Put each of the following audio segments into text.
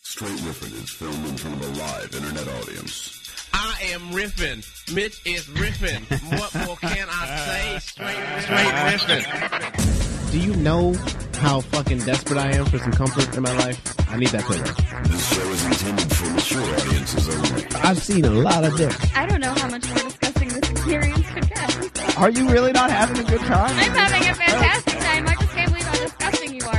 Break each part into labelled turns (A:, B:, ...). A: Straight Riffin is filmed in front of a live internet audience.
B: I am riffing. Mitch is riffing. what more can I say? Straight, straight riffing.
C: Do you know how fucking desperate I am for some comfort in my life? I need that pillow.
A: This show is intended for mature audiences only.
C: I've seen a lot of dick.
D: I don't know how much more disgusting this experience could get.
E: Are you really not having a good time?
D: I'm having a fantastic time. I just can't believe how disgusting you
C: I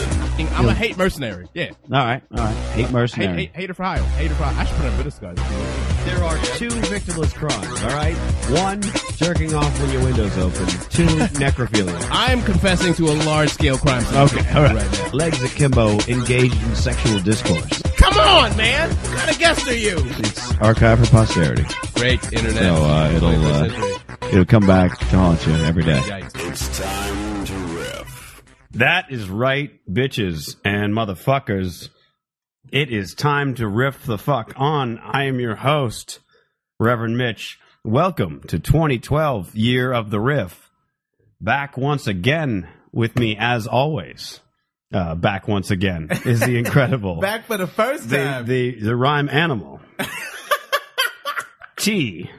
F: I'm a hate mercenary. Yeah.
E: All right, all right. Hate
F: Hate,
E: mercenary.
F: hate, hater for hire. Hater for hire. I should put up with this guy.
G: There are two victimless crimes, all right? One, jerking off when your window's open. Two, necrophilia.
F: I am confessing to a large scale crime.
E: Okay, all right.
G: Legs akimbo, engaged in sexual discourse.
F: Come on, man. What kind of guest are you?
E: It's archived for posterity,
F: Great internet.
E: so uh, it'll uh, it'll come back to haunt you every day.
A: It's time to riff.
H: That is right, bitches and motherfuckers. It is time to riff the fuck on. I am your host, Reverend Mitch. Welcome to 2012, Year of the Riff. Back once again with me, as always. Uh, back once again is the incredible,
F: Back for the first
H: the,
F: time.
H: the, the rhyme animal. T.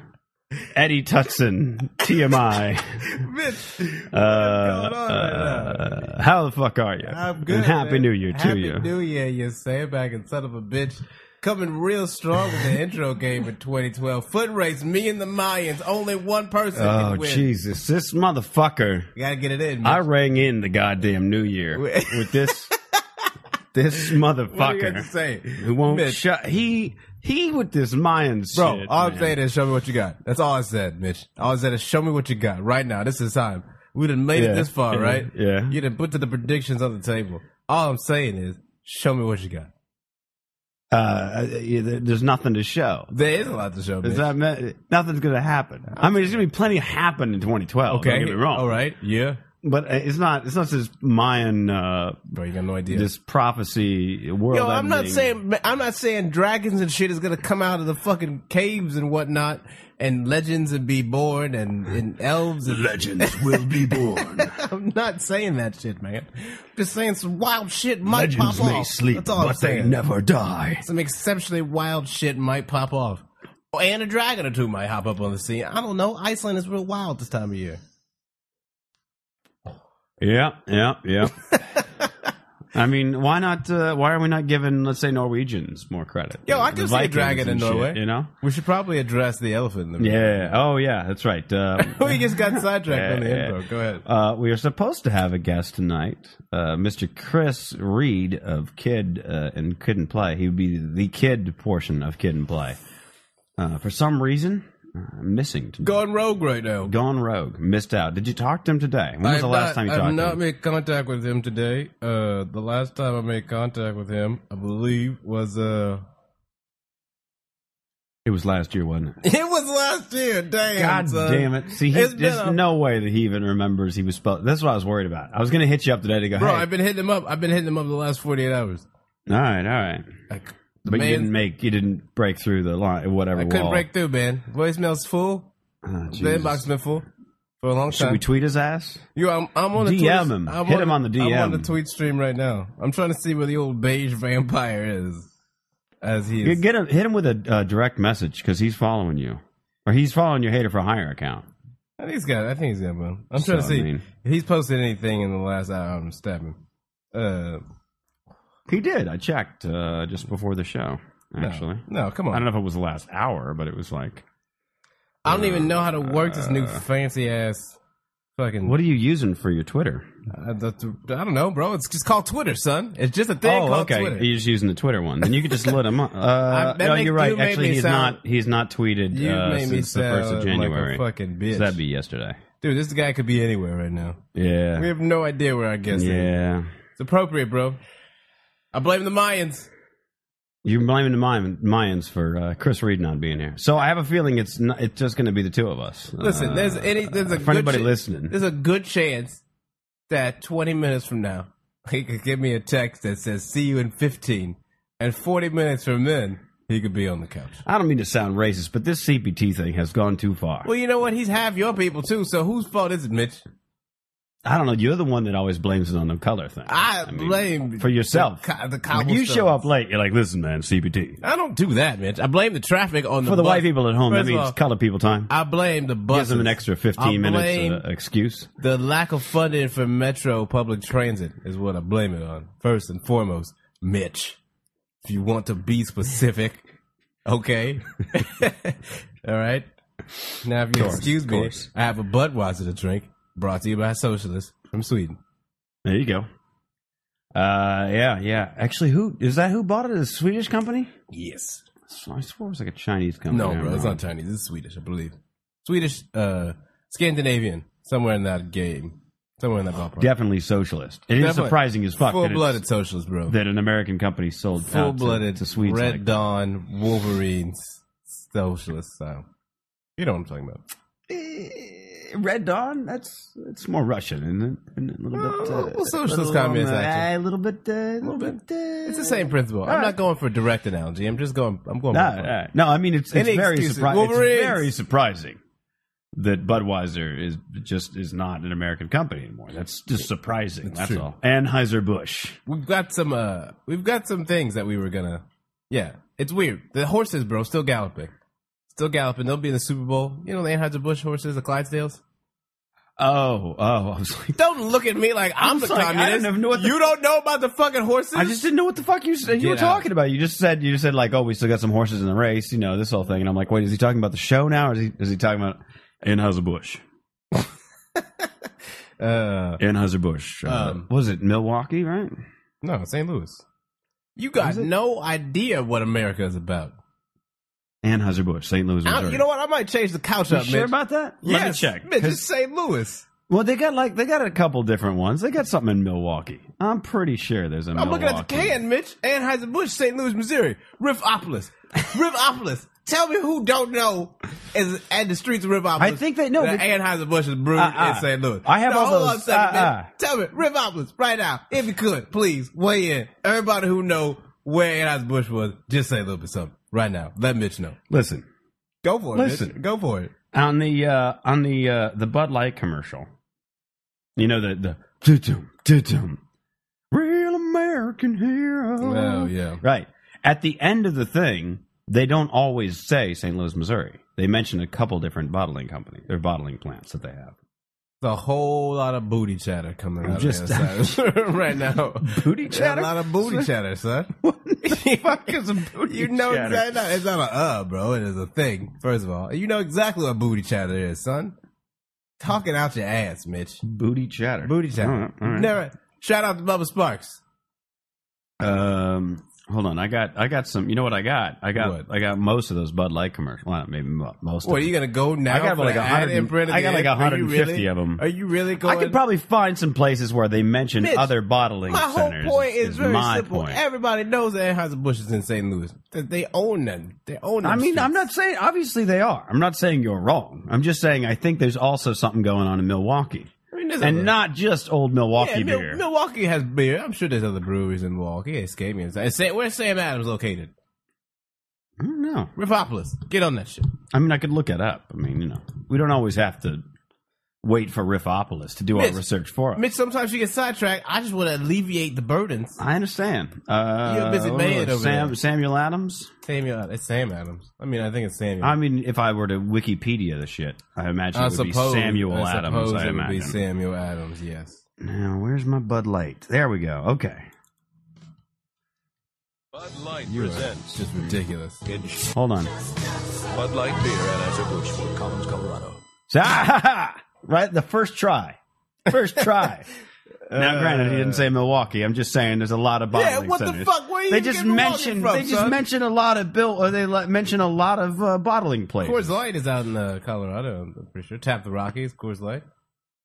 H: Eddie Tutson, TMI.
C: Uh,
F: Mitch, going on
H: Uh, how the fuck are you?
F: I'm good.
H: And happy
F: man.
H: New Year
F: happy
H: to you.
F: New Year, you sandbag and son of a bitch. Coming real strong with the intro game in 2012. Foot race, me and the Mayans. Only one person
H: oh
F: can win.
H: Jesus, this motherfucker!
F: You gotta get it in.
H: I
F: Mitch.
H: rang in the goddamn New Year
F: Wait.
H: with this this
F: What do you have to
H: motherfucker
F: say?
H: who won't
F: Mitch.
H: shut. He he with this Mayans
F: Bro,
H: shit.
F: all I'm
H: man.
F: saying is show me what you got. That's all I said, Mitch. All I said is show me what you got right now. This is time. We done made
H: Yeah,
F: it this far,
H: yeah,
F: right?
H: yeah.
F: You done put to the predictions on the table. All I'm saying is show me what you got.
H: uh, yeah, there- there's nothing to show.
F: There is a lot to show, Mitch.
H: Is that me- nothing's gonna happen? I mean, there's gonna be plenty happen in 2012.
F: okay.
H: don't get me wrong.
F: All right. Yeah.
H: but uh, it's not. It's not this Mayan. Uh,
F: Bro, you got no idea.
H: This prophecy world.
F: Yo, I'm not
H: ending.
F: saying I'm not saying dragons and shit is gonna come out of the fucking caves and whatnot, and legends and be born and, and elves. And,
A: Legends will be born.
F: I'm not saying that shit, man. I'm just saying some wild shit might pop off. That's all I'm saying.
H: die.
F: Some exceptionally wild shit might pop off, Oh, and a dragon or two might hop up on the scene. I don't know. Iceland is real wild this time of year.
H: Yeah, yeah, yeah. I mean, why not? Uh, why are we not giving, let's say, Norwegians more credit?
F: Yo, I
H: The
F: can see a
H: Vikings
F: dragon in
H: and shit,
F: Norway.
H: you know?
F: We should probably address the elephant. In the room.
H: Yeah. Oh, yeah. That's right. Uh,
F: we just got sidetracked on the
H: Yeah.
F: intro. Go ahead.
H: uh, we are supposed to have a guest tonight, uh, Mr. Chris Reed of Kid uh, and Kid and Play. He would be the kid portion of Kid and Play. Uh, for some reason, uh, I'm missing. Tonight.
F: Going rogue right now.
H: Gone rogue. Missed out. Did you talk to him today? When was the
F: I've
H: last
F: not-
H: time you
F: I've
H: talked to
F: not
H: him?
F: made contact with him today. Uh, the last time I made contact with him, I believe, was uh,
H: It was last year, wasn't it?
F: it was last year. Damn,
H: God
F: son.
H: damn it! See, he,
F: uh, It's been
H: there's
F: a-
H: no way that he even remembers he was spelled. That's what I was worried about. I was gonna hit you up today to go.
F: bro!
H: hey,
F: I've been hitting him up. I've been hitting him up the last forty eight hours.
H: all right, all right.
F: I, c- the
H: But
F: man,
H: you didn't make, you didn't break through the line, whatever.
F: I couldn't
H: wall.
F: break through, man. Voicemail's full.
H: Oh,
F: The
H: Jesus.
F: inbox been full for a long
H: Should
F: time.
H: we tweet his ass?
F: Yo, I'm, I'm on the
H: DM
F: tweet-
H: him.
F: I'm
H: Hit him on the
F: I'm
H: DM.
F: on the tweet stream right now. I'm trying to see where the old beige vampire is. As he
H: Get
F: is.
H: get him, hit him with a uh, direct message because he's following you, or he's following your hater for hire account.
F: I think he's got. I think he's got one. I'm trying to
H: So,
F: see
H: I mean-
F: if he's posted anything in the last hour. I'm stabbing. Uh,
H: He did. I checked uh, just before the show. Actually,
F: no, come
H: Oh. I
F: on. I
H: don't
F: don't,
H: know if it was the last hour, but it was like,
F: even know how to work this new fancy ass fucking.
H: Uh, what are you using for your Twitter?
F: I, that's- I don't know, bro. It's just called Twitter, son. It's just a thing
H: oh,
F: called
H: okay.
F: Twitter.
H: You're just using the Twitter one. Then you could just let him. Up. Uh,
F: I- that
H: no,
F: make-
H: you're right.
F: you made
H: Actually,
F: me
H: he's
F: sound-
H: not. He's not tweeted
F: You
H: uh,
F: made me
H: since the first of
F: sound like a
H: January.
F: fucking bitch.
H: So that'd be yesterday.
F: Dude, this guy could be anywhere right now. We
H: Yeah.
F: have no idea where our guest is.
H: Yeah.
F: It's appropriate, bro. I blame the Mayans.
H: You're blaming the Mayan- Mayans for uh, Chris Reed not being here. So I have a feeling it's not, it's just going to be the two of us.
F: Listen,
H: Uh,
F: there's any there's a
H: for
F: good
H: anybody
F: cha-
H: listening.
F: There's a good chance that 20 minutes from now he could give me a text that says "See you in 15," and 40 minutes for men, he could be on the couch.
H: I don't mean to sound racist, but this CPT thing has gone too far.
F: Well, you know what? He's half your people, too, so whose fault is it, Mitch?
H: I don't know. You're the one that always blames it on the color thing.
F: I,
H: mean,
F: blame
H: for yourself.
F: The, co- the
H: When you show
F: cobblestones.
H: up late, you're like, "Listen, man, CPT."
F: I don't do that, Mitch. I blame the traffic on the
H: For the
F: bus.
H: white people at home,
F: First
H: that
F: of
H: means
F: all,
H: color people time.
F: I blame the bus.
H: Gives them an extra
F: I
H: 15
F: blame
H: minutes uh, excuse.
F: The lack of funding for metro public transit is what I blame it on. First and foremost, Mitch. If you want to be specific, okay? All right? Now, if you
H: Course,
F: excuse me,
H: course.
F: I have a Budweiser to drink brought to you by Socialists from Sweden.
H: There you go. Uh, yeah, yeah. Actually, who is that? Who bought it? A Swedish company?
F: Yes.
H: I swore it was like a Chinese company.
F: No,
H: I'm
F: bro, it's
H: wrong.
F: not Chinese. It's Swedish, I believe. Swedish, uh, Scandinavian, somewhere in that game, somewhere in that ballpark.
H: Definitely socialist. It is
F: Definitely.
H: surprising as fuck. that
F: Full
H: it's-
F: blooded socialist, bro.
H: that an American company sold out to-
F: Full blooded
H: to Swedes.
F: Red
H: like that.
F: Dawn Wolverines socialist style. You know what I'm talking about.
H: Eh, Red Dawn. That's it's more Russian, isn't it? And a little bit. uh,
F: Well, well, socialist
H: little
F: communist
H: on the-
F: action.
H: A little bit. Uh, little bit. uh,
F: It's the same principle. I'm not going for a direct analogy. I'm just going. I'm going.
H: No,
F: for-
H: no, no, I mean it's, it's
F: Any
H: very
F: excuses.
H: surprising. It's
F: Wolverines.
H: very surprising that Budweiser is just is not an American company anymore. That's just surprising. That's,
F: true.
H: all. Anheuser Busch.
F: We've got some. Uh, we've got some things that we were gonna. Yeah, it's weird. The horses, bro, still galloping, still galloping. They'll be in the Super Bowl. You know the Anheuser Busch horses, the Clydesdales.
H: Oh, oh, I was like,
F: Don't look at me like I'm, the
H: sorry, I
F: communist.
H: didn't even know what the-
F: you don't know about the fucking horses.
H: I just didn't know what the fuck you said.
F: Get
H: You were
F: out.
H: talking about. You just said you just said like, oh, we still got some horses in the race. You know this whole thing, and I'm like, wait, is he talking about the show now, or is he is he talking about Anheuser Busch?
F: Uh,
H: Anheuser Busch.
F: Um,
H: was uh, it Milwaukee? Right?
F: no, St. Louis. You got no idea what America is about.
H: Anheuser Busch, St. Louis,
F: I-
H: Missouri.
F: you know what? I might change the couch
H: You
F: up,
H: sure
F: Mitch.
H: about that? Let me
F: Yes,
H: check.
F: Mitch,
H: 'cause-
F: it's St. Louis.
H: Well, they got like they got a couple different ones. They got something in Milwaukee. I'm pretty sure there's a.
F: I'm looking at the can, Mitch. Anheuser-Busch, St. Louis, Missouri. Riffopolis. Riffopolis. Tell me who don't know is at the streets of Riffopolis.
H: I think they know,
F: that
H: but-
F: Anheuser-Busch is brewed
H: Uh-uh.
F: in St. Louis.
H: I have
F: No,
H: all
F: hold
H: those,
F: on a second, Mitch.
H: uh-uh.
F: Tell me, Riffopolis, right now, if you could, please weigh in. Everybody who know where Anheuser-Busch was, just say a little bit something right now. Let Mitch know.
H: Listen
F: Go for it.
H: Listen.
F: Mitch. go for it.
H: on the uh, on the uh, the Bud Light commercial. You know the the doo-dum, doo-dum. real American hero.
F: Well, yeah.
H: Right at the end of the thing, they don't always say St. Louis, Missouri. They mention a couple different bottling companies or bottling plants that they have.
F: There's a whole lot of booty chatter coming out
H: Just-
F: of the other side right now.
H: Booty
F: There's
H: chatter?
F: A lot of booty chatter, son.
H: What the fuck is a booty
F: You know
H: chatter?
F: exactly. no, It's not a uh, bro. It is a thing. First of all, you know exactly what booty chatter is, son. Talking out your ass, Mitch.
H: Booty chatter.
F: Booty
H: All
F: chatter.
H: right, all right.
F: Never. Shout out to Bubba Sparks.
H: Um, hold on. I got I got some. You know what I got? I got
F: What?
H: I got most of those Bud Light commercials. Well, maybe mo- most.
F: What are
H: of
F: you
H: them.
F: gonna go now?
H: I got
F: for
H: like
F: the ad
H: 100
F: imprint at
H: I
F: the
H: got like
F: end? Are you
H: 150
F: really-
H: of 'em.
F: Are you really
H: I
F: going?
H: could probably find some places where they mention
F: Mitch,
H: other bottling
F: My whole
H: centers.
F: point is, very
H: my
F: simple.
H: point.
F: Everybody knows that Anheuser-Busch is in St. Louis. That They own them. They own. Them
H: I mean, I'm
F: streets.
H: not saying obviously they are. I'm not saying you're wrong. I'm just saying I think there's also something going on in Milwaukee,
F: I mean, there's
H: and
F: other-
H: not just old Milwaukee
F: Yeah, Mil-
H: beer.
F: Milwaukee has beer. I'm sure there's other breweries in Milwaukee. It's me. It's Sa- Where's Sam Adams located?
H: I don't know.
F: Riffopolis. Get on that shit.
H: I mean, I could look it up. I mean, you know, we don't always have to wait for Riffopolis to do
F: Mitch,
H: our research for us.
F: Mitch, sometimes you get sidetracked. I just want to alleviate the burdens.
H: I understand. Uh,
F: You're a busy
H: what
F: man
H: was it,
F: over
H: Sam,
F: there.
H: Samuel Adams.
F: Samuel, it's Sam Adams. I mean, I think it's Samuel.
H: I mean, if I were to Wikipedia the shit, I imagine it would be Samuel
F: I
H: Adams.
F: suppose it
H: I
F: would be
H: imagine.
F: Samuel Adams. Yes.
H: now, where's my Bud Light? There we go. Okay,
A: Bud Light
F: You are
A: presents
F: just ridiculous.
H: hold on.
A: Bud Light Beer at Anheuser-Busch, Fort Collins, Colorado.
H: So, right, the first try, first try. now, granted, he didn't say Milwaukee. I'm just saying, there's a lot of
F: Yeah,
H: bottling
F: what the
H: centers.
F: fuck? Where you
H: They
F: even
H: just
F: get Milwaukee
H: mentioned.
F: from,
H: They just
F: son?
H: mentioned a lot of bill, or they le- mention a lot of uh, bottling places.
F: Coors Light is out in uh, Colorado. I'm pretty sure. Tap the Rockies. Coors Light.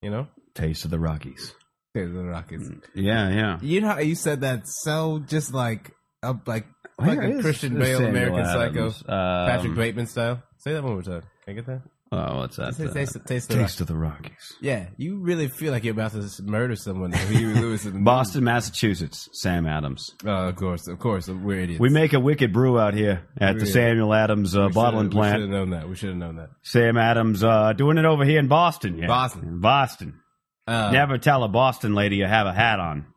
F: You know,
H: Taste of the Rockies.
F: Tap the Rockies.
H: Mm. Yeah, yeah.
F: You know, how you said that so just like up like
H: Where
F: fucking
H: Oh, is
F: Christian
H: this
F: Bale,
H: Samuel
F: American Psycho,
H: Adams? Um,
F: Patrick Bateman style. Say that one more time. Can I get that?
H: Oh, what's that?
F: Taste,
H: Uh,
F: taste, taste the
H: Taste of the Rockies.
F: Yeah, you really feel like you're about to s- murder someone. though. Huey Lewis in the
H: Boston, Massachusetts. Sam Adams.
F: movie. Uh, of course, of course, we're idiots.
H: We make a wicked brew out here at the
F: Yeah.
H: Samuel Adams uh,
F: We
H: bottling
F: should've- We
H: plant.
F: should have known that. We should have known that.
H: Sam Adams uh, doing it over here in Boston. Yeah.
F: Boston.
H: Boston.
F: Uh,
H: Never tell a Boston lady you have a hat on.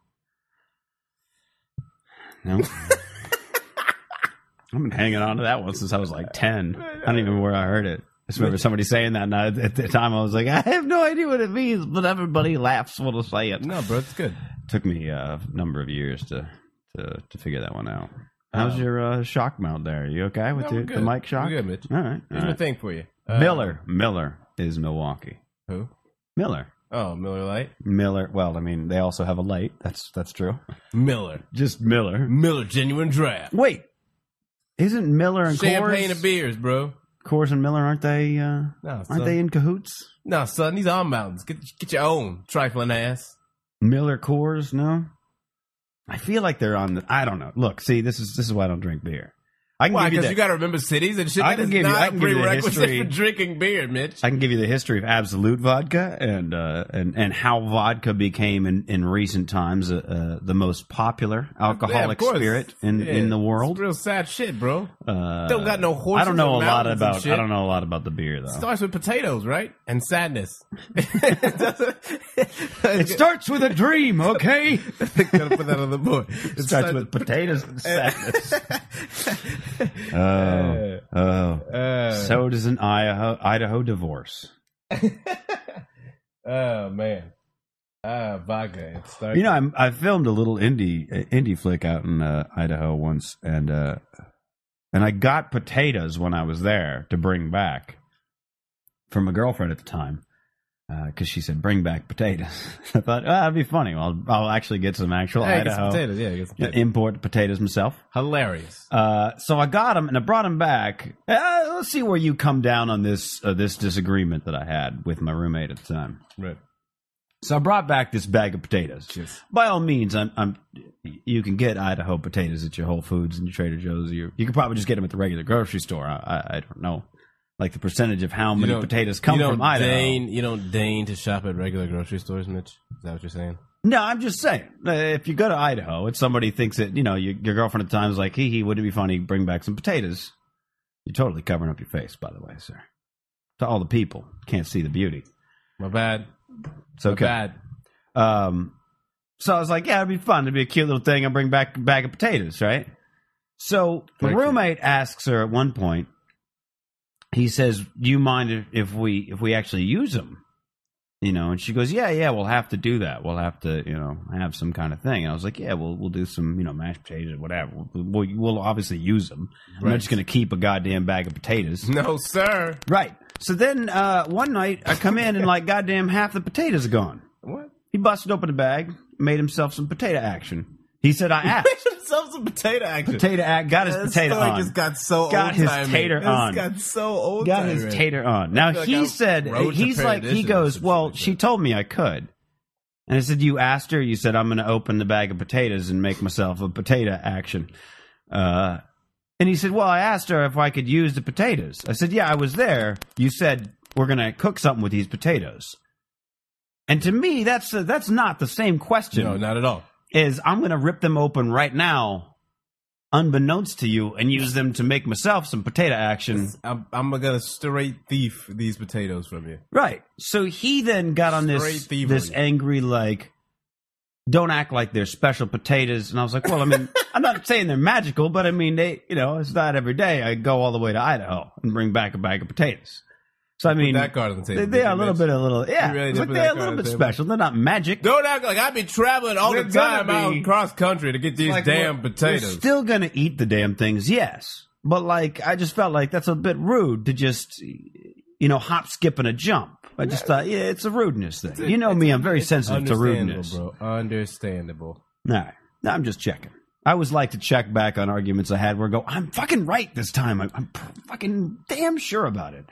H: No. I've been hanging on to that one since I was like 10. I don't even know where I heard it. I just remember somebody saying that, and I, at the time I was like, I have no idea what it means, but everybody laughs when I say it.
F: No, bro, it's good.
H: Took me uh, a number of years to, to, to figure that one out. How's your uh, shock mount there? You okay with
F: No, we're
H: the, the
F: good.
H: mic shock?
F: We're good, Mitch.
H: All right. all
F: Here's my
H: right.
F: thing for you. Uh,
H: Miller. Miller is Milwaukee.
F: Who?
H: Miller.
F: Oh, Miller Light.
H: Miller. Well, I mean, they also have a light. That's that's true.
F: Miller.
H: Just Miller.
F: Miller Genuine Draft.
H: Wait, isn't Miller and
F: Champagne
H: Coors,
F: and beers, bro.
H: Coors and Miller aren't they? Uh,
F: No, son.
H: aren't they in cahoots?
F: No, son, these are mountains. Get get your own trifling ass.
H: Miller Coors, no. I feel like they're on. The, I don't know. Look, see, this is this is why I don't drink beer. I can
F: Why?
H: give you
F: Because
H: the,
F: you got to remember cities and shit. That
H: I can
F: is
H: give you-
F: not
H: I can give you the
F: prerequisite
H: history.
F: for drinking beer, Mitch.
H: I can give you the history of Absolute Vodka and uh, and and how vodka became in, in recent times uh, uh, the most popular
F: Yeah, of
H: alcoholic
F: course.
H: spirit in
F: Yeah.
H: in the world.
F: It's real sad shit, bro.
H: Uh,
F: Don't got no horses
H: I don't know a
F: and
H: lot
F: mountains and
H: about. I
F: shit.
H: don't know a lot about the beer though.
F: Starts with potatoes, right? And sadness. it
H: It starts with a dream, okay?
F: Gotta put that on the board. It starts with
H: potatoes and sadness. oh, oh.
F: uh,
H: So does an Idaho, Idaho divorce.
F: oh man, ah vodka. It starts.
H: You know, I'm, I filmed a little indie uh, indie flick out in uh, Idaho once, and uh, and I got potatoes when I was there to bring back from a girlfriend at the time because she said bring back potatoes. I thought oh, that'd be funny. I'll I'll actually get some actual
F: Hey, get some
H: Idaho
F: potatoes. Yeah, get some potatoes.
H: import potatoes myself.
F: Hilarious.
H: Uh, so I got him and I brought him back. Uh, let's see where you come down on this uh, this disagreement that I had with my roommate at the time.
F: Right.
H: So I brought back this bag of potatoes.
F: Yes.
H: By all means, I'm, I'm you can get Idaho potatoes at your Whole Foods and your Trader Joe's. You you can probably just get them at the regular grocery store. I I, I don't know, like the percentage of how many
F: don't-
H: potatoes come
F: you don't
H: from Idaho.
F: Deign, you don't deign to shop at regular grocery stores, Mitch. Is that what you're saying?
H: No, I'm just saying. uh, If you go to Idaho and somebody thinks that, you know, your, your girlfriend at the time is like, hee hee, wouldn't it be funny? Bring back some potatoes. You're totally covering up your face, by the way, sir. To all the people. Can't see the beauty.
F: My bad.
H: It's okay.
F: My bad.
H: Um, so I was like, yeah, it'd be fun. It'd be a cute little thing. I'll bring back a bag of potatoes, right? So my
F: Very cute.
H: roommate asks her at one point, he says, do you mind if, if we, if we actually use them? You know, and she goes, yeah, yeah, we'll have to do that. We'll have to, you know, have some kind of thing. And I was like, yeah, we'll, we'll do some, you know, mashed potatoes, whatever. We'll, we'll obviously use them. I'm not
F: Right.
H: just going to keep a goddamn bag of potatoes.
F: No, sir.
H: Right. So then uh, one night I come in and like goddamn half the potatoes are gone.
F: What?
H: He busted open a bag, made himself some potato action. He said, "I asked."
F: Some some potato action.
H: potato act got his
F: This
H: potato
F: story
H: on.
F: just got so
H: Got
F: old
H: his
F: timey.
H: tater
F: This
H: on.
F: got so old.
H: got his
F: timey.
H: tater on. Now
F: feel like
H: he
F: I
H: said
F: rode to
H: he's like he
F: perdition
H: goes,
F: in this
H: "Well,
F: situation."
H: she told me I could." And I said, "You asked her. You said I'm going to open the bag of potatoes and make myself a potato action." Uh, and he said, "Well, I asked her if I could use the potatoes." I said, "Yeah, I was there. You said we're going to cook something with these potatoes." And to me, that's that's not the same question
F: No, not at all.
H: is I'm going to rip them open right now, unbeknownst to you, and use them to make myself some potato action.
F: I'm, I'm gonna straight thief these potatoes from you.
H: Right. So he then got on this
F: Straight thievery.
H: this angry like, don't act like they're special potatoes. And I was like, well, I mean, I'm not saying they're magical, but I mean they, you know, it's not every day I go all the way to Idaho and bring back a bag of potatoes. So I mean,
F: that card on the table,
H: They, they
F: did you,
H: are a little
F: Mitch?
H: bit, a little, yeah.
F: You really
H: It's
F: did
H: like
F: put
H: they're
F: that
H: a little
F: card on
H: bit
F: the table.
H: special. They're not magic.
F: Don't act like I be traveling all
H: We're
F: the
H: gonna
F: time out
H: be-
F: cross country to get these
H: like,
F: damn
H: we're- We're
F: potatoes.
H: still gonna eat the damn things, yes. But like, I just felt like that's a bit rude to just, you know, hop, skip, and a jump. I just thought, yeah, it's a rudeness thing. You know me, I'm very sensitive to
F: Understandable,
H: rudeness.
F: bro. Understandable.
H: All right. No, I'm just checking. I always like to check back on arguments I had where I go, I'm fucking right this time. I'm, I'm pr- fucking damn sure about it.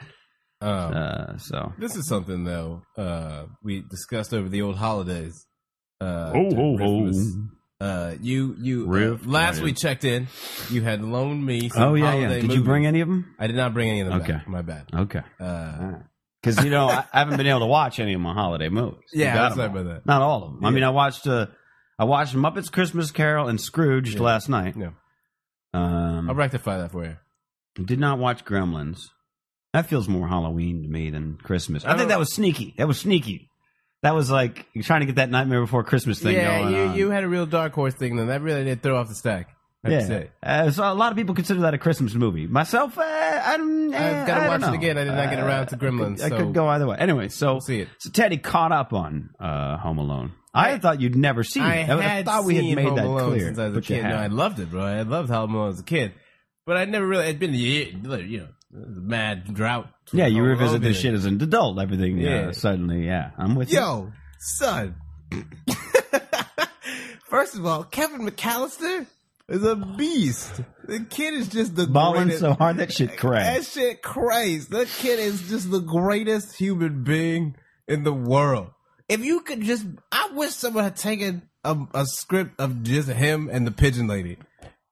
F: Um,
H: Uh, so.
F: This is something though uh, we discussed over the old holidays. Uh,
H: Oh,
F: during
H: oh, oh.
F: Christmas. Uh, you you uh,
H: Riff
F: last we
H: Ryan.
F: checked in, you had loaned me. Some
H: Oh yeah, yeah.
F: holiday
H: Did you bring
F: movies.
H: any of them?
F: I did not bring any of them.
H: Okay.
F: back. my bad.
H: Okay.
F: Uh,
H: Because you know I, I haven't been able to watch any of my holiday movies.
F: Yeah,
H: You got
F: I'm
H: 'em
F: sorry
H: all.
F: about that.
H: Not all of them. I
F: Yeah.
H: mean, I watched uh, I watched Muppets Christmas Carol and Scrooged
F: Yeah.
H: last night.
F: Yeah.
H: Um,
F: I'll rectify that for you.
H: Did not watch Gremlins. That feels more Halloween to me than Christmas. I,
F: I
H: think
F: don't-
H: that was sneaky. That was sneaky. That was like you're trying to get that Nightmare Before Christmas thing
F: Yeah,
H: going
F: you,
H: on.
F: you had a real dark horse thing, then that really did throw off the stack. I have to
H: yeah.
F: say.
H: Uh, so a lot of people consider that a Christmas movie. Myself, uh, I don't. Uh,
F: I've gotta
H: I
F: watch
H: don't
F: it
H: know. Uh,
F: again. I did not get around to
H: I could-
F: Gremlins,
H: I could,
F: so-
H: go either way. Anyway, so
F: We'll see it.
H: So Teddy caught up on uh, Home Alone. I, had thought you'd never seen
F: I
H: it.
F: had
H: thought we had
F: seen
H: made
F: Home
H: that
F: Alone
H: clear.
F: since I was a
H: but you
F: kid. No, I
H: hadn't.
F: loved it, bro. I loved Home Alone as a kid, but I never really. It'd been the year, you know, the mad drought.
H: yeah, you
F: Home Alone
H: revisit this
F: did.
H: shit as an adult. Everything yeah.
F: Yeah.
H: suddenly, yeah. I'm with you.
F: Yo, son. First of all, Kevin McAllister is a beast. The kid is just the
H: Balling
F: greatest-
H: so hard that shit
F: That
H: crashed.
F: shit crazy. That kid is just the greatest human being in the world. If you could just, I wish someone had taken a, a script of just him and the pigeon lady.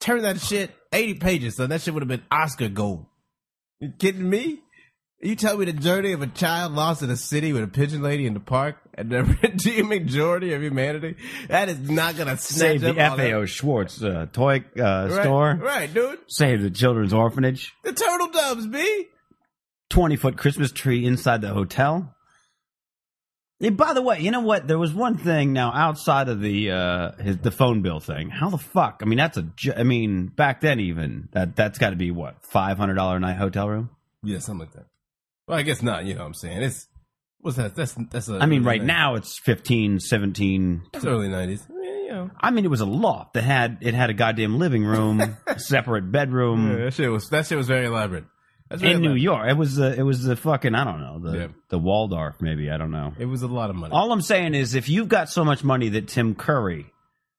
F: Turn that shit 80 pages, so that shit would have been Oscar gold. You kidding me? You tell me the journey of a child lost in a city with a pigeon lady in the park and the redeeming majority of humanity? That is not gonna snatch
H: Save the
F: up all that-
H: FAO Schwartz uh, toy uh,
F: Right,
H: store.
F: Right, dude.
H: Save the children's orphanage.
F: The turtle doves, B.
H: 20 foot Christmas tree inside the hotel. And by the way, you know what? There was one thing now outside of the uh, his, the phone bill thing. How the fuck? I mean, that's a. j- I mean, back then even that that's got to be what five hundred dollar a night hotel room.
F: Yeah, something like that. Well, I guess not. You know what I'm saying? It's what's that? That's that's. A
H: I mean, right
F: that's
H: now it's 15, 17.
F: That's early Eh, '90s. Yeah, you know.
H: I mean, it was a loft that had it had a goddamn living room, separate
F: Yeah,
H: bedroom
F: that shit was that shit was very elaborate. That's very
H: Mm. in New
F: elaborate.
H: York. It was the it was the fucking I don't know the
F: Yeah.
H: the Waldorf maybe I don't know.
F: it was a lot of money.
H: All I'm saying is, if you've got so much money that Tim Curry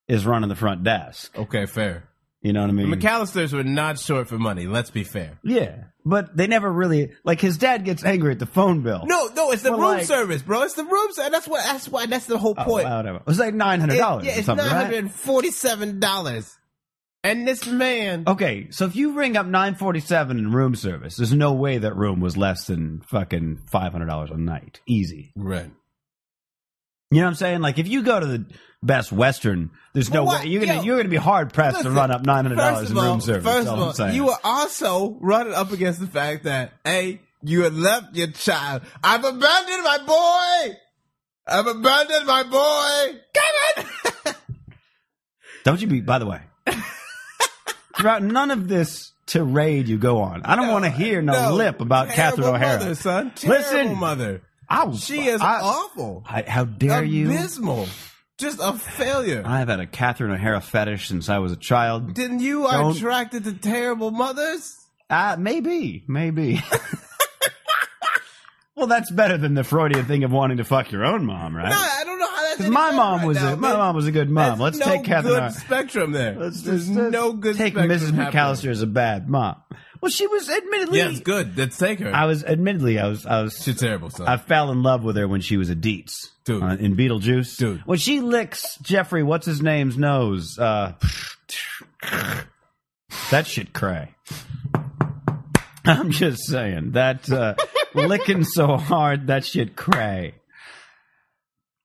H: is running the front desk,
F: okay, fair.
H: you know what I
F: The
H: mean?
F: McAllisters were not short for money. Let's be fair.
H: yeah, but they never really like his dad gets angry at the phone bill.
F: No, no, it's the
H: But,
F: room
H: like-
F: service, bro. It's the room service. That's what. That's why. That's the whole
H: Oh,
F: point.
H: whatever. It was like nine hundred
F: It-
H: dollars.
F: yeah, it's
H: something,
F: nine
H: right?
F: hundred and forty-seven dollars, and this man.
H: Okay, so if you ring up nine forty-seven in room service, there's no way that room was less than fucking five hundred dollars a night, easy.
F: Right.
H: You know what I'm saying? Like if you go to the Best Western, there's no
F: Well,
H: way
F: what-
H: you're gonna
F: yo,
H: you're gonna be hard pressed to
F: Listen,
H: run up nine hundred dollars
F: First
H: in
F: of
H: room
F: all,
H: service.
F: first
H: all I'm
F: of all,
H: saying.
F: you are also running up against the fact that a you had left your child. I've abandoned my boy. I've abandoned my boy. Damn it!
H: Don't you be, by the way, throughout none of this tirade you go on, I don't want to hear no, lip about
F: terrible
H: Catherine O'Hara.
F: Mother, son. Terrible
H: Listen,
F: mother.
H: I will-
F: She is
H: I-
F: awful.
H: I- how dare you?
F: Abysmal. Just a failure.
H: Um, I've had a Catherine O'Hara fetish since I was a child.
F: Didn't you are
H: Don't-
F: attracted to terrible mothers?
H: Uh, maybe, maybe. well, that's better than the Freudian thing of wanting to fuck your own mom, right?
F: No, I don't know how that's.
H: Because
F: any
H: my
F: better
H: mom
F: right
H: was
F: now,
H: a my
F: man.
H: mom was a good mom.
F: There's
H: Let's
F: no
H: take Catherine.
F: good
H: O'Hara-
F: spectrum there.
H: Let's
F: There's
H: just let's
F: no good
H: take
F: spectrum
H: Mrs.
F: happening.
H: McAllister as a bad mom. Well, she was admittedly.
F: Yeah, it's good. Let's take her.
H: I was admittedly I was I was
F: She's terrible, son.
H: I fell in love with her when she was a Dietz
F: Dude.
H: uh, in Beetlejuice.
F: Dude.
H: When she licks Jeffrey, what's his name's nose? Uh, that shit cray. I'm just saying that uh, licking so hard that shit cray.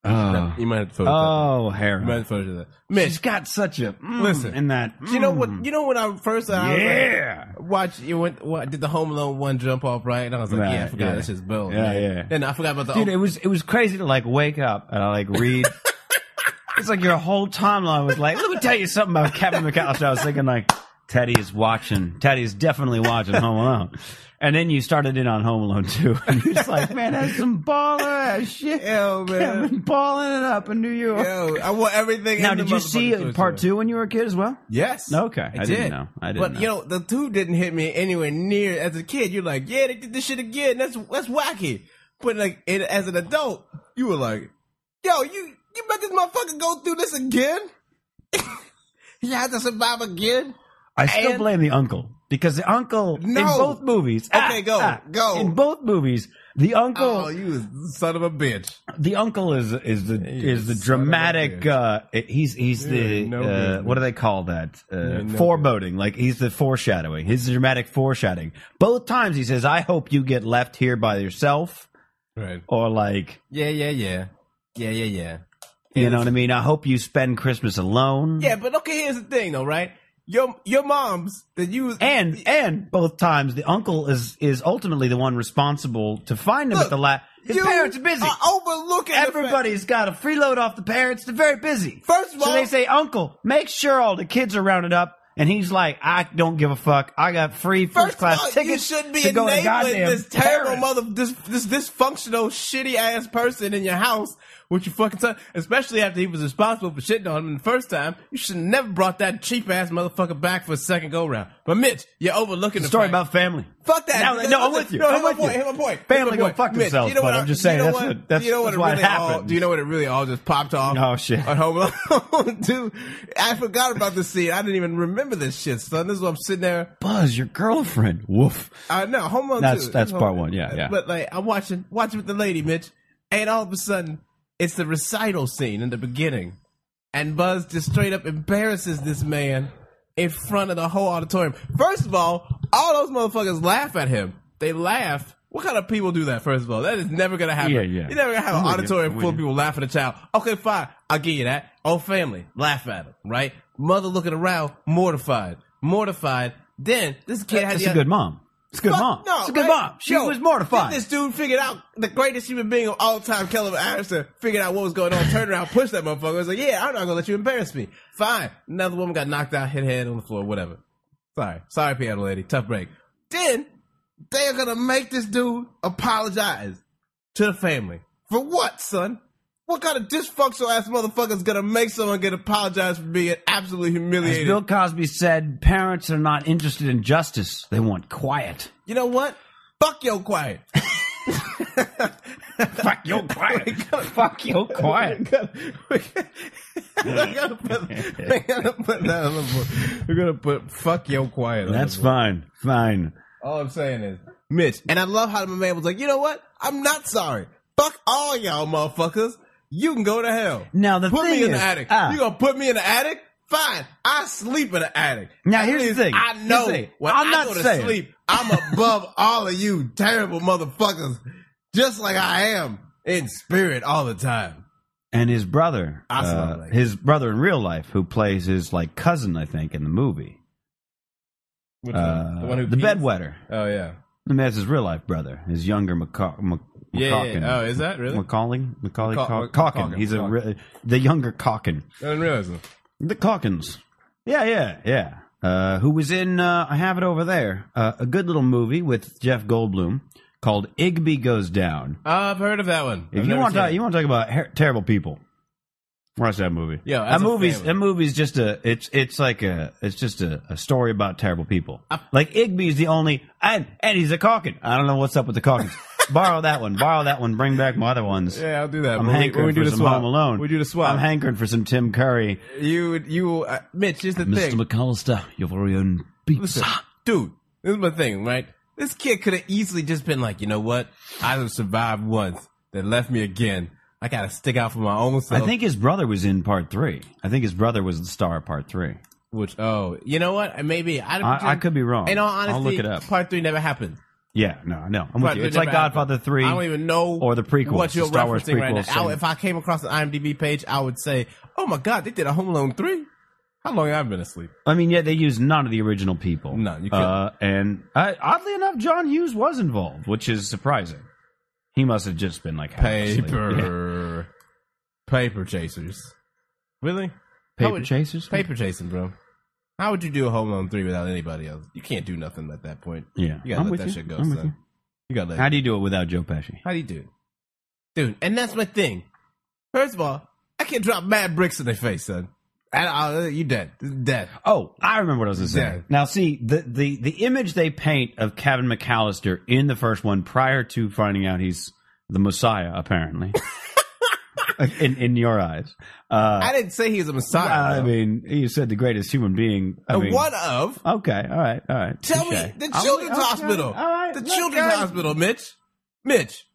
H: Oh,
F: you might have to Photoshop.
H: oh,
F: you might have
H: Harry.
F: to Photoshop that.
H: She's
F: Mitch,
H: got such a mm,
F: Listen.
H: in that.
F: you know
H: mm.
F: what? You know when I first I was
H: yeah.
F: like, watch you went what did the Home Alone one jump off right and I was like yeah I
H: Right,
F: forgot
H: yeah.
F: that's just Bill
H: Yeah,
F: man.
H: yeah.
F: then I forgot about the
H: dude it was it was crazy to like wake up and i like read it's like your whole timeline was like let me tell you something about captain mcallister i was thinking like teddy is watching teddy is definitely watching home alone and then you started in on home alone too and you're just like man that's some baller ass shit
F: yo man
H: Kevin balling it up in new york
F: yo I want everything
H: now
F: in the
H: did you see uh,
F: motherfucking
H: part
F: Photoshop.
H: two when you were a kid as well
F: yes
H: Okay, I didn't
F: did.
H: know. I didn't
F: but
H: know.
F: you know the two didn't hit me anywhere near as a kid you're like yeah they did this shit again that's that's wacky but like it, as an adult you were like yo you you let this motherfucker go through this again you had to survive again
H: i still
F: And-
H: blame the uncle because the uncle in
F: No.
H: both movies. ah,
F: Okay, go, go.
H: In both movies, the uncle
F: Oh, you son of a bitch.
H: the uncle is is the
F: Hey,
H: is the
F: son of a
H: dramatic
F: bitch.
H: uh he's he's the
F: Yeah, no
H: uh,
F: good.
H: what do they call that uh,
F: no
H: foreboding like he's the foreshadowing he's the dramatic foreshadowing both times he says i hope you get left here by yourself
F: Right.
H: or like
F: Yeah, yeah, yeah. Yeah, yeah, yeah.
H: you know what i mean i hope you spend christmas alone
F: Yeah, but okay, here's the thing though, right? Your your mom's that you
H: and and both times the uncle is is ultimately the one responsible to find him at
F: Look,
H: the last his
F: you
H: parents are busy
F: are overlooking the fact-
H: Everybody's got a freeload off the parents. They're very busy.
F: First of
H: so
F: all-
H: they say, Uncle, make sure all the kids are rounded up. And he's like, I don't give a fuck. I got free first,
F: First
H: class
F: of all,
H: tickets.
F: you shouldn't be
H: to go to
F: enabling
H: goddamn
F: this terrible
H: Paris."
F: mother, this this dysfunctional, shitty ass person in your house with your fucking son. Especially after he was responsible for shitting on him the first time. You should have never brought that cheap ass motherfucker back for a second go round. But Mitch, you're overlooking the
H: Story
F: fact-
H: about family.
F: Fuck that.
H: No, no, I'm with you.
F: No,
H: I'm
F: here's my
H: with you.
F: point. Here's my point.
H: Family
F: Here's my
H: go
F: point.
H: fuck
F: Mitch,
H: themselves,
F: you know
H: but
F: what
H: I'm just saying
F: you know
H: that's
F: what,
H: what- that's-
F: you know what
H: that's
F: it
H: why it
F: really all-
H: happened.
F: do you know what it really all just popped off?
H: Oh, shit.
F: On Home Alone, dude. I forgot about this scene. I didn't even remember this shit, son. This is what I'm sitting there.
H: Buzz, your girlfriend. Woof.
F: I know Home Alone.
H: That's-
F: 2.
H: that's
F: Home-
H: part one, yeah, yeah.
F: But like I'm watching watching with the lady, Mitch, and all of a sudden it's the recital scene in the beginning, and Buzz just straight up embarrasses this man in front of the whole auditorium. First of all, all those motherfuckers laugh at him. They laugh. What kind of people do that? First of all, that is never gonna happen.
H: Yeah, yeah.
F: You're never gonna have an
H: I'm with you.
F: auditorium
H: I'm
F: full of
H: with you.
F: people laughing at a child. Okay, fine. I'll give you that. Oh, family, laugh at him, right? Mother looking around, mortified, mortified. Then this kid had
H: That's
F: the
H: a good mom. It's a good
F: Fuck
H: mom.
F: No,
H: it's a good
F: right?
H: mom. She
F: Yo,
H: was mortified.
F: then This dude figured out the greatest human being of all time, Kelvin Anderson, figured out what was going on, turned around, pushed that motherfucker. was like, yeah, I'm not gonna let you embarrass me. Fine. Another woman got knocked out, hit head on the floor, whatever. Sorry. Sorry, piano lady. Tough break. Then they are gonna make this dude apologize to the family. For what, son? What kind of dysfunctional ass motherfucker is gonna make someone get apologized for being absolutely
H: As
F: humiliated?
H: Bill Cosby said, parents are not interested in justice. They want quiet.
F: you know what? Fuck your quiet.
H: Fuck your quiet. Fuck your
F: We
H: quiet.
F: gotta, we gotta- we gotta put, we gotta put that on the board. We're gonna put fuck yo quiet. On
H: That's
F: the board.
H: fine. Fine.
F: all I'm saying is Mitch. And I love how my man was like, you know what? I'm not sorry. Fuck all y'all motherfuckers. You can go to hell.
H: Now, the
F: put
H: thing
F: me in
H: is-
F: the attic.
H: ah.
F: you gonna put me in the attic? Fine. I sleep in the attic.
H: Now,
F: At
H: here's the
F: least
H: thing.
F: I
H: Here's the
F: know
H: thing.
F: when
H: I'm
F: I
H: not
F: go to
H: saying-
F: sleep, I'm above all of you terrible motherfuckers, just like I am in spirit all the time.
H: and his brother,
F: I saw
H: uh,
F: that.
H: his brother in real life, who plays his like cousin, I think, in the movie, uh, the, bedwetter.
F: Oh yeah.
H: I mean, that's his real life brother, his younger Maca- Mac-
F: Yeah,
H: McCawkin.
F: yeah. Oh, is that really?
H: Macaulay? Macaulay
F: Maca-
H: Caw-
F: Mac-
H: Calkin.
F: Calkin,
H: He's a
F: Calkin.
H: re- the younger Calkin.
F: I didn't realize that.
H: The Calkins. Yeah, yeah, yeah. Uh, who was in? Uh, I have it over there. Uh, a good little movie with Jeff Goldblum called Igby Goes Down.
F: Uh, I've heard of that one.
H: If you want to talk, you want to talk about her- terrible people. Watch that movie.
F: Yeah,
H: that
F: as a
H: movie's
F: family.
H: that movie's just a it's it's like a it's just a, a story about terrible people. like Igby's the only and and he's a Calkin. I don't know what's up with the Calkins. borrow that one. Borrow that one. Bring back my other ones.
F: yeah, I'll do that.
H: I'm
F: When we-
H: hankering
F: when we do the
H: for some
F: swap.
H: Home Alone.
F: We do the swap.
H: I'm hankering for some Tim Curry.
F: you, you, uh, Mitch. Here's the
H: Mr.
F: thing,
H: McAllister, your very own pizza.
F: Listen, dude. This is my thing, right? This kid could have easily just been like, you know what? I have survived once. That left me again. I gotta stick out for my own self.
H: I think his brother was in part three. I think his brother was the star of part three.
F: Which, oh, you know what? Maybe I,
H: I- I could be wrong.
F: In all honesty,
H: I'll look it up.
F: Part three never happened.
H: Yeah, no, no. I'm with
F: Right,
H: you.
F: it
H: It's like
F: never happened.
H: Godfather three.
F: I don't even know
H: or the prequels,
F: What you're
H: the Star Wars
F: referencing right
H: prequels,
F: now? I,
H: so-
F: if I came across the IMDb page, I would say, "Oh my God, they did a Home Alone three. How long have I been asleep?
H: I mean, yeah, they used none of the original people.
F: No, you couldn't.
H: Uh, and uh, oddly enough, John Hughes was involved, which is surprising. He must have just been like half asleep. Yeah.
F: Paper, paper chasers. Really? How
H: paper
F: would-
H: chasers,
F: Paper chasing, bro. How would you do a Home Alone three without anybody else? You can't do nothing at that point.
H: Yeah,
F: You gotta
H: I'm
F: let
H: with
F: that
H: you.
F: shit go,
H: I'm with
F: son.
H: you.
F: You gotta let.
H: How do you do it without Joe Pesci?
F: How do you do, it? dude? And that's my thing. First of all, I can drop mad bricks in their face, son. And uh, you dead, dead.
H: Oh, I remember what I was going to say.
F: Yeah.
H: Now, see the, the the image they paint of Kevin McAllister in the first one, prior to finding out he's the Messiah, apparently, in, in your eyes. Uh,
F: I didn't say he's a messiah.
H: I
F: though.
H: mean, you said the greatest human being. I
F: And
H: mean,
F: one of.
H: Okay, all right, all right.
F: Tell
H: Okay.
F: me the
H: I'll-
F: children's
H: okay,
F: hospital.
H: All right,
F: the
H: look,
F: children's
H: guys,
F: hospital, Mitch. Mitch.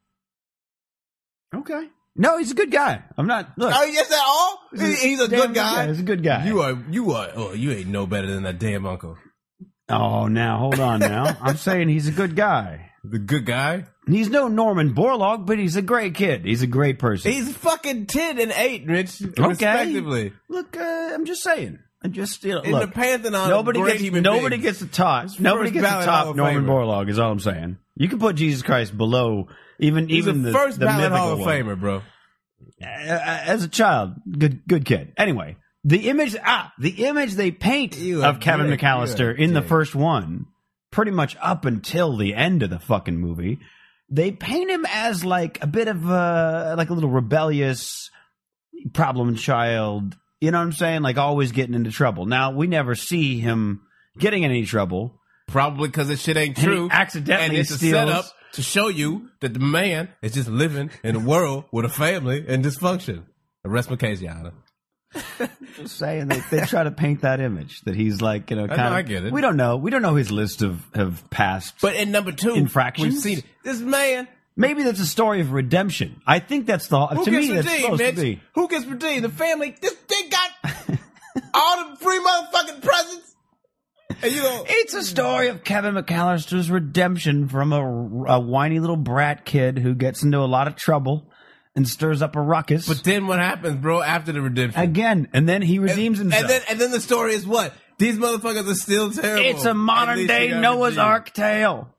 H: Okay. No, he's a good guy. I'm not. Look,
F: Oh yes, at all? He- He's a
H: damn
F: good guy.
H: He's a good guy.
F: You are. You are. Oh, you ain't no better than that damn uncle.
H: Oh, now hold on. Now I'm saying he's a good guy.
F: The good guy.
H: He's no Norman Borlaug, but he's a great kid. He's a great person.
F: He's fucking ten and eight, Mitch, respectively.
H: Look, uh, I'm just saying. I just you know,
F: In
H: look,
F: the pantheon,
H: nobody
F: of great
H: gets
F: human
H: nobody
F: beings.
H: gets the top. Nobody
F: first
H: gets the
F: ballot Hall
H: top.
F: of
H: Norman
F: Famer.
H: Borlaug is all I'm saying. You can put Jesus Christ below even
F: He's
H: even
F: a
H: the
F: first
H: the
F: ballot
H: mythical
F: Hall of
H: one.
F: Famer, bro.
H: as a child, good good kid. Anyway, the image ah the image they paint
F: You a
H: of Kevin
F: dick,
H: McAllister
F: you a
H: in the
F: dick.
H: first one, pretty much up until the end of the fucking movie, they paint him as like a bit of a like a little rebellious problem child. You know what I'm saying? Like always getting into trouble. Now we never see him getting in any trouble.
F: Probably because this shit ain't
H: And he
F: true.
H: accidentally
F: and it's
H: steals-
F: a setup to show you that the man is just living in a world with a family and dysfunction. Arrest my case, Your Honor.
H: just saying they, they try to paint that image that he's like you know
F: know,
H: kind of
F: I get it.
H: we don't know we don't know his list of of past
F: But in number two,
H: Infractions?
F: we've seen it. this man
H: maybe that's a story of redemption i think that's the
F: who
H: to me
F: gets
H: that's
F: redeemed,
H: supposed
F: Mitch.
H: to be
F: Who gets redeemed? The family. This thing got all the free motherfucking presents. And you know,
H: it's a story of Kevin McAllister's redemption from a, a whiny little brat kid who gets into a lot of trouble and stirs up a ruckus.
F: but then what happens, bro? After the redemption,
H: again, and then he redeems
F: and,
H: himself.
F: and then and then the story is what these motherfuckers are still terrible.
H: it's a
F: At
H: modern
F: least
H: day
F: they got
H: Noah's
F: redeemed.
H: Ark tale,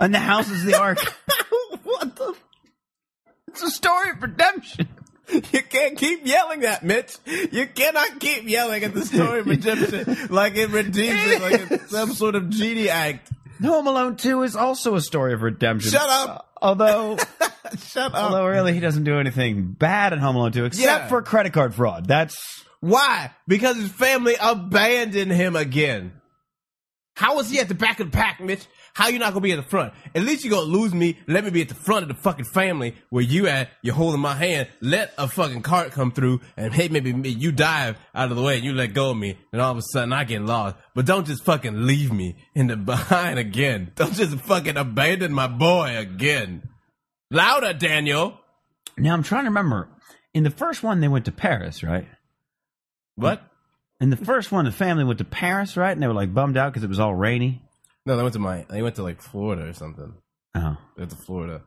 H: and the house is the Ark.
F: what the?
H: it's a story of redemption.
F: You can't keep yelling that, Mitch. You cannot keep yelling at the story of redemption like it redeems it, like it's some sort of genie act.
H: Home Alone 2 is also a story of redemption. Uh,
F: Shut up.
H: Although,
F: Shut up.
H: although really he doesn't do anything bad in Home Alone 2 except
F: Yeah.
H: for credit card fraud. That's
F: Why? Because his family abandoned him again. How is he at the back of the pack, Mitch? How you not gonna be at the front? At least you gonna lose me. Let me be at the front of the fucking family where you at. You're holding my hand. Let a fucking cart come through and hey, maybe me- you dive out of the way and you let go of me. And all of a sudden I get lost. But don't just fucking leave me in the behind again. Don't just fucking abandon my boy again. Louder, Daniel.
H: now I'm trying to remember. In the first one, they went to Paris, right?
F: What?
H: In the first one, the family went to Paris, right? And they were like bummed out because it was all rainy.
F: No, they went to my. They went to like Florida or something.
H: Oh,
F: They went to Florida.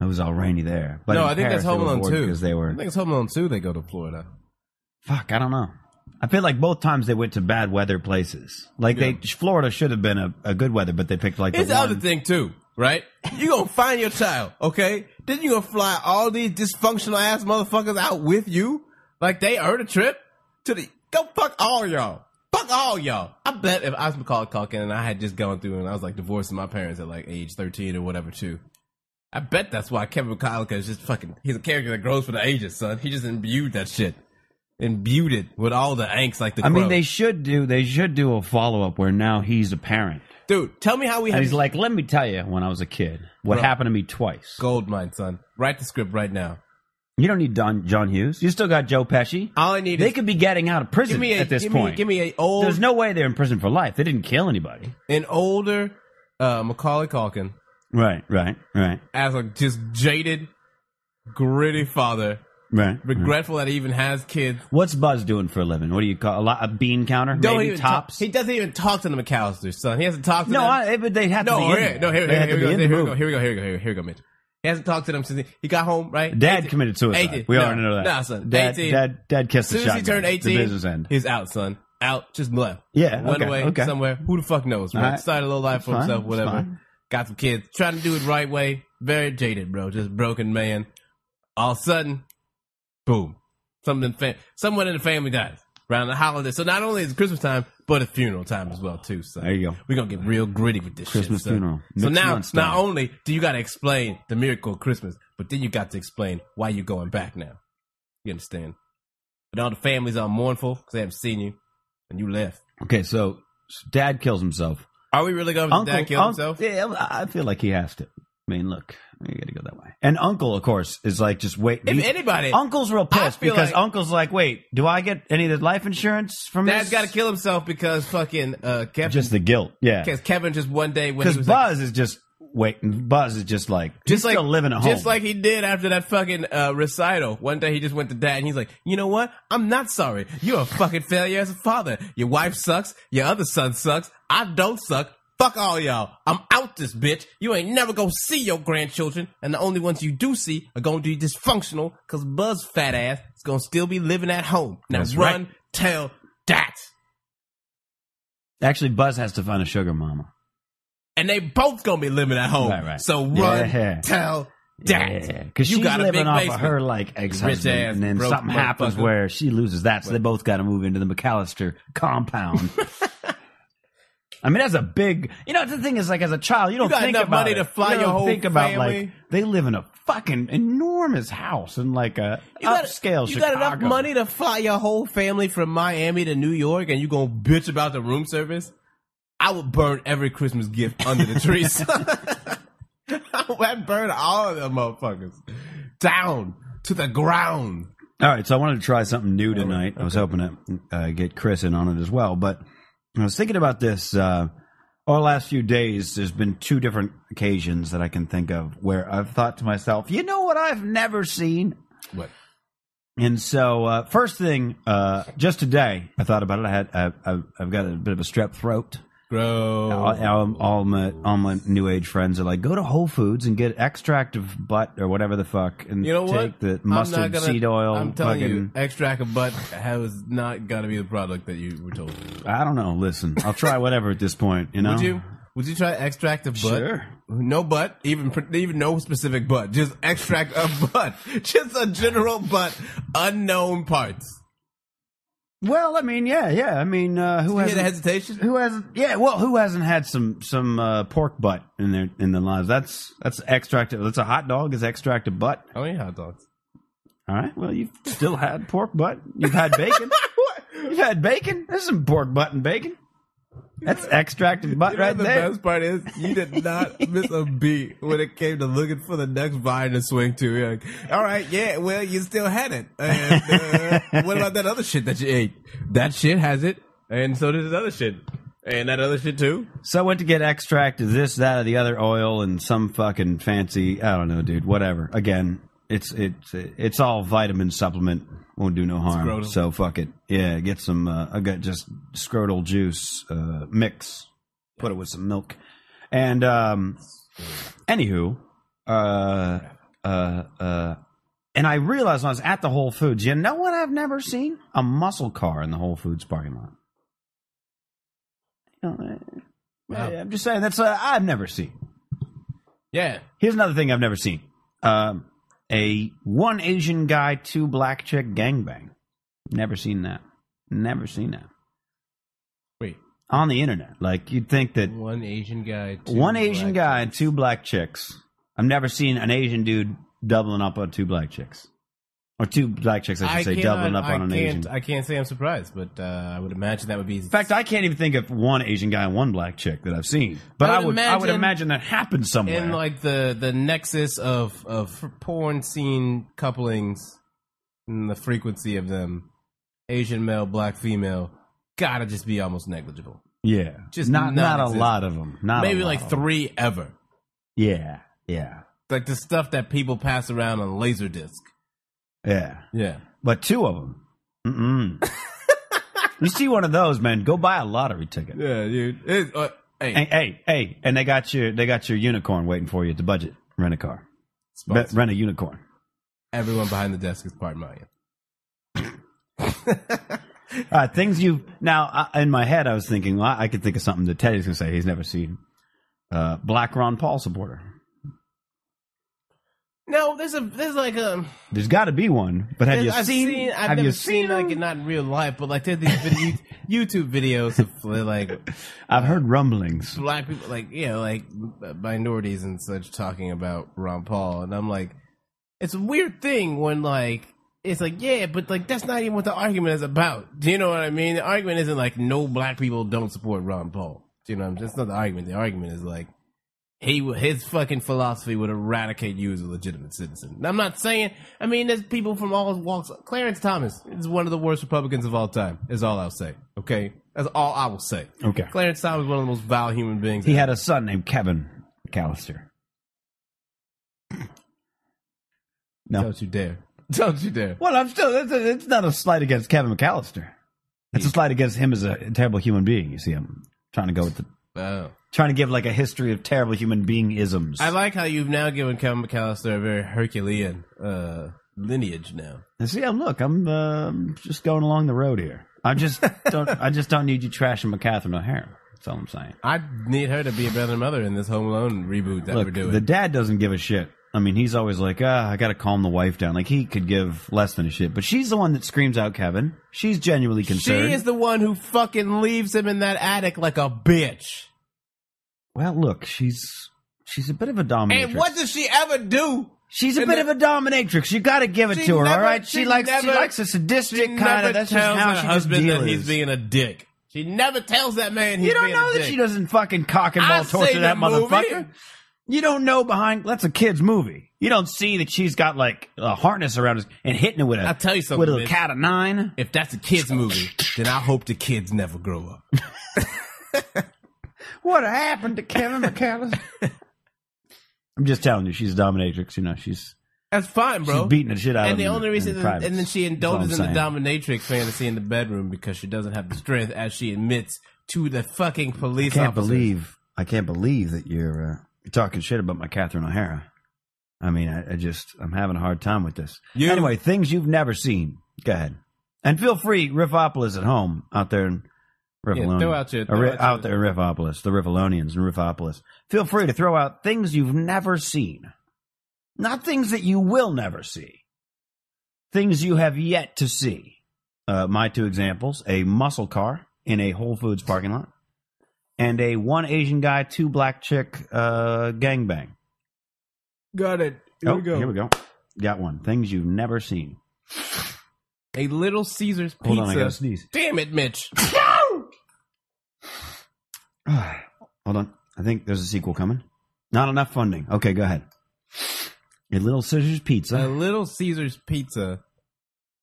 H: it was all rainy there. But
F: no,
H: in
F: I think
H: Paris,
F: that's Home
H: they were
F: Alone
H: bored
F: two.
H: because they were
F: I think it's Home Alone two. They go to Florida.
H: fuck. I don't know. I feel like both times they went to bad weather places. Like they, Florida should have been a, a good weather, but they picked like
F: It's the
H: the one.
F: other thing too, right? You gonna find your child, okay? Then you gonna fly all these dysfunctional ass motherfuckers out with you, like they earned a trip to the go fuck all y'all, fuck all y'all. I bet if I was McCall Culkin and I had just gone through and I was like divorcing my parents at like age thirteen or whatever too. I bet that's why Kevin McCullough is just fucking. He's a character that grows for the ages, son. He just imbued that shit, imbued it with all the angst, like the.
H: I mean,
F: crow.
H: they should do. They should do a follow up where now he's a parent,
F: Dude, tell me how we
H: and
F: have
H: he's like, "Let me tell you, when I was a kid, what
F: Bro.
H: happened to me twice."
F: gold mine, son. Write the script right now.
H: You don't need Don, John Hughes. You still got Joe Pesci.
F: All I need
H: They
F: is
H: could be getting out of prison
F: give me a,
H: at this
F: give
H: point.
F: Me, give me a old,
H: There's no way they're in prison for life. They didn't kill anybody.
F: an older uh, Macaulay Culkin
H: Right, right, right,
F: as a just jaded, gritty father,
H: right.
F: regretful that he even has kids.
H: What's Buzz doing for a living? What do you call a, lot, a bean counter?
F: Don't
H: Maybe
F: even
H: tops.
F: Talk, he doesn't even talk to the McAllisters, son. He hasn't talked to
H: no,
F: them.
H: I, but they have
F: no,
H: to be.
F: here,
H: in
F: no. Here,
H: they
F: here, here,
H: have to
F: we go,
H: be in
F: here,
H: the
F: we go,
H: movie.
F: here we go. Here we go. Here we go. Here we go. Mitch. He hasn't talked to them since he, he got home, right?
H: Dad
F: 18
H: committed suicide.
F: 18
H: we
F: no,
H: already know that.
F: Nah, son.
H: Dad,
F: 18.
H: dad, dad kissed
F: As soon
H: the
F: as he
H: shotgun.
F: turned
H: The
F: 18,
H: business end.
F: he's out, son. Out, just left.
H: Yeah,
F: Went
H: okay,
F: away
H: okay.
F: somewhere. Who the fuck knows?
H: All
F: Right?
H: right.
F: Started a little life
H: It's
F: for
H: fine,
F: himself,
H: it's
F: whatever.
H: fine.
F: Got some kids. Trying to do it right way. Very jaded, bro. Just broken man. All of a sudden, boom. Something fa- someone in the family dies around the holiday. So not only is it Christmas time, but it's funeral time as well, too. So
H: There you go.
F: We're gonna get real gritty with this
H: Christmas
F: shit, son.
H: funeral.
F: So
H: Mixed
F: now,
H: month style.
F: not only do you got to explain the miracle of Christmas, but then you got to explain why you're going back now. You understand? But all the families are mournful because they haven't seen you, and you left.
H: Okay, so dad kills himself.
F: Are we really going to dad kill
H: un-
F: himself?
H: Yeah, I feel like he has to. I mean, look, you got to go that way. And Uncle, of course, is like, just wait.
F: If anybody-
H: Uncle's real
F: I
H: pissed
F: feel
H: because
F: like-
H: Uncle's like, wait, do I get any of the life insurance from
F: Dad's
H: this?
F: got to kill himself because fucking uh, Kevin.
H: Just the guilt, yeah.
F: because Kevin just one day when he
H: Because
F: was
H: Buzz
F: like,
H: is just wait, Buzz is just like
F: just
H: just
F: like
H: still living at home.
F: just like he did after that fucking uh, recital. One day he just went to dad and he's like, "You know what? I'm not sorry. You're a fucking failure as a father. Your wife sucks. Your other son sucks. I don't suck. Fuck all y'all. I'm out this bitch. You ain't never gonna see your grandchildren, and the only ones you do see are gonna be dysfunctional because Buzz fat ass is gonna still be living at home. Now
H: That's
F: run,
H: right.
F: tell that."
H: actually, Buzz has to find a sugar mama.
F: And they both gonna be living at home.
H: Right, right.
F: So run,
H: Yeah.
F: tell that.
H: because she's
F: got a
H: living
F: big
H: off
F: basement.
H: of her like ex husband,
F: Rich-ass
H: and then
F: broke
H: something happens
F: motherfucker.
H: where she loses that, so they both got to move into the McAllister compound. I mean, that's a big. You know, the thing is, like, as a child, you don't
F: got
H: think
F: enough
H: about
F: money
H: it.
F: to fly
H: you
F: your
H: don't
F: whole
H: think about like
F: family.
H: they live in a fucking enormous house in like a
F: You got-
H: upscale
F: You
H: Chicago.
F: got enough money to fly your whole family from Miami to New York, and you gonna bitch about the room service? I would burn every Christmas gift under the trees. I would burn all of them motherfuckers down to the ground.
H: All right, so I wanted to try something new tonight. I was hoping to uh, get Chris in on it as well, but I was thinking about this. Uh, over the last few days, there's been two different occasions that I can think of where I've thought to myself, you know what I've never seen?
F: What?
H: And so, uh, first thing, uh, just today, I thought about it. I had, I, I've, I've got a bit of a strep throat.
F: Bro,
H: All, all, all my all my new age friends are like, go to Whole Foods and get extract of butt or whatever the fuck, and
F: you know
H: take
F: what?
H: the
F: I'm not
H: mustard
F: gonna-
H: seed oil.
F: I'm telling
H: fucking,
F: you, extract of butt has not gonna be the product that you were told.
H: I don't know. Listen, I'll try whatever at this point. You know,
F: Would you? Would you try extract of butt?
H: Sure.
F: No butt, even even no specific butt, just extract of butt, just a general butt, unknown parts.
H: Well, I mean, yeah, yeah. I mean, uh, who
F: You hear the
H: hasn't?
F: hesitation?
H: Who hasn't? Yeah, well, who hasn't had some some uh, pork butt in their in their lives? That's that's extracted. That's a hot dog is extracted butt.
F: How many Oh, hot dogs?
H: All right. Well, you've still had pork butt. You've had bacon. You've had bacon. There's some pork butt and bacon. That's extracted butt
F: You know
H: right
F: the
H: there.
F: best part is you did not miss a beat when it came to looking for the next vine to swing to. You're like, all right, yeah, well, you still had it. And, uh, what about that other shit that you ate? That shit has it, and so does this other shit, and that other shit too.
H: So I went to get extract of this, that, or the other oil, and some fucking fancy. I don't know, dude. Whatever. Again, it's it's it's all vitamin supplement. Won't do no harm.
F: Scrotum.
H: So fuck it. Yeah, get some. Uh, I got just scrotal juice uh, mix. Put it with some milk. And um, anywho, uh, uh, uh, and I realized when I was at the Whole Foods. You know what I've never seen? A muscle car in the Whole Foods parking lot. You know, eh, eh, I'm just saying that's uh, I've never seen.
F: Yeah,
H: Here's another thing I've never seen: um, a one Asian guy, two black chick gangbang. Never seen that. Never seen that
F: wait,
H: on the internet. Like you'd think that
F: one Asian guy,
H: one Asian guy and two black chicks. I've never seen an Asian dude doubling up on two black chicks, or two black chicks. I should say
F: cannot-
H: doubling up
F: I
H: on an
F: can't,
H: Asian.
F: I can't say I'm surprised, but uh, I would imagine that would be.
H: in fact, I can't even think of one Asian guy and one black chick that I've seen. But I would, I would, imagine, that happened somewhere.
F: in like the the nexus of of porn scene couplings and the frequency of them, Asian male, black female, gotta just be almost negligible.
H: yeah,
F: just
H: just not not a
F: non-existent.
H: lot of them. Not a
F: Maybe
H: lot
F: like
H: of 'em.
F: three ever,
H: Yeah, yeah,
F: like the stuff that people pass around on laserdisc.
H: yeah.
F: Yeah,
H: But two of them. Mm-mm. you see one of those, man? Go buy a lottery ticket.
F: yeah, dude. It, uh, hey,
H: And, hey, hey, and they got your they got your unicorn waiting for you at the budget. Rent a car. Re-
F: sponsor.
H: rent a unicorn.
F: everyone behind the desk is part Mayan.
H: All right, Uh, things you now I, in my head, I was thinking well, I could think of something that Teddy's gonna say he's never seen. Uh, black Ron Paul supporter.
F: No, there's a there's like um, a
H: There's got to be one, but have you
F: I've
H: seen?
F: I've
H: have
F: never
H: you
F: seen,
H: seen?
F: like
H: him?
F: not in real life, but like there's these video, YouTube videos of like
H: I've heard rumblings.
F: black people, like you know, like minorities and such, talking about Ron Paul, and I'm like, it's a weird thing when like it's like yeah, but like that's not even what the argument is about. Do you know what I mean? The argument isn't like no black people don't support Ron Paul. Do you know what I'm? That's not the argument. The argument is like he w- his fucking philosophy would eradicate you as a legitimate citizen. And I'm not saying. I mean, there's people from all walks. Clarence Thomas is one of the worst Republicans of all time. Is all I'll say. Okay, that's all I will say.
I: Okay.
F: Clarence Thomas is one of the most vile human beings.
H: He had a son named Kevin McAllister. No.
F: Don't you dare! Don't you dare!
H: Well, I'm still. It's, it's not a slight against Kevin McAllister. It's a slight against him as a terrible human being. You see, I'm trying to go with the
F: Oh.
H: trying to give like a history of terrible human being isms.
F: I like how you've now given Kevin McAllister a very Herculean uh, lineage now.
H: see, I'm look. I'm um just going along the road here. I just don't. I just don't need you trashing McCatherine O'Hara. That's all I'm saying.
F: I need her to be a brother and mother in this Home Alone reboot that we're
H: Look,
F: doing.
H: the dad doesn't give a shit. I mean, he's always like, ah, I gotta calm the wife down. Like he could give less than a shit, but she's the one that screams out Kevin. She's genuinely concerned.
F: She is the one who fucking leaves him in that attic like a bitch.
H: well, look, she's she's a bit of a dominatrix.
F: And what does she ever do?
H: She's a
F: And
H: bit
F: the-
H: of a dominatrix. You got to give it
F: She
H: to her, all
F: never-
H: right? She,
F: she
H: likes she
F: never-
H: likes a
F: She
H: sadistic kind
F: never
H: of. That's just
F: tells
H: how
F: her
H: she just
F: husband
H: deals.
F: that he's being a dick. She never tells that man he's
H: you don't
F: being
H: know
F: a
H: that
F: dick.
H: she doesn't fucking cock and ball
F: I've
H: torture
F: seen
H: that
F: the movie.
H: motherfucker. You don't know behind. That's a kid's movie. You don't see that she's got like a harness around her and hitting it with a.
F: I'll tell you something,
H: With a
F: bitch.
H: cat of nine.
F: If that's a kid's movie, then I hope the kids never grow up.
H: What happened to Kevin McAllister? I'm just telling you, she's a dominatrix. You know, she's
F: That's fine, bro.
H: she's beating the shit out of
F: and the
H: him
F: only
H: in-
F: reason,
H: in
F: and
H: private.
F: then she
H: That's all
F: indulges
H: I'm
F: in the
H: saying.
F: dominatrix fantasy in the bedroom because she doesn't have the strength, as she admits to the fucking police.
H: I can't
F: officers.
H: believe I can't believe that you're uh, you're talking shit about my Catherine O'Hara. I mean, I, I just I'm having a hard time with this.
F: You-
H: Anyway, things you've never seen. Go ahead and feel free, Riffopolis at home out there in Riffalonia,
F: throw out your-
H: or
F: throw
H: Ri-
F: out your-
H: out there in Riffopolis, the Riffalonians in Riffopolis. Feel free to throw out things you've never seen, not things that you will never see, things you have yet to see. Uh, my two examples: a muscle car in a Whole Foods parking lot and a one Asian guy, two black chick uh, gangbang.
F: Got it.
H: Here we go. Oh, Here we go. Got one. Things you've never seen.
F: A Little Caesars pizza.
H: Hold on, I gotta sneeze.
F: Damn it, Mitch.
H: Hold on. I think there's a sequel coming. Not enough funding. Okay, go ahead. A Little Scissors
F: a
H: Pizza.
F: Little Caesars pizza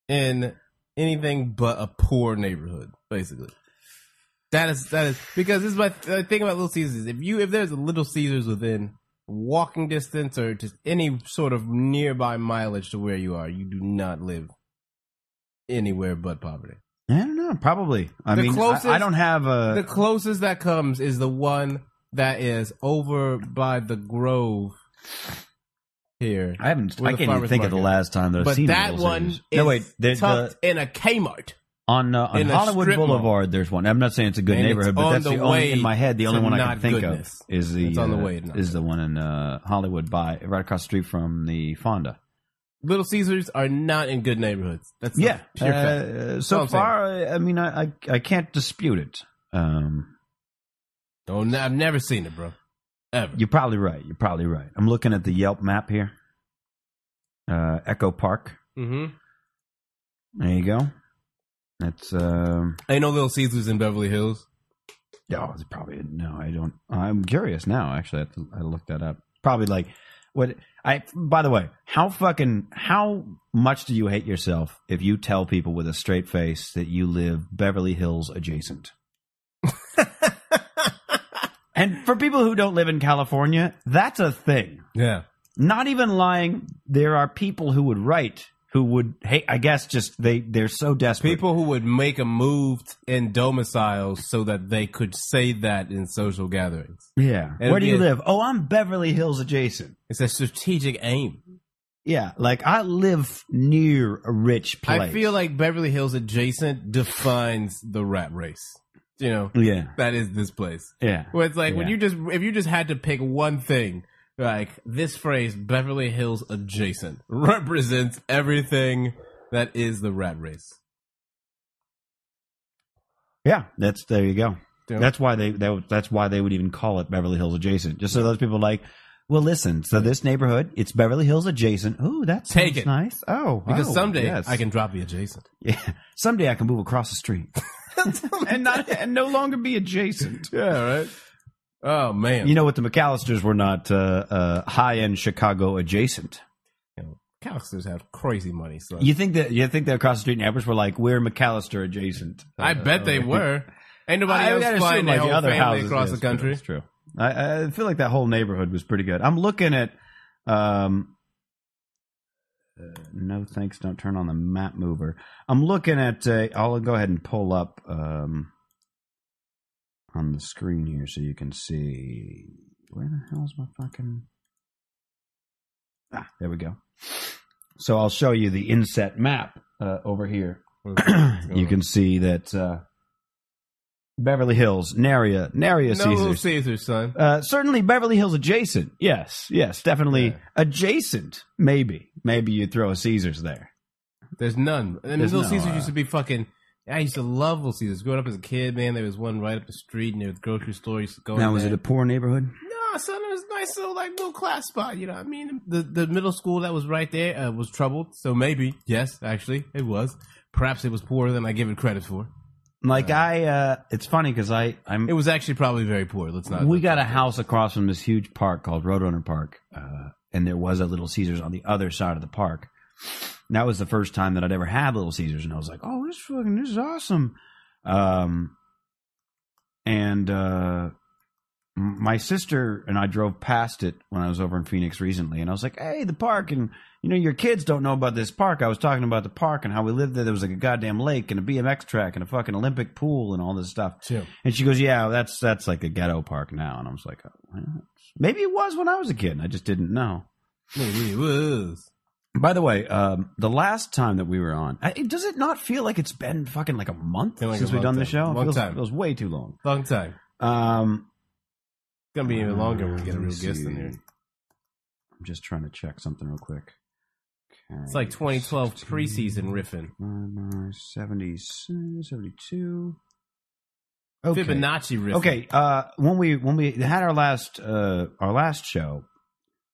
F: in anything but a poor neighborhood, basically. That is that is because this is my the thing about Little Caesars. If you if there's a Little Caesars within walking distance or just any sort of nearby mileage to where you are, you do not live anywhere but poverty.
H: I don't know. Probably. I
F: The
H: mean, I-
F: closest-
H: I, don't have
F: the
H: a.
F: closest that comes is the one that is over by the Grove here.
H: I haven't.
F: Where
H: I
F: the
H: can't even
F: farmer's
H: think of the
F: market.
H: last time that I've
F: But
H: seen a
F: that
H: Little
F: one
H: Scissors.
F: is
H: No, wait. There's the,
F: tucked in a Kmart.
H: on uh, on
F: in a
H: Hollywood
F: strip mall.
H: Boulevard. There's one. I'm not saying it's a good
F: And it's
H: neighborhood, but
F: on
H: that's the,
F: the
H: only
F: way
H: in my head. The only
F: to
H: one I can
F: not
H: think
F: goodness.
H: of is the
F: It's on the
H: uh,
F: way to not
H: is the one in uh, Hollywood by right across the street from the Fonda.
F: Little Caesars are not in good neighborhoods. That's yeah,
H: Yeah,
F: pure fact.
H: uh, so
F: That's what I'm
H: far, I, I mean, I, I I can't dispute it. Um,
F: Oh, no, I've never seen it, bro. Ever.
H: you're probably right. You're probably right. I'm looking at the Yelp map here. Uh, Echo Park.
F: Mm-hmm.
H: There you go. That's um.
F: Ain't no Little Caesars in Beverly Hills.
H: No, it's probably no. I don't. I'm curious now. Actually, I, have to, I looked that up. Probably like what I. By the way, how fucking how much do you hate yourself if you tell people with a straight face that you live Beverly Hills adjacent? and for people who don't live in California, that's a thing.
F: Yeah.
H: Not even lying. There are people who would write who would hate. I guess just they they're so desperate.
F: People who would make a move in domiciles so that they could say that in social gatherings.
H: Yeah.
F: It'll
H: Where do
F: be
H: you
F: a-
H: live? Oh, I'm Beverly Hills adjacent.
F: It's a strategic aim.
H: Yeah, like I live near a rich place.
F: I feel like Beverly Hills adjacent defines the rat race. You know,
H: yeah,
F: that is this place.
H: yeah.
F: Where it's like when
H: Yeah.
F: you just if you just had to pick one thing, like this phrase Beverly Hills adjacent represents everything that is the rat race.
H: Yeah, that's there you go.
F: Yeah.
H: That's why they, they that's why they would even call it Beverly Hills adjacent, just so those people are like, well, listen. So this neighborhood, it's Beverly Hills adjacent. Ooh, that's
F: Take it.
H: nice. Oh,
F: Because
H: oh,
F: someday
H: yes.
F: I can drop the adjacent.
H: Yeah, someday I can move across the street and not and no longer be adjacent.
F: Yeah, right. Oh man,
H: You know what? The McAllisters were not uh, uh, high end Chicago adjacent.
F: Calixters have crazy money, son.
H: You think that you think that across the street in Amherst were like we're McAllister adjacent?
F: I bet they were. Ain't nobody
H: I gotta
F: else flying
H: assume,
F: their
H: like,
F: whole family across
H: yes,
F: the country.
H: That's true. I, I feel like that whole neighborhood was pretty good. I'm looking at. Um, uh, no thanks. Don't turn on the map mover. I'm looking at. Uh, I'll go ahead and pull up um, on the screen here so you can see. Where the hell's my fucking? Ah, there we go. So I'll show you the inset map uh, over here. you can see that uh, Beverly Hills, Naria, Naria,
F: No little
H: Caesars.
F: Caesar, son.
H: Uh, certainly Beverly Hills adjacent. Yes, yes, definitely
F: Yeah.
H: adjacent. Maybe, maybe you throw a Caesars there.
F: There's none. I mean,
H: There's
F: Little
H: no,
F: Caesars
H: uh,
F: used to be fucking. I used to love Little Caesars. Growing up as a kid, man, there was one right up the street near the grocery store. I used to go. in
H: now, was
F: there.
H: it a poor neighborhood?
F: No, son, it was a nice little like little class spot. You know, what I mean, the the middle school that was right there uh, was troubled. So maybe, yes, actually, it was. Perhaps it was poorer than I give it credit for.
H: Like I, uh, it's funny because I, I'm.
F: It was actually probably very poor. Let's not.
H: we got a house across from this huge park called Roadrunner Park, uh, and there was a Little Caesars on the other side of the park. And that was the first time that I'd ever had Little Caesars, and I was like, "Oh, this fucking this is awesome." Um, and uh, m- my sister and I drove past it when I was over in Phoenix recently, and I was like, "Hey, the park!" And you know, your kids don't know about this park. I was talking about the park and how we lived there. There was like a goddamn lake and a BMX track and a fucking Olympic pool and all this stuff.
F: Chill.
H: And she goes, "Yeah, that's that's like a ghetto park now." And I was like, oh, well, "Maybe it was when I was a kid, and I just didn't know."
F: Maybe it was.
H: By the way, um, the last time that we were on, I, does it not feel like it's been fucking like a month
F: Been like a
H: since we've
F: long
H: done the
F: time.
H: show? It
F: Long
H: feels,
F: time.
H: feels way too long.
F: Long time.
H: Um,
F: It's gonna be even longer when we get a
H: let me
F: real guest
H: see.
F: in here.
H: I'm just trying to check something real quick. Okay.
F: It's like 2012 preseason riffing.
H: Uh, 70, 72.
F: Fibonacci riffing.
H: Okay, uh, when we when we had our last uh, our last show,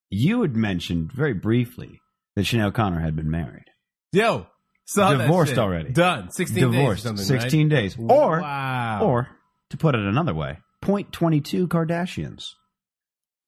H: you had mentioned very briefly that Chanel Connor had been married,
F: Yo, saw that
H: Divorced
F: shit.
H: already.
F: Done. 16 days or
H: divorced,
F: something, right?
H: sixteen days, or
F: wow.
H: or to put it another way, point twenty two Kardashians.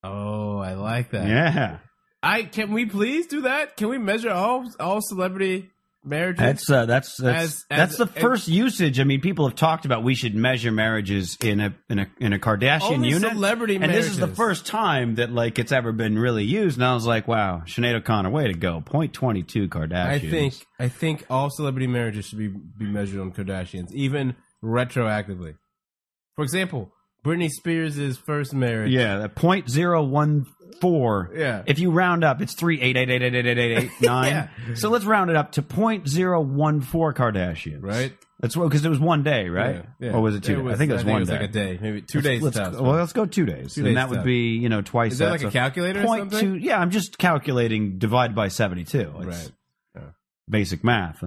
F: Oh, I like that.
H: Yeah,
F: I can we please do that? Can we measure all all celebrity marriages?
H: that's uh, that's that's
F: As- as-
H: that's the
F: as-
H: first usage. I mean, people have talked about we should measure marriages in a in a in a Kardashian
F: Only
H: unit.
F: celebrity
H: and this is the
F: marriages.
H: first time that like it's ever been really used, and I was like, "Wow, Sinead O'Connor, way to go!" Point twenty two Kardashians.
F: I think I think all celebrity marriages should be be measured on Kardashians, even retroactively. For example, Britney Spears' first marriage.
H: Yeah, that point zero one four.
F: Yeah.
H: If you round up, it's three eight eight eight eight eight eight eight eight nine.
F: Yeah.
H: So let's round it up to point zero one four Kardashians.
F: Right?
H: That's what because it was one day, right?
F: Yeah, yeah.
H: Or was it two? days? I think it was one day.
F: like a day, maybe 2 days.
H: Let's,
F: tops.
H: well, let's go two days,
F: Two
H: and
F: days
H: that would
F: tops.
H: be you know twice.
F: Is that
H: that.
F: like
H: So
F: a calculator or
H: point
F: something?
H: two? Yeah, I'm just calculating divided by seventy two.
F: Right.
H: Basic math.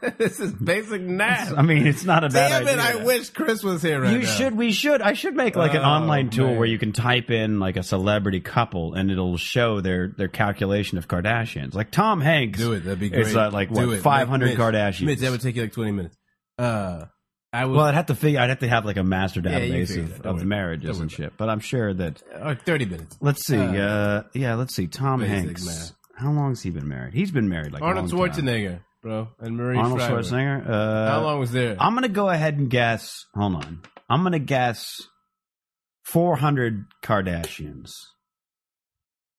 F: this is basic math.
H: I mean, it's not a bad
F: Damn it!
H: idea.
F: I wish Chris was here right
H: you
F: now.
H: should. We should. I should make like an
F: Oh,
H: online tool
F: man.
H: where you can type in like a celebrity couple, and it'll show their their calculation of Kardashians. Like Tom Hanks.
F: do it. That'd be great.
H: It's uh, like
F: Do
H: what
F: it.
H: five hundred
F: Mitch,
H: Kardashians.
F: Mitch, that would take you like twenty minutes. Uh, I was
H: well, I'd have to figure. I'd have to have like a master
F: Yeah, you
H: database
F: figure
H: of,
F: that. Don't
H: of the
F: worry.
H: marriages
F: Don't
H: and
F: worry
H: shit. But I'm sure that
F: or thirty minutes.
H: Let's see. Uh,
F: Uh,
H: yeah, let's see. Tom
F: basic
H: Hanks.
F: math.
H: How long's he been married? He's been married like a
F: Arnold
H: long time.
F: Schwarzenegger, bro, and Marie
H: Arnold
F: Shriver.
H: Schwarzenegger.
F: How
H: Uh,
F: long was there?
H: I'm gonna go ahead and guess. Hold on. I'm gonna guess 400 Kardashians.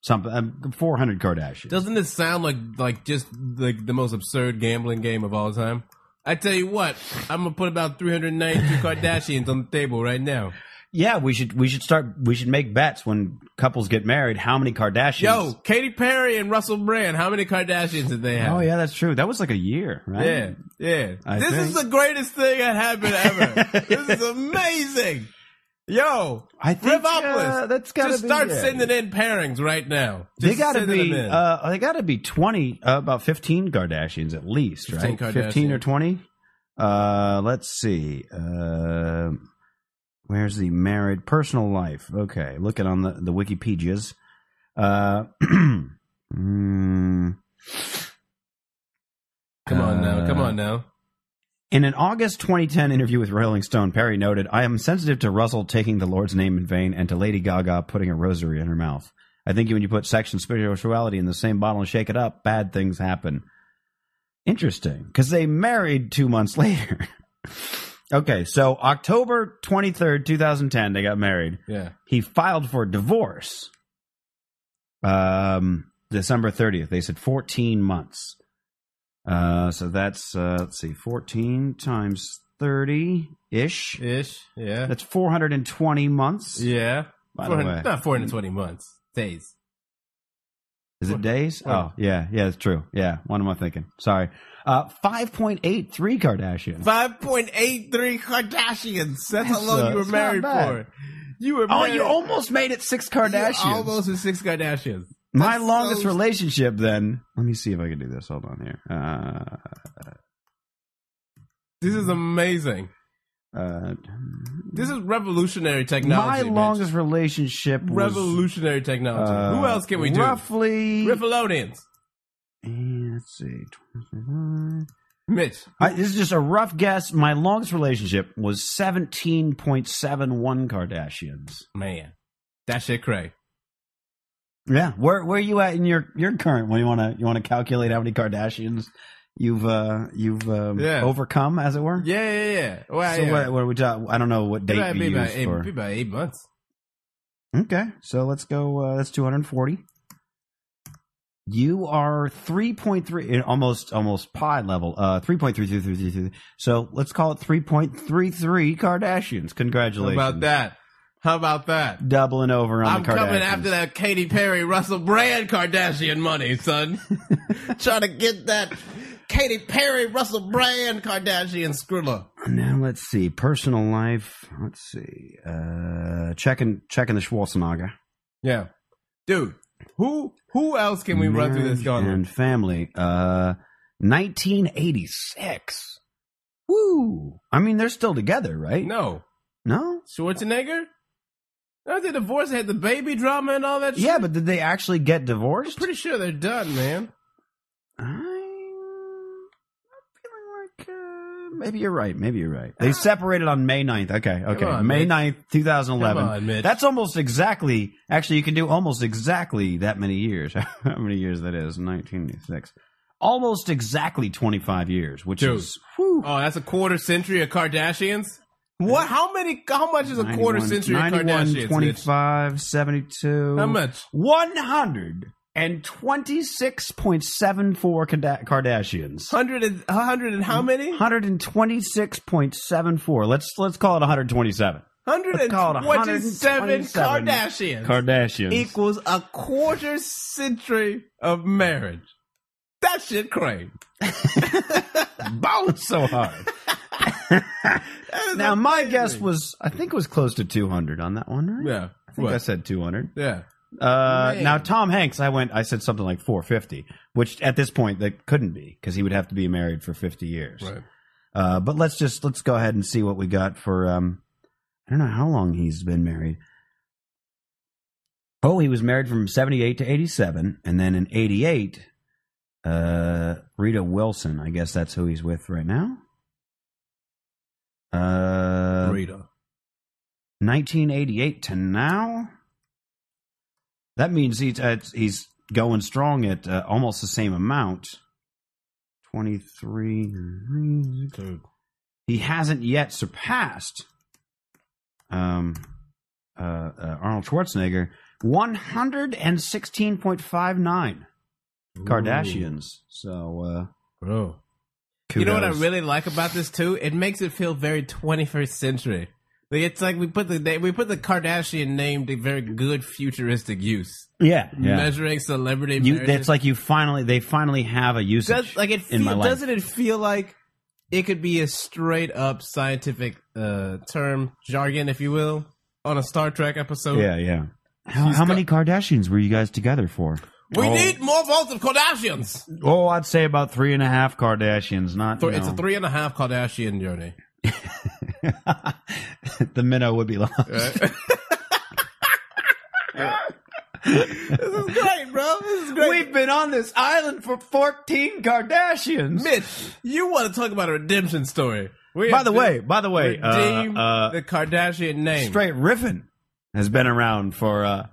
H: Something. Um, 400 Kardashians.
F: Doesn't this sound like like just like the most absurd gambling game of all time? I tell you what, I'm gonna put about 392 Kardashians on the table right now.
H: yeah, we should we should start. We should make bets when couples get married. How many Kardashians?
F: Yo, Katy Perry and Russell Brand, how many Kardashians did they have?
H: Oh yeah, that's true. That was like a year, right?
F: Yeah, yeah.
H: I
F: this
H: think-
F: is the greatest thing that happened ever. this is amazing. Yo,
H: I think
F: Rivopolis,
H: uh, that's gotta
F: just
H: be
F: start
H: it.
F: sending in pairings right now.
H: They
F: Just
H: got to
F: sending
H: be
F: them in.
H: uh, they got to be twenty, uh, about fifteen Kardashians at least,
F: 15
H: right? Fifteen or
F: Kardashians.
H: twenty. Uh, let's see. Uh, where's the married personal life? Okay, look at on the the Wikipedia's. Uh, mm,
F: come on now, come
H: uh,
F: on now.
H: In an August 2010 interview with Rolling Stone, Perry noted, I am sensitive to Russell taking the Lord's name in vain and to Lady Gaga putting a rosary in her mouth. I think when you put sex and spirituality in the same bottle and shake it up, bad things happen. Interesting, because they married two months later. okay, so October 23rd, 2010, they got married.
F: Yeah.
H: He filed for divorce. Um, December 30th. They said 14 months. Uh, so that's uh, let's see, 14 times 30 ish.
F: Ish. Yeah.
H: That's 420 months.
F: yeah.
H: By the
F: 400
H: way.
F: Not 420 months. Days.
H: Is it days?
F: Wow.
H: Oh, yeah, yeah, that's true. Yeah, what am I thinking? Sorry. Uh, 5.83 Kardashians.
F: 5.83 Kardashians. That's how long
H: uh,
F: you were
H: it's not
F: married
H: bad.
F: for. You were
H: Oh,
F: married.
H: you almost made it six
F: you
H: Kardashians.
F: almost with six Kardashians.
H: My
F: That's
H: longest
F: so-
H: relationship, then. Let me see if I can do this. Hold on here. Uh,
F: This is amazing.
H: uh,
F: This is revolutionary
H: my
F: technology. Mitch.
H: longest relationship was
F: revolutionary technology.
H: uh, E.
F: Who else can we do?
H: Roughly.
F: Riffalonians.
H: And let's see. 25.
F: Mitch.
H: I, this is just a rough guess. My longest relationship was 17.71 Kardashians.
F: Man. That shit cray.
H: Yeah. Where where you at in your your current one? You wanna you wanna calculate how many Kardashians you've uh you've um,
F: Yeah.
H: overcome, as it were?
F: Yeah, yeah, yeah. Well,
H: So
F: yeah.
H: what, what are we talking? I don't know what
F: Be
H: date
F: about-
H: you
F: be about
H: use
F: eight,
H: for.
F: be about eight months.
H: Okay, so let's go. Uh, that's two hundred forty. You are three point three, eh, almost almost pi level. Uh, three point three three three three three. So let's call it three point three three Kardashians.
F: How
H: Congratulations
F: about that? How about that?
H: Doubling over on
F: I'm
H: the Kardashians.
F: coming after that Katy Perry, Russell Brand, Kardashian money, son. Trying to get that Katy Perry, Russell Brand, Kardashian scribbler.
H: Now let's see. Personal life. Let's see. Uh, checking checking the Schwarzenegger.
F: Yeah, dude. Who who else can we run through this
H: Marriage
F: gauntlet?
H: and family. Uh, 1986. Woo! I mean, they're still together, right?
F: No,
H: No?
F: Schwarzenegger. No, they divorced, had the baby drama and all that.
H: Yeah,
F: shit?
H: but did they actually get divorced?
F: pretty sure they're done, man.
H: I'm I'm feeling like uh, maybe you're right. Maybe you're right. They separated on May 9th. Okay, okay.
F: on,
H: May
F: Mitch.
H: 9th, 2011.
F: Come on, Mitch.
H: That's almost exactly, actually, you can do almost exactly that many years. How many years that is? 1986. Almost exactly 25 years, which
F: Dude.
H: is. Whew,
F: Oh, that's a quarter century of Kardashians. What? How many? How much is a quarter
H: 91,
F: century of
H: 91,
F: Kardashians? Mitch?
H: 25, 72.
F: How much?
H: 126.74 Kada- Kardashians.
F: Hundred and hundred and how many?
H: 126.74. Let's let's call it 127. Let's call it
F: 127 Kardashians
H: 127
I: Kardashians.
F: equals a quarter century of marriage. That shit crazy.
H: Bounce so hard. now my guess was I think it was close to 200 on that one, right?
F: Yeah.
H: I think I said 200.
F: Yeah.
H: Uh,
F: Man.
H: now Tom Hanks, I went I said something like 450, which at this point that couldn't be because he would have to be married for 50 years.
F: Right.
H: Uh, but let's just let's go ahead and see what we got for um I don't know how long he's been married. Oh, he was married from 78 to 87 and then in 88 uh Rita Wilson, I guess that's who he's with right now. Uh
F: Rita.
H: 1988 to now. That means he's uh, he's going strong at uh, almost the same amount. hmm. 23 he hasn't yet surpassed um, uh, uh, Arnold Schwarzenegger 116.59 Kardashians. So, uh,
F: Bro.
H: kudos.
F: You know what I really like about this too? It makes it feel very 21st century. Like it's like we put the na- we put the Kardashian name to very good futuristic use.
H: yeah, yeah.
F: Measuring celebrity
H: You,
F: marriages.
H: it's like you finally they finally have a usage.
F: Does like it feel,
H: in my life.
F: doesn't it feel like it could be a straight up scientific uh term jargon, if you will, on a Star Trek episode?
H: yeah, yeah. How, how many Kardashians were you guys together for?
F: We
H: Oh.
F: need more votes of Kardashians.
H: Oh, I'd say about three and a half Kardashians. Not
F: So It's a three and a half Kardashian journey.
H: the minnow would be lost.
F: This is great, bro. This is great.
H: We've been on this island for 14 Kardashians.
F: Mitch, you want to talk about a redemption story? We
H: By
F: have
H: the
F: to
H: way, by the way, uh,
F: redeem
H: uh,
F: the Kardashian name.
H: Straight Riffin has been around for uh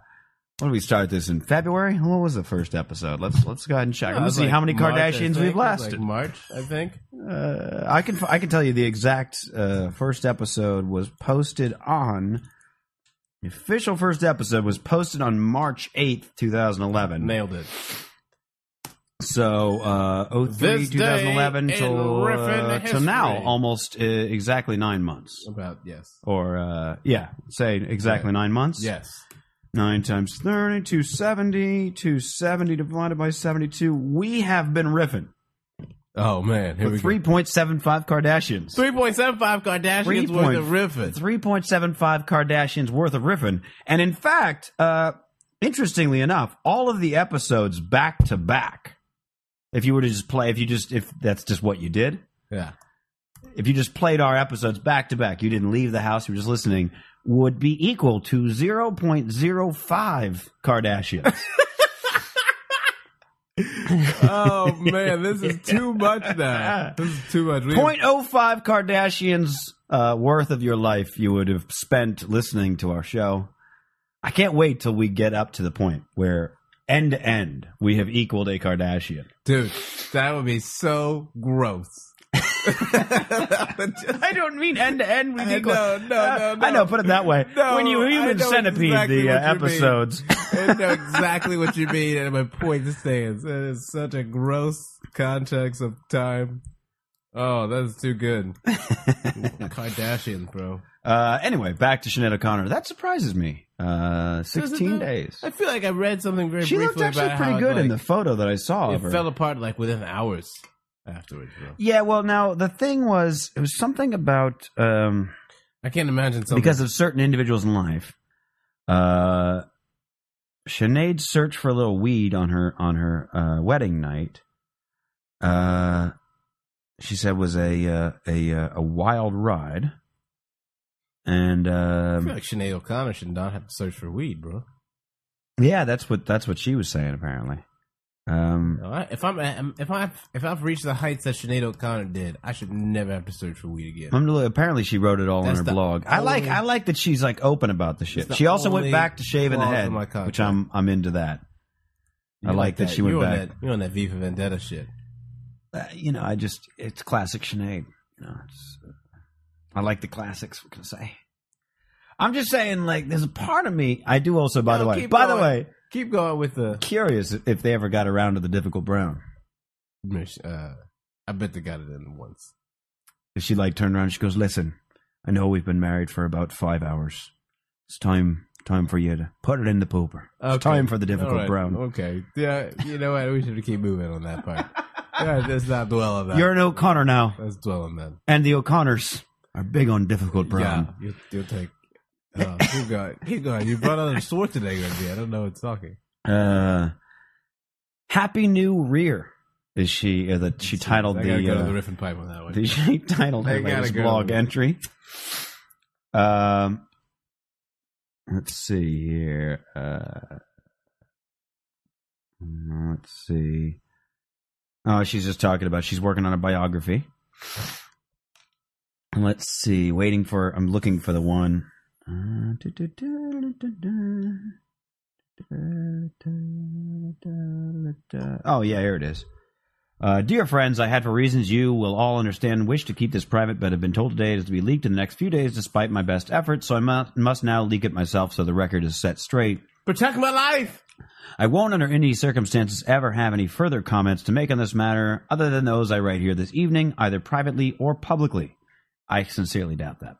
H: when did we start this in February? What was the first episode? Let's let's go ahead and check.
F: Yeah,
H: Let
F: it
H: me
F: was
H: see
F: like
H: how many
F: March, I
H: Kardashians
F: think.
H: we've
F: It was
H: lasted.
F: Like March, I think.
H: Uh, I can I can tell you the exact uh, first episode was posted on the official first episode was posted on March eighth, two thousand eleven.
F: Nailed it.
H: So, uh, 03,
F: This
H: 2011
F: day in
H: till, uh,
F: Riffin
H: till now,
F: history.
H: almost uh, exactly nine months.
F: About yes,
H: Or, uh, yeah, say exactly
F: Right.
H: nine months.
F: yes.
H: 9 times 30, 270, 270 divided by 72. We have been riffing
F: Oh man, here we
H: with 3.75 Kardashians.
F: go. Three point seven five Kardashians worth of riffing.
H: 3.75 Kardashians worth of riffing. And in fact, uh, interestingly enough, all of the episodes back to back, if you were to just play, if you just, if that's just what you did,
F: Yeah,
H: if you just played our episodes back to back, you didn't leave the house, you were just listening, would be equal to 0.05 Kardashians.
F: oh man, this is too much now. This is too much. We-
H: 0.05 Kardashians uh, worth of your life you would have spent listening to our show. I can't wait till we get up to the point where end to end we have equaled a Kardashian.
F: dude, that would be so gross.
H: I don't mean end to end.
F: I know, no, no, no.
H: I know. Put it that way.
F: No,
H: when you
F: I
H: human
F: know
H: centipede
F: exactly
H: the uh,
F: what you mean.
H: episodes,
F: I know exactly what you mean, and my point stands. It is such a gross context of time. Oh, that's too good. Kardashians, bro.
H: uh, anyway, back to Sinead O'Connor. That surprises me. Uh, Sixteen
F: though?
H: days.
F: I feel like I read something very
H: She looked
F: briefly
H: actually
F: about
H: pretty
F: how
H: good
F: like,
H: in the photo that I saw of her.
F: It fell apart like within hours afterwards, bro.
H: Yeah, well, now the thing was, it was something about um,
F: I can't imagine something.
H: because of certain individuals in life. Uh, Sinead's search for a little weed on her on her uh, wedding night. Uh, she said was a uh, a uh, a wild ride, and
F: I feel
H: um,
F: like Sinead O'Connor should not have to search for weed, bro.
H: yeah, that's what that's what she was saying apparently. Um,
F: No, I- If I'm um, if I if I've reached the heights that Sinead O'Connor did, I should never have to search for weed again.
H: I'm gonna- apparently she wrote it all on
F: That's
H: her
F: the
H: blog. I like
F: only-
H: I like that she's like open about the shit.
F: the
H: She also went
F: only
H: back to shaving the
F: flaw
H: head,
F: in my contract.
H: which I'm I'm into that. I
F: You
H: like that she went
F: you on
H: back.
F: That, you're on that V for Vendetta shit.
H: Uh, you know, I just it's classic Sinead. You know, it's, uh, I like the classics. What can I say? I'm just saying, like, there's a part of me. I do also, by
F: No,
H: the way,
F: keep
H: by the
F: going.
H: way,
F: Keep going with the.
H: curious if they ever got around to the difficult brown.
F: Uh, I bet they got it in once.
H: If she like turned around, she goes, "Listen, I know we've been married for about five hours. It's time, time for you to put it in the pooper. It's
F: Okay.
H: time for the difficult
F: All right.
H: brown."
F: Okay. Yeah. You know what? We should keep moving on that part. All right, let's not dwell on that.
H: You're an O'Connor now,
F: let's dwell on that.
H: and the O'Connors are big on difficult brown.
F: Yeah, you, you'll take. Uh, keep going. Keep going. You brought on a Schwarzenegger idea. I don't know what's talking.
H: Uh, Happy New Rear is she uh, that she titled
F: I gotta
H: the,
F: go to
H: uh,
F: the riff and pipe on that one.
H: the she titled
F: I
H: her
F: gotta
H: latest
F: go.
H: blog entry. Um, let's see here. Uh, let's see. Oh, she's just talking about she's working on a biography. Let's see. Waiting for. I'm looking for the one. Uh, Oh, yeah, here it is. Uh, dear friends, I had for reasons you will all understand wished to keep this private, but have been told today it is to be leaked in the next few days despite my best efforts, so I mu- must now leak it myself so the record is set straight.
F: Protect my life.
H: I won't, under any circumstances, ever have any further comments to make on this matter other than those I write here this evening, either privately or publicly. I sincerely doubt that.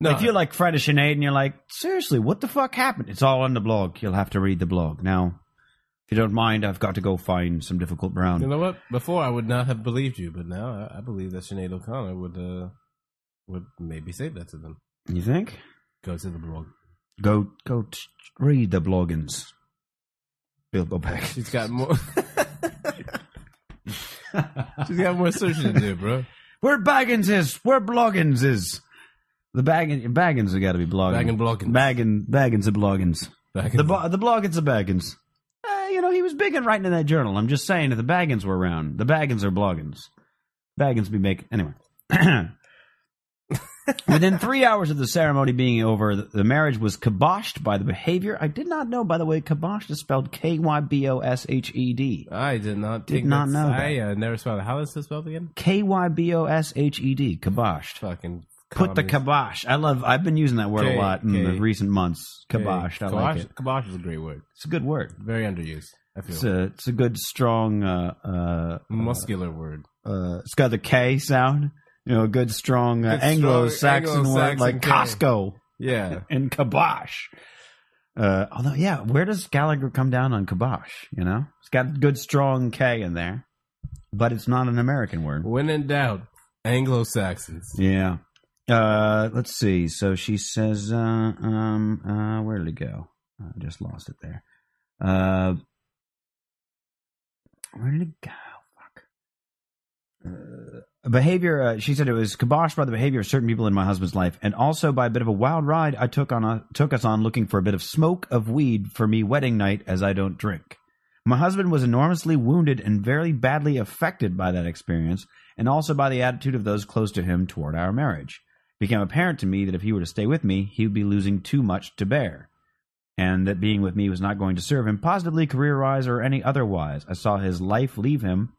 F: No,
H: If you're like Fred or Sinead and you're like, seriously, what the fuck happened? It's all on the blog. You'll have to read the blog. Now, if you don't mind, I've got to go find some difficult brown.
F: you know what? Before I would not have believed you, but now I, I believe that Sinead O'Connor would uh, would maybe say that to them.
H: you think?
F: Go to the blog.
H: Go go t- read the bloggins. Bilbo Baggins.
F: She's got more. She's got more searching to do, bro.
H: Where Baggins is? Where Bloggins is? The Baggins, Baggins have got to be blogging.
F: Baggin' Bloggins.
H: Baggin, Baggins are bloggins.
F: Back in
H: The, bo- the blog, it's the Baggins. Uh, you know, he was big and writing in that journal. I'm just saying, if the Baggins were around, the Baggins are bloggins. Baggins be making. Anyway. Within three hours of the ceremony being over, the- the marriage was kiboshed by the behavior. I did not know, by the way, kiboshed is spelled K Y B O S H E D.
F: I did not
H: Did
F: think
H: not
F: that's-
H: know
F: I uh, never spelled it. How is this spelled again?
H: K Y B O S H E D, kiboshed.
F: Fucking
H: Put the
F: communist.
H: kibosh. I love. I've been using that word
F: E K-
H: a lot in
F: K-
H: the recent months. Kiboshed. I like
F: Kibosh-
H: it.
F: Kibosh is a great word.
H: It's a good word.
F: Very underused. I feel
H: It's a it's a good strong uh uh
F: muscular word.
H: uh, it's got the K sound. You know, a good strong uh,
F: Good strong
H: Anglo-Saxon word
F: Anglo-Saxon
H: like
F: K.
H: Costco
F: Yeah.
H: and kibosh. Uh, although, yeah, where does Gallagher come down on kibosh? You know, it's got a good strong K in there, but it's not an American word.
F: when in doubt, Anglo Saxons.
H: Yeah. Uh, let's see. So she says, uh, um, uh, where did it go? I just lost it there. Uh, where did it go? Fuck. Uh, behavior. Uh, she said it was kiboshed by the behavior of certain people in my husband's life, and also by a bit of a wild ride I took on a, took us on looking for a bit of smoke of weed for me wedding night, as I don't drink. My husband was enormously wounded and very badly affected by that experience and also by the attitude of those close to him toward our marriage. It became apparent to me that if he were to stay with me, he would be losing too much to bear, and that being with me was not going to serve him positively, career wise, or any otherwise. I saw his life leave him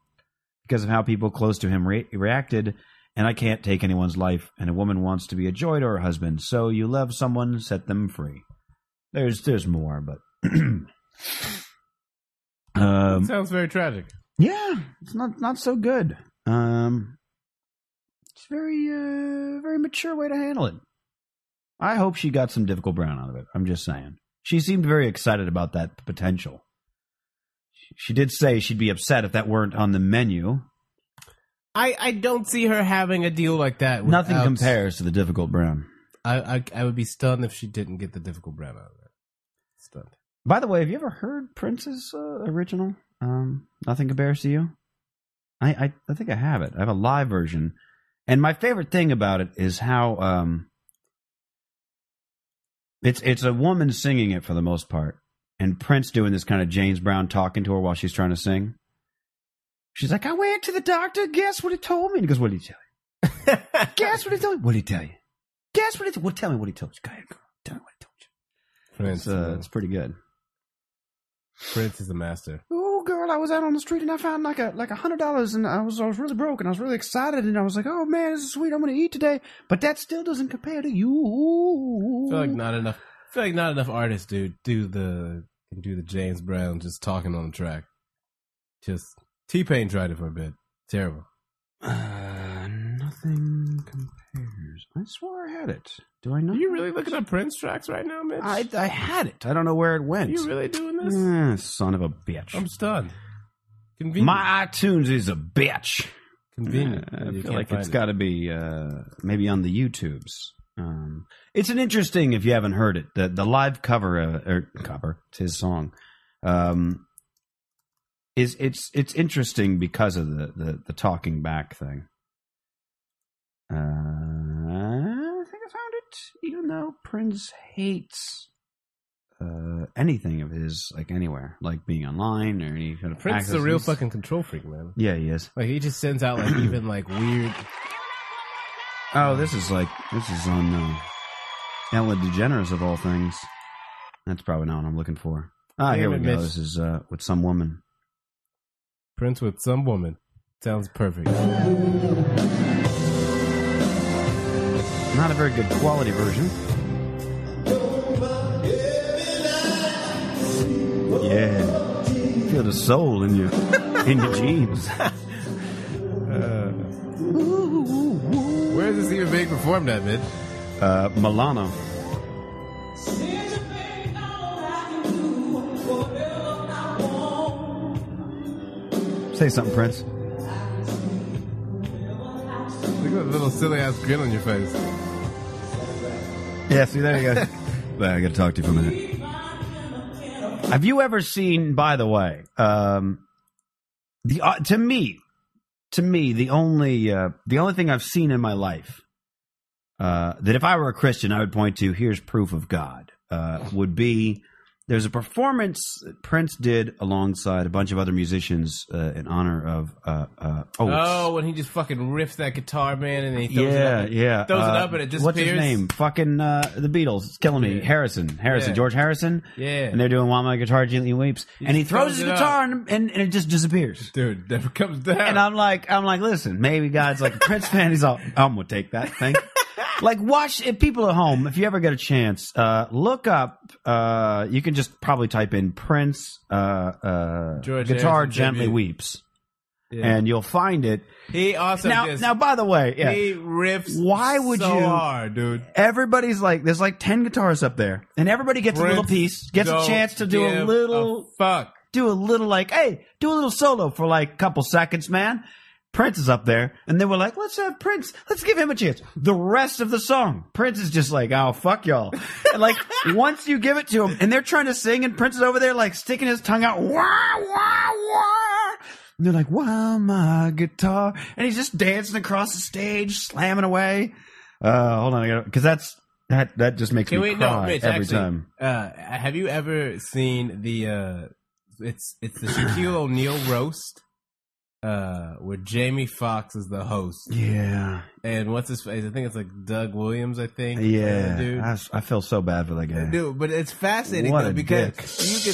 H: because of how people close to him re- reacted, and I can't take anyone's life, and a woman wants to be a joy to her husband, so you love someone, set them free. There's there's more, but um,
F: Sounds very tragic.
H: yeah, it's not not so good. Um, it's very uh, very mature way to handle it. I hope she got some difficult brown out of it. I'm just saying. She seemed very excited about that potential. She did say she'd be upset if that weren't on the menu.
F: I, I don't see her having a deal like that.
H: Nothing
F: without-
H: compares to the difficult brown.
F: I, I I would be stunned if she didn't get the difficult brown out of it. Stunned.
H: By the way, have you ever heard Prince's uh, original? Um, Nothing compares to you. I, I I think I have it. I have a live version, and my favorite thing about it is how um, it's it's a woman singing it for the most part, and Prince doing this kind of James Brown talking to her while she's trying to sing. She's like, "I went to the doctor. Guess what he told me?" And he goes, "What did he tell you?" Guess what he told you? What did he tell you? Guess what he told? Well, tell me what he told you. Go ahead, girl. Tell me what he told you.
F: Prince,
H: It's uh, it's pretty good.
F: Prince is a master.
H: oh girl, I was out on the street and I found like a like a hundred dollars and I was I was really broke and I was really excited and I was like, oh man, this is sweet. I'm gonna eat today, but that still doesn't compare to you.
F: I feel like not enough. I feel like not enough artists do do the can do the James Brown just talking on the track. Just T Pain tried it for a bit. Terrible.
H: Uh, nothing compares. I swore I had it. Do I
F: Are
H: not?
F: you really looking at Prince tracks right now, Mitch?
H: I I had it. I don't know where it went.
F: you really doing this?
H: Eh, son of a bitch.
F: I'm stunned. Convenient.
H: My iTunes is a bitch.
F: Convenient.
H: Yeah, I
F: You
H: feel
F: can't
H: like
F: find
H: it's
F: it.
H: got to be uh, maybe on the YouTubes. Um, it's an interesting if you haven't heard it. The the live cover uh, or cover, it's his song. Um, is it's it's interesting because of the the, the talking back thing. Uh, I think I found it. Even though Prince hates uh, anything of his, like anywhere, like being online or any kind of
F: Prince is a real
H: accesses.
F: fucking control freak, man.
H: Yeah, he is.
F: Like he just sends out like even like weird.
H: Oh, this is like this is on uh, Ellen DeGeneres of all things. That's probably not what I'm looking for. Ah,
F: Damn
H: here we
F: it,
H: go.
F: Mitch.
H: This is uh, with some woman.
F: Prince with some woman sounds perfect.
H: Not a very good quality version. Yeah, feel the soul in your in your jeans.
F: Where is this even being performed at, Mitch?
H: Uh, Milano. Say something, Prince.
F: Look at that little silly ass grin on your face.
H: Yeah, see, there you go. Wait, I gotta talk to you for a minute. Have you ever seen, by the way, um, the uh, to me, to me, the only uh, the only thing I've seen in my life uh, that if I were a Christian, I would point to here's proof of God uh, would be There's a performance that Prince did alongside a bunch of other musicians uh, in honor of. Uh, uh, oh,
F: Oh, when he just fucking riffs that guitar, man, and he throws
H: yeah,
F: it up.
H: yeah.
F: Throws it
H: Uh,
F: up and it disappears.
H: What's his name? Fucking uh, the Beatles. It's killing me.
F: Yeah.
H: Harrison. Harrison.
F: Yeah.
H: George Harrison.
F: Yeah.
H: And they're doing "While My Guitar Gently Weeps," and he throws
F: throws
H: his
F: it up.
H: guitar and, and and it just disappears.
F: Dude, never comes down.
H: And uh, I'm like, I'm like, listen, maybe God's like a Prince fan. He's all, I'm gonna take that thing. like, watch if people at home, if you ever get a chance, uh, look up. Uh, you can just probably type in Prince uh, uh,
F: George
H: guitar
F: Harrison
H: gently
F: tribute.
H: weeps,
F: Yeah.
H: and you'll find it.
F: he also
H: now,
F: just
H: now, by the way, yeah,
F: he riffs.
H: Why would
F: so
H: you-
F: hard, dude?
H: everybody's like, there's like ten guitars up there, and everybody gets a
F: Prince
H: little piece, gets a
F: don't
H: chance to do a
F: give
H: little
F: a fuck.
H: do a little like, hey, do a little solo for like a couple seconds, man. Prince is up there, and then we're like, let's have Prince, let's give him a chance. The rest of the song, Prince is just like, oh fuck y'all. And like once you give it to him, and they're trying to sing, and Prince is over there like sticking his tongue out, wah wah wah. And they're like, wow, my guitar, and he's just dancing across the stage, slamming away. Uh, hold on, I gotta because that's that that just makes
F: Can
H: me
F: we
H: cry
F: no, Mitch?
H: every
F: actually,
H: time.
F: Uh, have you ever seen the? Uh, it's it's the Shaquille O'Neal roast, uh, where Jamie Foxx is the host,
H: Yeah,
F: and what's his face? I think it's like Doug Williams. I think.
H: yeah,
F: uh, dude.
H: I, s- I feel so bad for that guy.
F: Dude, but it's fascinating
H: What a
F: though because
H: dick.
F: you can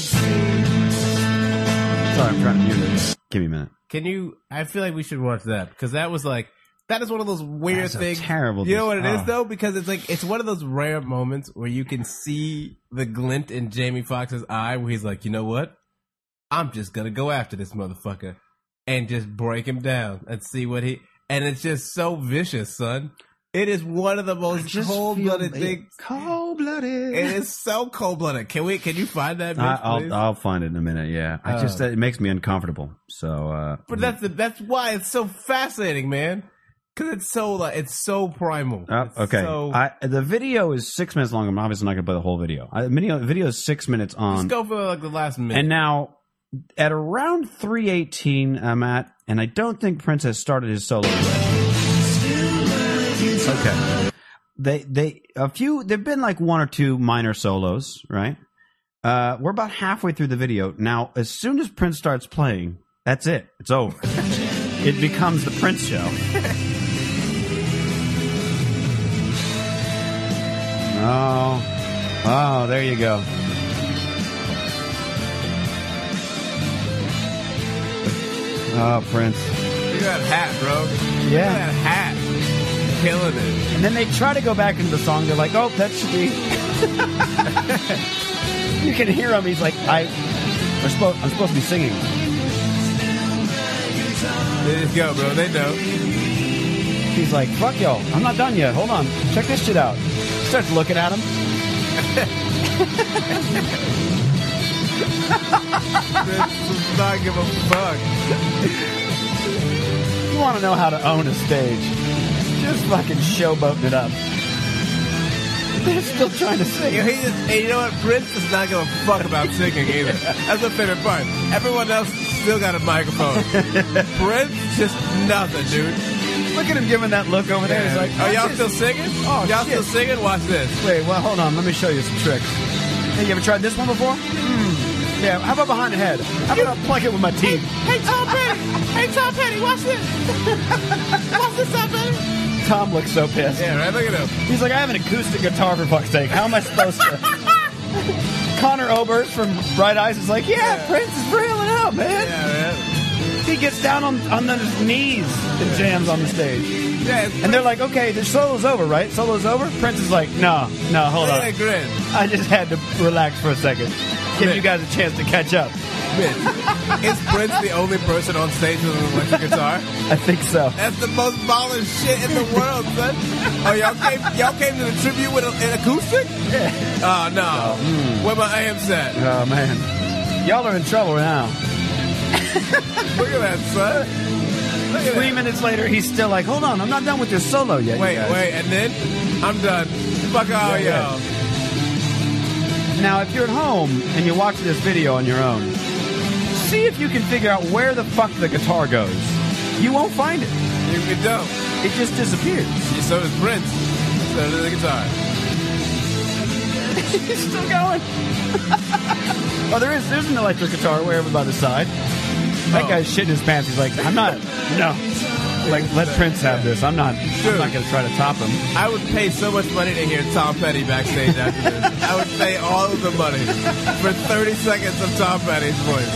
F: see.
H: Sorry, I'm trying to mute it. Give me a minute.
F: Can you? I feel like we should watch that because that was like that is one of those weird
H: That's a
F: things.
H: terrible
F: You know what
H: dis-
F: it is
H: oh.
F: though, because it's like it's one of those rare moments where you can see the glint in Jamie Foxx's eye, where he's like, you know what, I'm just gonna go after this motherfucker and just break him down and see what he. And it's just so vicious, son. It is one of the most cold blooded things.
H: Cold
F: It
H: blooded.
F: is so cold blooded. Can we? Can you find that? Bitch, please?
H: I'll I'll find it in a minute. Yeah, I just
F: Oh.
H: it makes me uncomfortable. So, uh,
F: But that's the, that's why it's so fascinating, man. Because it's so like it's so primal.
H: oh,
F: It's
H: okay.
F: so-
H: I, the video is six minutes long. I'm obviously not going to play the whole video. I, video video is six minutes
F: just
H: on.
F: go for like the last minute.
H: And now, at around 318, I'm at, and I don't think Prince has started his solo yet. Okay. They, they, a few, there've been like one or two minor solos, right? Uh, we're about halfway through the video. Now, as soon as Prince starts playing, that's it. It's over. it becomes the Prince show. oh, oh, there you go. Oh, Prince.
F: Look at that hat, bro. Look
H: Yeah.
F: at that hat, killing it.
H: And then they try to go back into the song. They're like, oh, that should be. you can hear him. He's like, I, I'm supposed, I'm supposed to be singing.
F: They just go, bro. They know.
H: He's like, fuck yo, I'm not done yet. Hold on. Check this shit out. Starts looking at him.
F: They just not give a fuck.
H: You want to know how to own a stage. Just fucking showboating it up. They're still trying to sing.
F: You know, he just, and you know what? Prince does not give a fuck about singing either. That's the favorite part. Everyone else still got a microphone. Prince just nothing, dude.
H: Look at him giving that look over there. He's like,
F: Are Oh, y'all
H: "What's
F: still
H: this?"
F: singing? Oh, y'all
H: shit.
F: still singing? Watch this.
H: Wait, well, hold on. Let me show you some tricks. Hey, you ever tried this one before? Hmm. Yeah, how about behind the head? How about I plug it with my teeth?
F: Hey Tom Petty! Hey Tom Petty, watch this! watch this, Tom Petty!
H: Tom looks so pissed.
F: Yeah, right, look at him.
H: He's like, I have an acoustic guitar for fuck's sake. How am I supposed to? Connor Oberst from Bright Eyes is like, yeah, Prince is brilliant out, man.
F: Yeah, man.
H: He gets down on, on his knees and jams on the stage.
F: Yeah, it's
H: And they're like, okay, the solo's over, right? Solo's over? Prince is like, no, no, hold
F: really
H: on.
F: great.
H: I just had to relax for a second. Give you guys a chance to catch up.
F: Bitch. Is Prince the only person on stage with an electric guitar?
H: I think so.
F: That's the most baller shit in the world, son. Oh, y'all came, y'all came to the tribute with a, an acoustic? Yeah. Oh, no. Where my amps at?
H: Oh, man. Y'all are in trouble now.
F: Look at that, son. Look at
H: Three
F: that.
H: minutes later, he's still like, hold on, I'm not done with this solo yet. you
F: Wait,
H: guys."
F: wait, and then I'm done. Fuck all
H: Yeah, yeah.
F: y'all.
H: Now, if you're at home and you watch this video on your own, see if you can figure out where the fuck the guitar goes. You won't find it.
F: You can don't.
H: It just disappears.
F: So does Prince. So does the guitar.
H: He's still going.
I: Oh, there is. There's an electric guitar way over by the side.
H: Oh.
I: That guy's shitting his pants. He's like, I'm not. No. Like, let Prince have this. I'm not. I'm not going to try to top him.
F: I would pay so much money to hear Tom Petty backstage after this. I would pay all of the money for 30 seconds of Tom Petty's voice.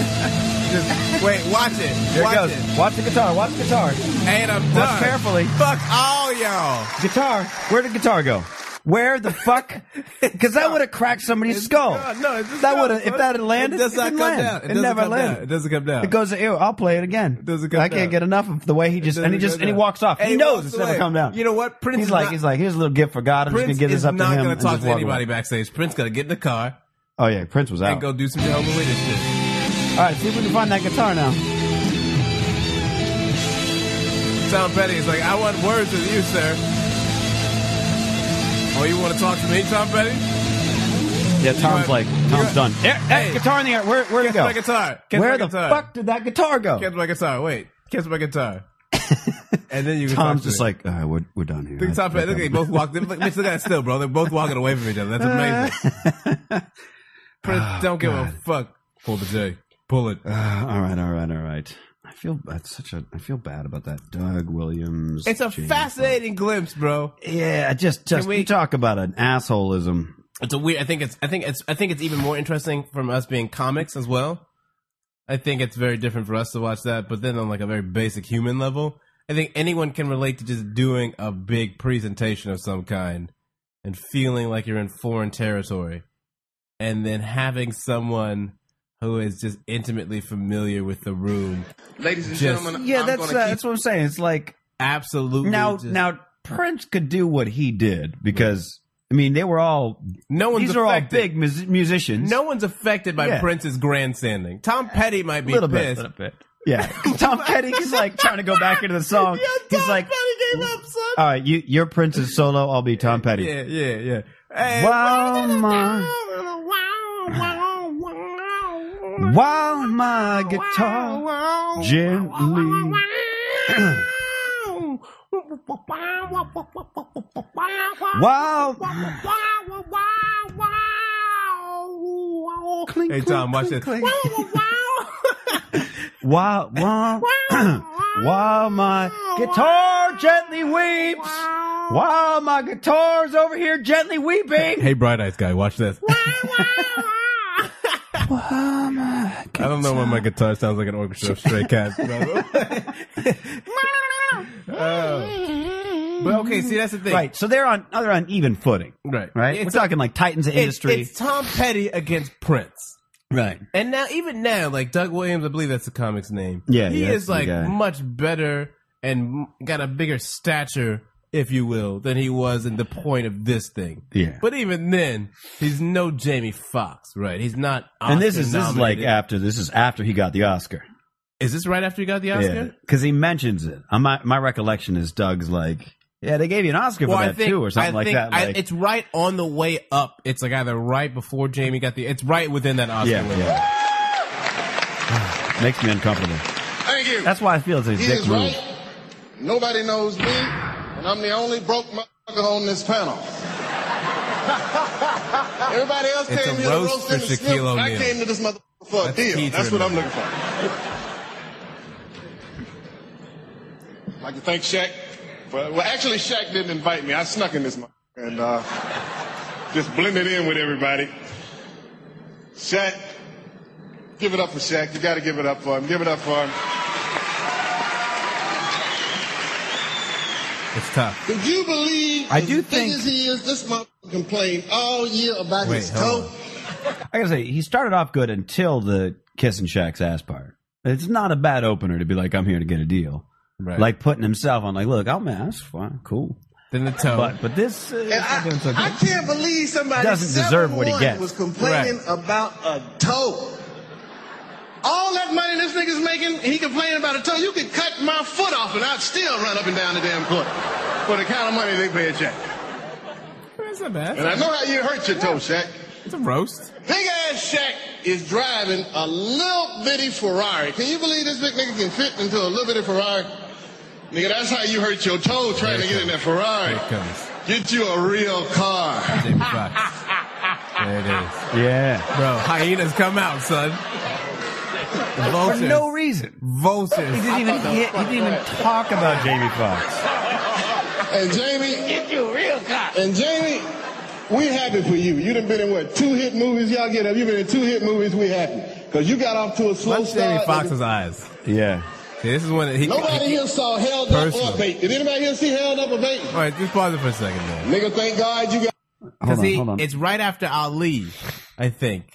F: Just wait, watch it.
I: Here
F: watch
I: it goes.
F: it.
I: Watch the guitar. Watch the guitar.
F: And I'm done.
I: Watch carefully.
F: Fuck all y'all.
I: Guitar. Where did guitar go? Where the fuck? Because that would have cracked somebody's skull.
F: gone. No, it's just
I: that
F: gone,
I: would have. If
F: bud.
I: that had landed,
F: It does not
I: didn't
F: come
I: land.
F: down. It
I: It,
F: doesn't
I: never
F: come down.
I: landed.
F: It doesn't come down.
I: It goes. Ew, I'll play it again. It
F: doesn't come
I: I can't
F: down.
I: get enough of the way he just and he
F: doesn't
I: just
F: go
I: and he
F: down.
I: walks off.
F: And
I: he
F: he
I: knows
F: walks
I: it's
F: away.
I: never come down.
F: You know what? Prince
I: he's
F: is
I: like
F: not-
I: he's like here's a little gift for God. I'm
F: Prince
I: just gonna give
F: is
I: this up
F: not
I: to him.
F: gonna
I: and
F: talk
I: just
F: to
I: walk
F: anybody
I: away.
F: backstage. Prince gonna get in the car
I: Oh yeah, Prince was
F: and
I: out.
F: go do some Jehovah's Witness shit.
I: All right, see if we can find that guitar now.
F: Tom Petty is like, I want words with you, sir. Oh, you want to talk to me, Tom Petty?
I: Yeah, Tom's
F: have-
I: like Tom's done. There, that
F: Hey.
I: guitar in the air. Where where'd it
F: Catch
I: go?
F: my guitar. Catch
I: Where
F: my
I: the
F: guitar.
I: fuck did that guitar go?
F: Catch my guitar. Wait. Catch my guitar. and then you can talk
I: Tom's
F: to
I: just
F: me.
I: like, all right, we're we're done here.
F: Think Tom Petty. Look, they both walked. Look, Mitch, look at that still, bro. They're both walking away from each other. That's amazing. Prince,
I: Ah,
F: don't give a fuck. Pull the J. Pull it.
I: Uh, all right, all right, all right. I feel that's such a. I feel bad about that. Doug Williams.
F: It's a
I: James-
F: fascinating glimpse, bro.
I: Yeah, just just
F: we-
I: we talk about an assholeism.
F: It's a weird. I think it's. I think it's. I think it's even more interesting from us being comics as well. I think it's very different for us to watch that, but then on like a very basic human level, I think anyone can relate to just doing a big presentation of some kind and feeling like you're in foreign territory, and then having someone who is just intimately familiar with the room,
B: Ladies and
F: Just-
B: gentlemen,
H: Yeah,
B: I'm
H: that's
B: gonna
H: uh,
B: keep
H: that's what I'm saying. It's like
F: absolutely
H: now
F: just-
H: now Prince could do what he did because I mean they were all
F: no one's
H: these are all
F: affected.
H: big mus- musicians.
F: No one's affected by
H: Yeah.
F: Prince's grandstanding. Tom Petty might be
H: little bit,
F: pissed.
H: little bit. Yeah, Tom Petty is like trying to go back into the song. He's like, all right, you your Prince is solo. I'll be Tom Petty.
F: Yeah, yeah, yeah. Hey,
H: Wow, my, wow, my guitar gently. Wow,
F: Hey Tom, watch this.
H: wow, wow, wow, my guitar gently weeps. Wow, my guitar's over here gently weeping.
F: Hey Bright Eyes guy, watch this.
H: Wow, my
F: I don't know why my guitar sounds like an orchestra of stray cats. brother. Oh. But okay, see that's the thing.
H: Right, so they're on they're on even footing,
F: Right.
H: right?
F: It's
H: We're talking like titans of
F: It's-
H: industry,
F: it's Tom Petty against Prince.
H: right?
F: And now, even now, like Doug Williams, I believe that's the comic's name.
H: Yeah,
F: he
H: yeah, that's
F: is
H: the
F: like
H: guy.
F: much better and m- got a bigger stature, if you will, than he was in the point of this thing.
H: Yeah.
F: But even then, he's no Jamie Foxx, right? He's not. Oscar
H: and this is this is like
F: nominated.
H: after this is after he got the Oscar,
F: is this right after he got the Oscar?
H: yeah, because he mentions it. Uh, My my recollection is Doug's like, yeah, they gave you an Oscar for that too, or something
F: I
H: like
F: think
H: that.
F: I-
H: like-
F: it's right on the way up. It's like either right before Jamie got the. It's right within that Oscar
H: yeah,
F: window.
H: yeah. Makes me uncomfortable.
J: Thank you.
H: That's why I feel it's a
J: he
H: dick
J: is
H: move.
J: right. Nobody knows me, and I'm the only broke motherfucker on this panel. Everybody else
F: It's
J: came
F: a
J: here
F: roast
J: to roast
F: for
J: him and sniff,
F: Shaquille
J: and I
F: O'Neal.
J: came to this motherfucker for a
F: That's key
J: deal.
F: to
J: That's what I'm
F: remember.
J: looking for. I'd like to thank Shaq. For, well, actually, Shaq didn't invite me. I snuck in this motherfucker and uh, just blended in with everybody. Shaq, give it up for Shaq. You got to give it up for him. Give it up for him.
F: It's tough.
J: Could you believe
H: I
J: as
H: do
J: big
H: think-
J: as he is, this motherfucker complained all year about
F: Wait,
J: his
F: hold
J: coat?
H: I gotta say, he started off good until the kissing Shaq's ass part. It's not a bad opener to be like, I'm here to get a deal.
F: Right.
H: Like putting himself on, like, look, I'm man, that's fine, cool.
F: Then the toe.
H: But but this, uh,
J: And I, I can't believe somebody
H: Doesn't deserve what he
J: 7'1"
H: gets.
J: was complaining about a toe. All that money this nigga's making, he complaining about a toe. You could cut my foot off and I'd still run up and down the damn court for the kind of money they pay a check.
F: that's not bad.
J: And I know how you hurt your toe, Shaq.
F: It's a roast.
J: Big ass Shaq is driving a little bitty Ferrari. Can you believe this big nigga can fit into a little bitty Ferrari? Nigga, that's how you hurt your toe trying to get in that Ferrari.
F: Here it comes.
J: Get you a real car.
F: Jamie Foxx. There it is.
K: Yeah.
F: Bro, hyenas come out, son.
E: For
F: Vultures.
E: no reason. He
F: vultures.
E: didn't even hit, he didn't even talk about Jamie Foxx.
J: And Jamie, get you real cop. And Jamie, we happy for you. You done been in what two hit movies? Y'all get up. You been in two hit movies. We happy because you got off to a slow
F: Watch Jamie
J: start.
F: Fox's eyes.
K: Yeah.
F: See, this is when he.
J: Nobody
F: he
J: here saw Held Up
F: Personal.
J: or Bait. Did anybody here see Held Up or Bait?
F: all right, just pause it for a second, man.
J: Nigga, thank God you got.
F: Because
E: Hold on,
F: he,
E: hold on.
F: it's right after Ali, I think.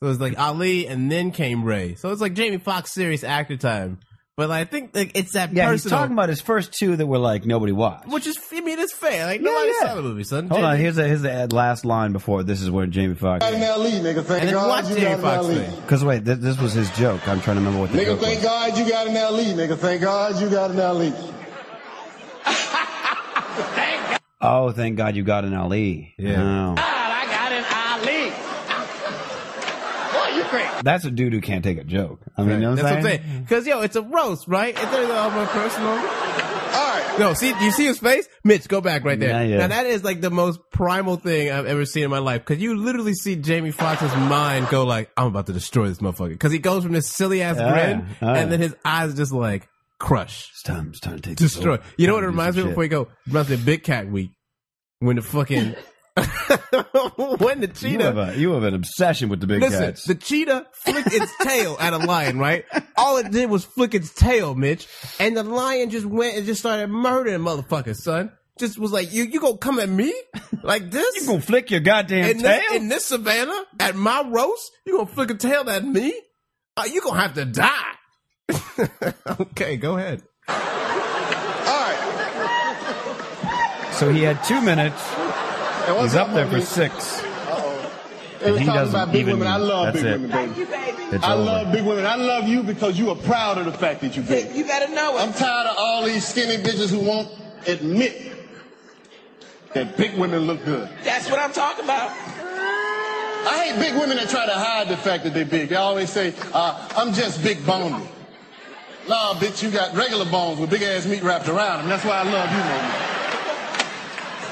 F: So it's like Ali, and then came Ray. So it's like Jamie Foxx serious actor time. But like, I think like, it's that
E: Yeah, he's
F: personal,
E: talking about his first two that were like nobody watched.
F: which is, I mean, it's fair. Like nobody
E: yeah.
F: saw the movie, son.
E: Hold on,
F: Jamie-
E: here's a, here's the last line before this is where Jamie Foxx.
J: an LE, E, nigga. Thank
F: And then
J: God
F: watch
J: you
F: Jamie
J: got E.
F: Foxx
J: an LE.
F: thing.
E: Because wait, th- this was his joke. I'm trying to remember what the
J: Nigga,
E: joke
J: thank
E: was.
J: God you got an LE. Nigga, thank God you got an E. LE.
E: Oh, thank God you got an Ali.
F: Yeah.
E: Oh.
L: I got an Ali. Boy, you great.
E: That's a dude who can't take a joke. I mean, you know what
F: That's what I'm
E: I'm saying?
F: saying. Because yo, it's a roast, right? It's all my personal.
J: All right.
F: No, see, do you see his face? Mitch, go back right there.
E: Yeah, yeah.
F: Now that is like the most primal thing I've ever seen in my life. Cause you literally see Jamie Foxx's mind go like, I'm about to destroy this motherfucker. Cause he goes from this silly ass
E: Yeah,
F: grin
E: yeah.
F: and then his eyes just like crush,
E: It's time, it's time to take this
F: destroy.
E: over.
F: You know what it
E: Time to do
F: reminds me
E: some
F: of before you go? It reminds me of Big Cat Week when the fucking, when the
E: shit.
F: cheetah.
E: You have, a, you have an obsession with the big
F: Listen,
E: cats.
F: the cheetah flicked its tail at a lion, right? All it did was flick its tail, Mitch, and the lion just went and just started murdering motherfuckers, son. Just was like, you you gonna come at me like this?
E: you gonna flick your goddamn
F: in
E: tail?
F: this in this savannah at my roast? You gonna flick a tail at me? Uh, you gonna have to die. okay, go ahead.
J: All right.
E: so he had two minutes.
J: And what's
E: He's up there for
J: homie?
E: six.
J: They was
E: he
J: talking
E: doesn't
J: about big
E: even-
J: women. I love
E: that's it.
J: big women, baby.
E: It's
J: I
E: over.
J: love big women. I love you because you are proud of the fact that you big.
L: You better know it.
J: I'm tired of all these skinny bitches who won't admit that big women look good.
L: That's what I'm talking about.
J: I hate big women that try to hide the fact that they're big. They always say, uh, I'm just big boned. Nah, bitch, you got regular bones with big ass meat wrapped around them. That's why I love you, man.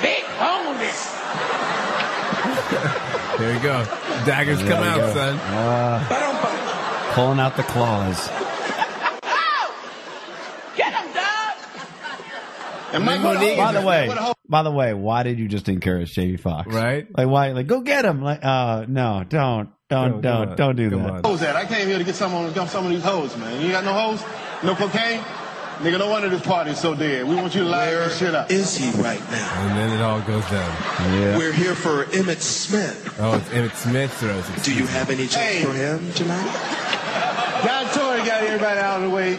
L: Big bonus.
F: There you go. Daggers come out, son.
E: Pulling out the claws.
L: Oh! Get him, dog.
J: And Mike,
E: By the way, by the way, why did you just encourage Jamie Foxx?
F: Right?
E: Like why? Like go get him. Like uh no, don't, don't,
F: No, come
E: don't,
F: on.
E: don't do
F: Come
E: that.
F: on.
J: hoes at? I came here to get some on dump some of these hoes, man. You got no hoes? No cocaine? Nigga, no wonder this party is so dead. We want you to light this shit up.
M: Is he right now?
F: And then it all goes down.
M: We're here for Emmett Smith.
F: Oh, it's Emmett Smith throws it.
M: Do you have any joke
J: Hey.
M: for him tonight?
J: John Tory got everybody out of the way,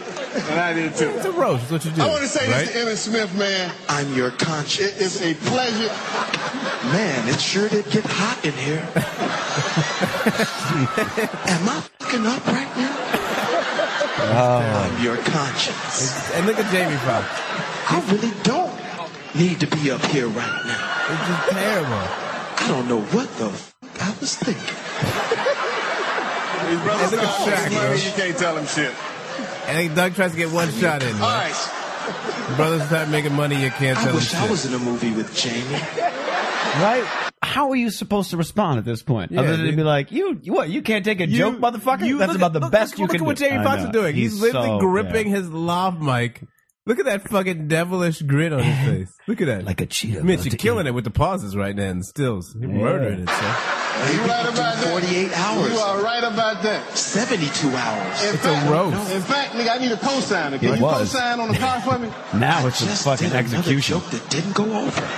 J: and I did too.
F: It's a roast. That's what you do.
J: I want to say
F: right?
J: this to Emmett Smith, man.
M: I'm your
J: It
M: conscience.
J: is a pleasure.
M: Man, it sure did get hot in here. Am I fucking up right now? I'm your conscience.
F: And look at Jamie Foxx.
M: I really don't need to be up here right now.
F: It's just terrible.
M: I don't know what the f- I was thinking.
J: His brother's
F: Hey, look at Shaq, bro.
J: You can't tell him shit.
F: And then Doug tries to get one shot in.
J: All
F: Right?
J: right.
F: Brothers start making money, you can't
M: I
F: tell them
M: wish I
F: shit.
M: was in a movie with Jamie.
E: Right? How are you supposed to respond at this point?
F: Yeah,
E: Other than to
F: dude.
E: be like, you, you what? You can't take a
F: You-
E: joke, motherfucker.
F: you- Uh,
E: That's
F: look
E: about
F: at-
E: the
F: look-
E: best
F: look,
E: you
F: look
E: can
F: at what
E: do.
F: Jamie
E: I
F: Fox
E: know.
F: is doing. He's, literally
E: so-
F: gripping
E: yeah.
F: his lav mic. Look at that fucking devilish grin on his face. Look at that.
E: like a cheetah.
F: Mitch, you're killing it with the pauses right now and stills. You're murdering it, son.
J: You right about that.
M: 48
J: You
M: hours.
J: are right about that.
M: 72 hours.
J: In
F: It's a roast.
J: In fact, nigga, I need a cosigner. Can
E: It
J: you
E: was.
J: cosign on the car for me?
E: Now it's a
M: Just
E: fucking
M: did another
E: execution.
M: joke that didn't go over.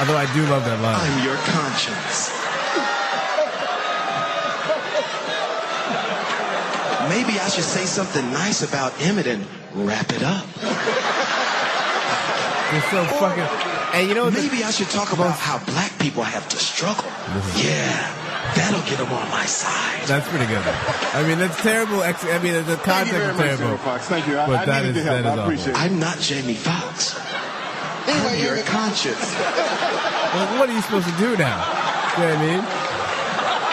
F: Although I do love that line.
M: I'm your conscience. Maybe I should say something nice about Emmett and wrap it up.
F: Ah, You're so fucking. And you know what? the-
M: Maybe I should talk about how black people have to struggle. Yeah, that'll get them on my side.
F: That's pretty good. I mean, that's terrible. Ex- I mean, the
J: Thank
F: context
J: you very
F: is
J: much, General
F: terrible.
J: Fox. Thank you. I,
F: But
J: I
F: that
J: needed
F: is-
J: your
F: that
J: help.
F: is
J: I
F: awful.
J: appreciate it.
M: I'm not Jamie Fox. I'm
J: Anyway,
M: your
J: Emmett,
M: conscience.
F: Well, what are you supposed to do now? You know what I mean?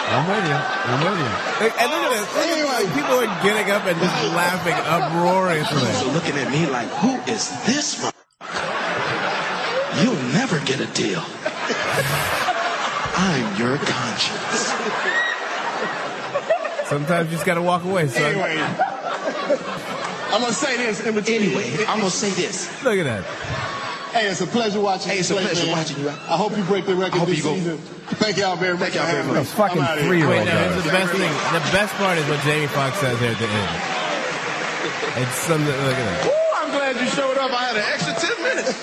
E: I'm with you. I'm with you.
F: Like, and look at this. Look at this. People are getting up and just laughing
M: So
F: uproariously.
M: looking at me like, who is this? motherfucker? You'll never get a deal.
N: I'm your conscience.
F: Sometimes you just gotta walk away. Son.
N: Anyway.
J: I'm gonna say this in between.
N: Anyway, I'm gonna say this.
F: Look at that.
J: Hey, it's a pleasure watching
N: Hey,
J: you.
N: it's a
J: play,
N: pleasure
J: man.
N: watching you.
J: I hope you break the record
N: I hope
J: this
N: you go-
J: season. Thank y'all very
N: Thank
J: much.
N: y'all
J: for
N: very
J: having
N: much.
J: me.
H: A fucking
J: I'm outta here.
H: three-year-old
F: Wait, no, here's the best thing. The best part is what Jamie Foxx says here at the end. It's something. Look at that.
J: Woo, I'm glad you showed up. I had an extra 10 minutes.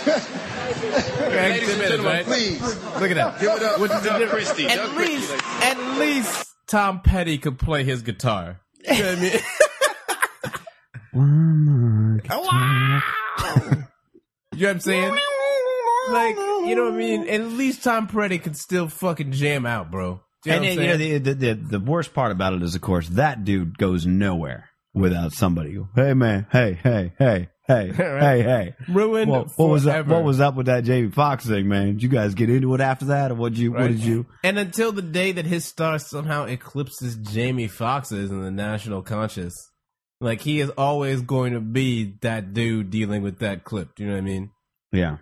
F: Ladies and gentlemen,
J: Please.
F: Look at that.
J: Give it up for Doug Christie.
F: At
J: Doug Christie,
F: least,
J: ladies.
F: at least Tom Petty could play his guitar. You know what I mean? You know what I'm saying? Like, you know what I mean? At least Tom Petty could still fucking jam out, bro. You know
H: and
F: what I'm
H: then, you know
F: saying?
H: the, the the the worst part about it is, of course, that dude goes nowhere without somebody. go, Hey man, hey hey hey hey hey hey.
F: Ruined
H: What, what was up?
F: forever.
H: What was up with that Jamie Foxx thing, man? Did you guys get into it after that, or what? You what
F: Right.
H: did you?
F: And until the day that his star somehow eclipses Jamie Foxx's in the national conscious, like he is always going to be that dude dealing with that clip. Do you know what I mean?
H: Yeah,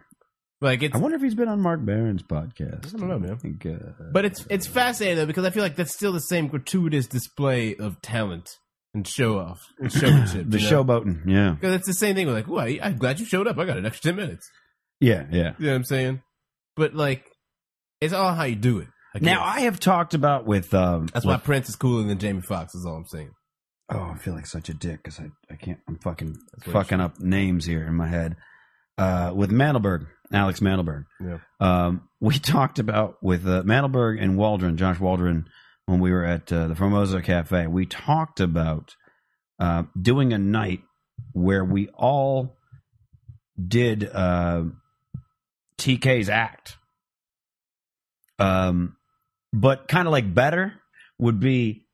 F: Like it's,
H: I wonder if he's been on Mark Barron's podcast.
F: I don't know, man.
H: I think, uh,
F: but it's it's fascinating though because I feel like that's still the same gratuitous display of talent and show off, and showmanship.
H: the showboating. Yeah,
F: because it's the same thing. We're like, well, I, I'm glad you showed up. I got an extra ten minutes.
H: yeah, yeah.
F: You know what I'm saying? But like, it's all how you do it. I guess.
H: Now I have talked about with. Um,
F: that's
H: with-
F: why Prince is cooler than Jamie Foxx. Is all I'm saying.
H: Oh, I feel like such a dick because I, I can't. I'm fucking
F: That's what
H: fucking up names here in my head. Uh, with Mandelberg, Alex Mandelberg.
F: Yeah.
H: Um, we talked about with uh, Mandelberg and Waldron, Josh Waldron, when we were at uh, the Formosa Cafe. We talked about uh, doing a night where we all did uh, TK's act. Um, but kind of like better would be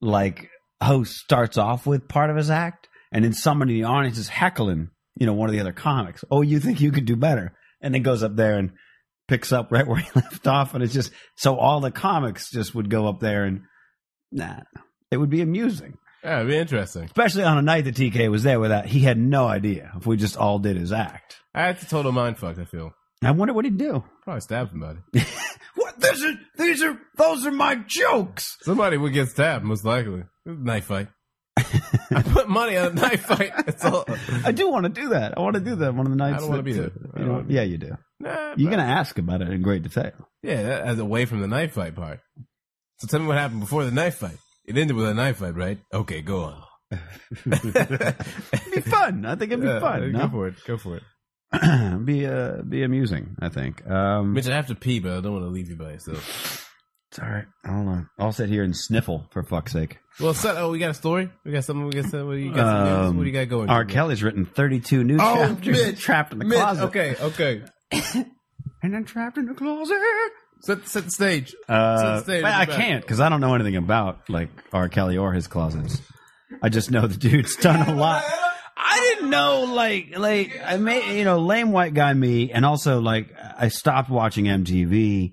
H: like host starts off with part of his act, and then somebody in the audience is heckling, you know, one of the other comics. Oh, you think you could do better? And then goes up there and picks up right where he left off, and it's just so all the comics just would go up there and nah, it would be amusing,
F: Yeah, it'd be interesting.
H: especially on a night that TK was there without he had no idea if we just all did his act.
F: That's a total mind fuck. I feel
H: I wonder what he'd do.
F: probably stab somebody.
H: What? This is, these are those are my jokes.
F: Somebody would get stabbed most likely. This is a knife fight. I put money on a knife fight. That's all.
H: I do want to do that. I want to do that one of the nights.
F: I don't wanna
H: that-
F: be there. I
H: You
F: don't
H: know,
F: wanna be-
H: yeah, you do.
F: Nah,
H: You're gonna ask about it in great detail.
F: yeah, that- as away from the knife fight part. So tell me what happened before the knife fight. It ended with a knife fight, right? Okay, go on.
H: It'd be fun. I think it'd be
F: Yeah,
H: fun.
F: Uh, Go
H: no?
F: for it. Go for it.
H: be uh, be amusing. I think. Um,
F: Mitch, I have to pee, but I don't want to leave you by yourself.
H: it's all right. I don't know. I'll sit here and sniffle for fuck's sake.
F: Well, son, oh, we got a story. We got something. We got something. What do you got? Some news?
H: Um,
F: What do you got going?
H: R. Kelly's written 32 new
F: Oh,
H: chapters.
F: Mitch.
H: trapped in the
F: Mitch,
H: closet.
F: okay, okay.
H: And I'm trapped in the closet.
F: Set, set the stage.
H: Uh,
F: Set the stage.
H: but I
F: Back.
H: can't because I don't know anything about like R. Kelly or his closets. I just know the dude's done a lot. I didn't know like like I made you know lame white guy me, and also like I stopped watching MTV.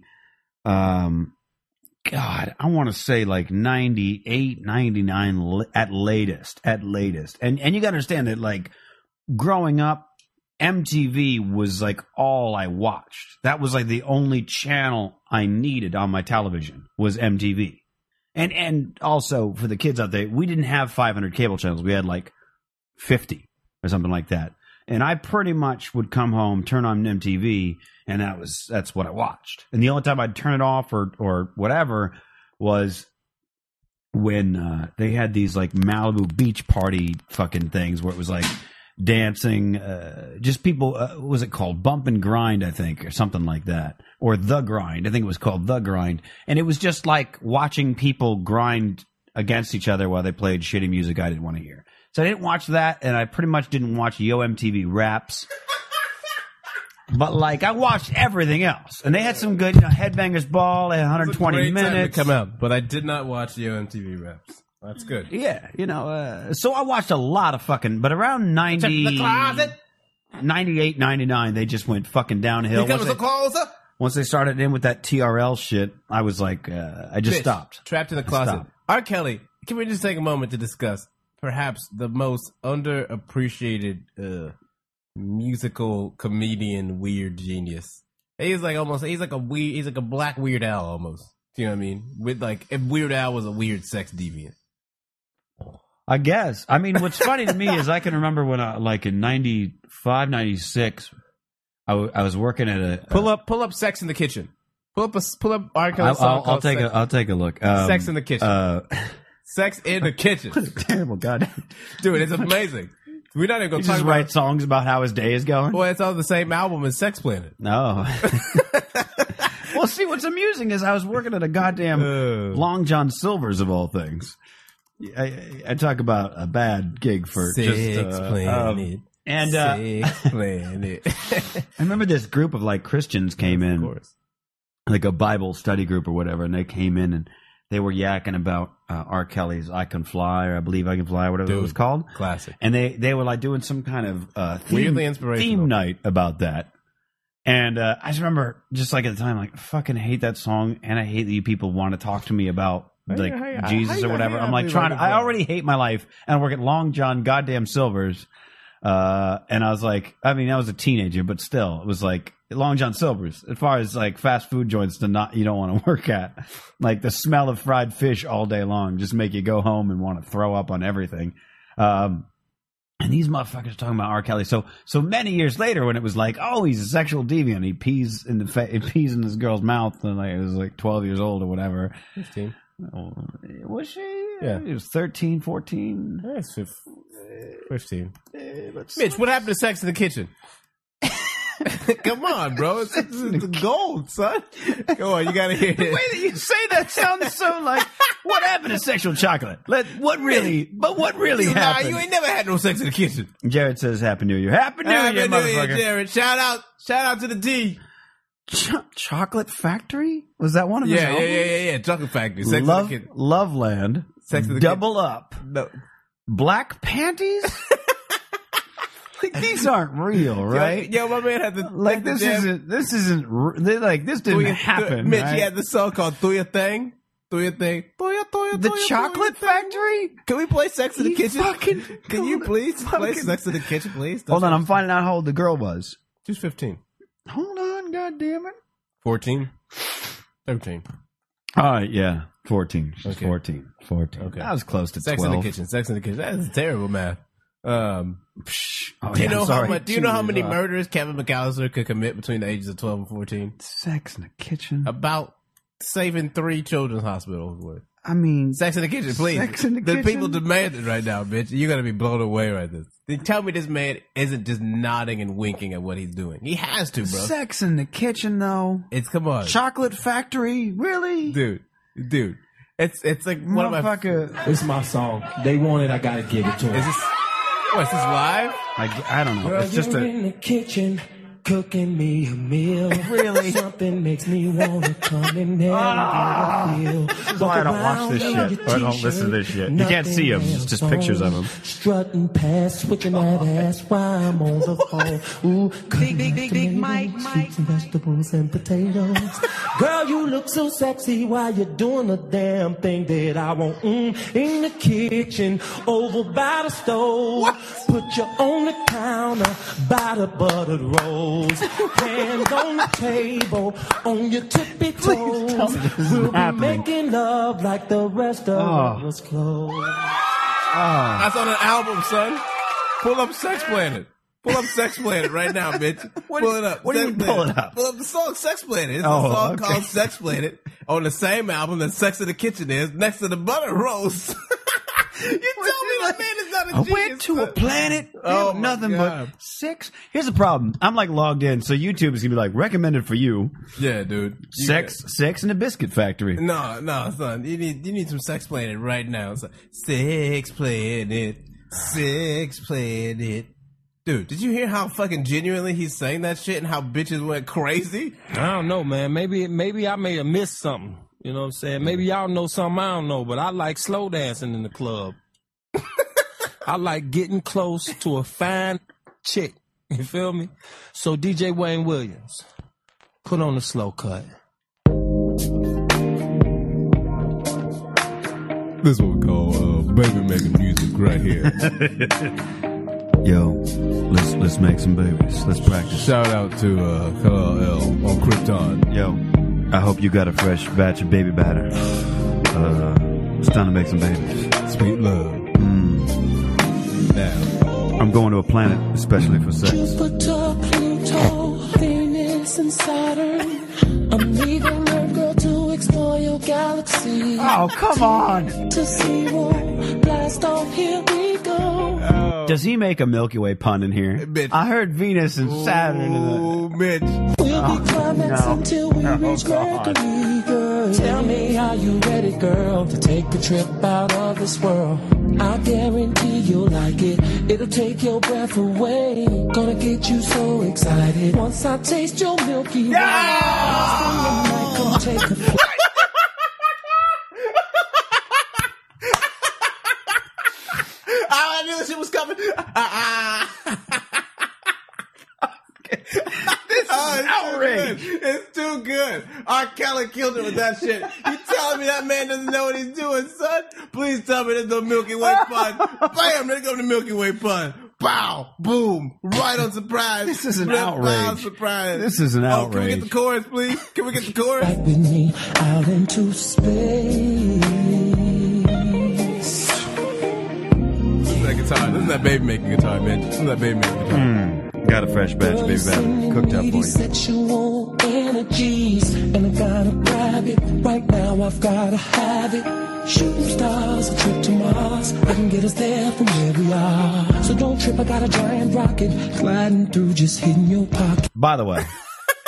H: Um, God, I want to say like 98, 99 li- at latest, at latest, and and you got to understand that like growing up, MTV was like all I watched. That was like the only channel I needed on my television was MTV. And and also for the kids out there, we didn't have 500 cable channels. We had like 50 or something like that. And I pretty much would come home, turn on MTV, and that was that's what I watched. And the only time I'd turn it off or or whatever was when uh, they had these like Malibu beach party fucking things where it was like dancing, uh, just people. Uh, what was it called? Bump and grind, I think, or something like that, or the grind. I think it was called the grind, and it was just like watching people grind against each other while they played shitty music I didn't want to hear. So I didn't watch that, and I pretty much didn't watch Yo MTV Raps. But like I watched everything else, and they had some good you know, headbangers ball. They had
F: It was a
H: 120
F: great time to
H: minutes.
F: come out, but I did not watch the OMTV raps. That's good.
H: Yeah, you know, uh, so I watched a lot of fucking, but around 90, 98, 99, they just went fucking downhill. Once they,
F: closer.
H: once they started in with that TRL shit, I was like, uh, I just
F: Bitch,
H: stopped.
F: Trapped in the closet.
H: stopped.
F: R. Kelly, can we just take a moment to discuss perhaps the most underappreciated uh, musical comedian weird genius He's like almost. He's like a weird. He's like a black Weird Al almost. You know what I mean? With like, if Weird Al was a weird sex deviant.
H: I guess. I mean, what's funny to me is I can remember when I, like in 95, 96, I, w- I was working at a.
F: Pull up, pull up, Sex in the Kitchen. Pull up a s- pull up R.
H: I'll,
F: Kelly
H: I'll,
F: song
H: I'll
F: called
H: take
F: Sex-
H: a, I'll take a look.
F: Sex in the Kitchen.
H: Uh,
F: Sex in the Kitchen.
H: terrible god.
F: Dude, it's amazing. We're not even
H: He
F: gonna talk
H: just
F: about.
H: writes songs about how his day is going.
F: Well, it's on the same album as Sex Planet.
H: No. well, see, what's amusing is I was working at a goddamn
F: Uh.
H: Long John Silver's of all things. I- I, I talk about a bad gig for
F: Sex
H: just uh,
F: Planet.
H: um, and uh,
F: Sex Planet.
H: I remember this group of like Christians came in, like a Bible study group or whatever, and they came in and they were yakking about uh, R. Kelly's "I Can Fly" or "I Believe I Can Fly" or whatever it
F: Dude,
H: was called.
F: Classic.
H: And they they were like doing some kind of uh, theme,
F: Weirdly inspirational.
H: theme night about that. And uh, I just remember, just like at the time, like I fucking hate that song, and I hate that you people want to talk to me about like
F: hey, I-
H: Jesus
F: hey,
H: or whatever.
F: hey, I
H: I'm like
F: believe I
H: trying.
F: can
H: I
F: fly.
H: already hate my life, and I work at Long John Goddamn Silver's. Uh, and I was like, I mean, I was a teenager, but still, it was like Long John Silver's. As far as like fast food joints to not you don't want to work at, like the smell of fried fish all day long just make you go home and want to throw up on everything. Um, and these motherfuckers talking about R. Kelly. So so many years later, when it was like, oh, he's a sexual deviant. He pees in the fa- he pees in this girl's mouth, and like it was like twelve years old or whatever.
F: Fifteen.
H: Was she?
F: Yeah.
H: It was 13, 14.
F: That's fif- fifteen.
H: let's-
F: Mitch, what happened to Sex in the Kitchen? Come on, bro. It's, it's, it's gold, son. Come on, you gotta hear
H: The way
F: it.
H: that you say that sounds so like what happened to sexual chocolate? Let what really? But what really
F: You lie.
H: happened?
F: You ain't never had no sex in the kitchen.
H: Jared says, "Happy New Year! Happy New
F: Happy
H: Year,
F: New Year,
H: motherfucker!"
F: Jared. Shout out, shout out to the D.
H: Ch- chocolate Factory was that one of his
F: Yeah, yeah,
H: albums?
F: yeah, yeah, yeah. Chocolate Factory. Sex
H: Love,
F: in the kitchen.
H: Loveland,
F: Sex in the
H: Double Up,
F: No.
H: Black Panties. like these aren't real, right?
F: Yo, yo, my man had the
H: like this isn't. This isn't. r- They're like this didn't happen.
F: Mitch,
H: right?
F: he had the song called "Do Your Thing." Do your thing. Do your, do your, do
H: the
F: your- do
H: Chocolate
F: your thing.
H: Factory.
F: Can we play Sex in the
H: You
F: Kitchen?
H: fucking-
F: Can you please play
H: fucking-
F: Sex in the Kitchen, please?
H: Hold on, I'm finding out how old the girl was.
F: She's 15.
H: Hold on, God damn it.
F: 14. 13.
H: All right, yeah, fourteen. She's
F: Okay.
H: fourteen. Fourteen.
F: Okay.
H: I was close to
F: Sex
H: twelve.
F: in the Kitchen. Sex in the Kitchen. That's terrible, man. Um,
H: Psh. Oh,
F: do you
H: yeah,
F: know
H: I'm
F: how
H: sorry.
F: much? Do you know how
H: Jeez,
F: many
H: uh,
F: murders Kevin McAllister could commit between the ages of 12 and 14?
H: Sex in the kitchen.
F: About saving three children's hospitals worth.
H: I mean,
F: Sex in the kitchen, please.
H: Sex in the kitchen?
F: people demand it right now, bitch. You're gonna be blown away right this. They tell me this man isn't just nodding and winking at what he's doing. He has to, bro.
H: sex in the kitchen though.
F: It's come on,
H: Chocolate factory, really?
F: dude, dude. It's it's like one of my.
H: Motherfucker.
M: It's my song. They want it, I gotta give it to
F: Is
M: them.
F: this? What is this live?
H: I, I don't know.
M: Girl,
H: It's just
M: you're
H: a.
M: in the kitchen, cooking me a meal.
H: Really?
M: Something makes me wanna come in there and get a feel.
H: is Ah! why I don't watch
M: Walk
H: this
M: around
H: shit, or
M: in
H: I
M: your
H: don't listen to this
M: t-shirt,
H: shit. You can't see 'em,
M: nothing
H: it's just
M: else
H: pictures of
M: on.
H: 'em.
M: Strutting past, switching that ass while I'm on the phone. Ooh,
L: Big, big, big, big Mike, Mike,
M: Sweets and vegetables and potatoes. Girl, you look so sexy while you're doing the damn thing that I want. Mm, in the kitchen, over by the stove. Put you on the counter by the buttered rolls. Hands on the table, on your tippy toes. we'll be
H: happening.
M: making love like the rest of
H: Oh.
M: us clothes.
F: That's on an album, son. Pull up Sex Planet. Pull up Sex Planet right now, bitch. pull it up.
H: what do you
F: Sex
H: mean pull
F: Planet.
H: it up?
F: Pull up the song Sex Planet. It's
H: Oh,
F: a song
H: okay.
F: called Sex Planet on the same album that Sex in the Kitchen is next to the Butter Roast. you told me the man is not a
H: I
F: genius.
H: went to a
F: son.
H: planet.
F: Oh
H: Oh,
F: my
H: nothing
F: God.
H: but six. Here's the problem. I'm like logged in, so YouTube is gonna be like recommended for you.
F: Yeah, dude. You
H: sex, sex, and the biscuit factory.
F: got- No, no, son. You need you need some Sex Planet right now. Son. Sex Planet. Sex Planet. Dude, did you hear how fucking genuinely he sang that shit and how bitches went crazy?
M: I don't know, man. Maybe maybe I may have missed something. You know what I'm saying?
F: Mm.
M: Maybe y'all know something I don't know, but I like slow dancing in the club. I like getting close to a fine chick. You feel me? So DJ Wayne Williams, put on the slow cut.
F: This is what we call uh, baby making music right here.
H: Yo, let's let's make some babies. Let's practice.
F: Shout out to uh, Khalil L on Krypton.
H: Yo, I hope you got a fresh batch of baby batter. Uh, it's time to make some babies.
F: Sweet love. Mm.
H: Now, I'm going to a planet especially for sex.
M: Jupiter, Pluto, Venus, and Saturn. I'm leaving your girl to explore your galaxy.
H: Oh, come on.
M: To zero, blast off, here we go.
H: Does he make a Milky Way pun in here? I heard Venus and Saturn. Oh, bitch.
M: We'll be climax until we reach Mercury, girl. Tell me, are you ready, girl, to take a trip out of this world? I guarantee you'll like it. It'll take your breath away. Gonna get you so excited once I taste your Milky Way. I'll spend the night, come take a
F: I knew this shit was coming. this is outrage. It's too good. R. Kelly killed it with that shit. You telling me that man doesn't know what he's doing, son? Please tell me there's no Milky Way pun. Bam, there go the Milky Way pun. Bow, boom, right on surprise.
H: This is an
F: Flip, Bow,
H: outrage.
F: surprise.
H: This is an
F: Oh, can we get the
H: outrage.
F: chorus, please? Can we get the chorus?
M: Right with me out into space.
F: Listen to that guitar. Listen to that baby making guitar, man. Listen to that baby making guitar.
H: Got a fresh batch of baby batter cooked up
M: Needy
H: for you.
M: sexual energies, and I gotta grab it right now. I've gotta have it. Shooting stars, a trip to Mars, I can get us there from where we are. So don't trip, I got a giant rocket gliding through, just hitting your pocket.
H: By the way,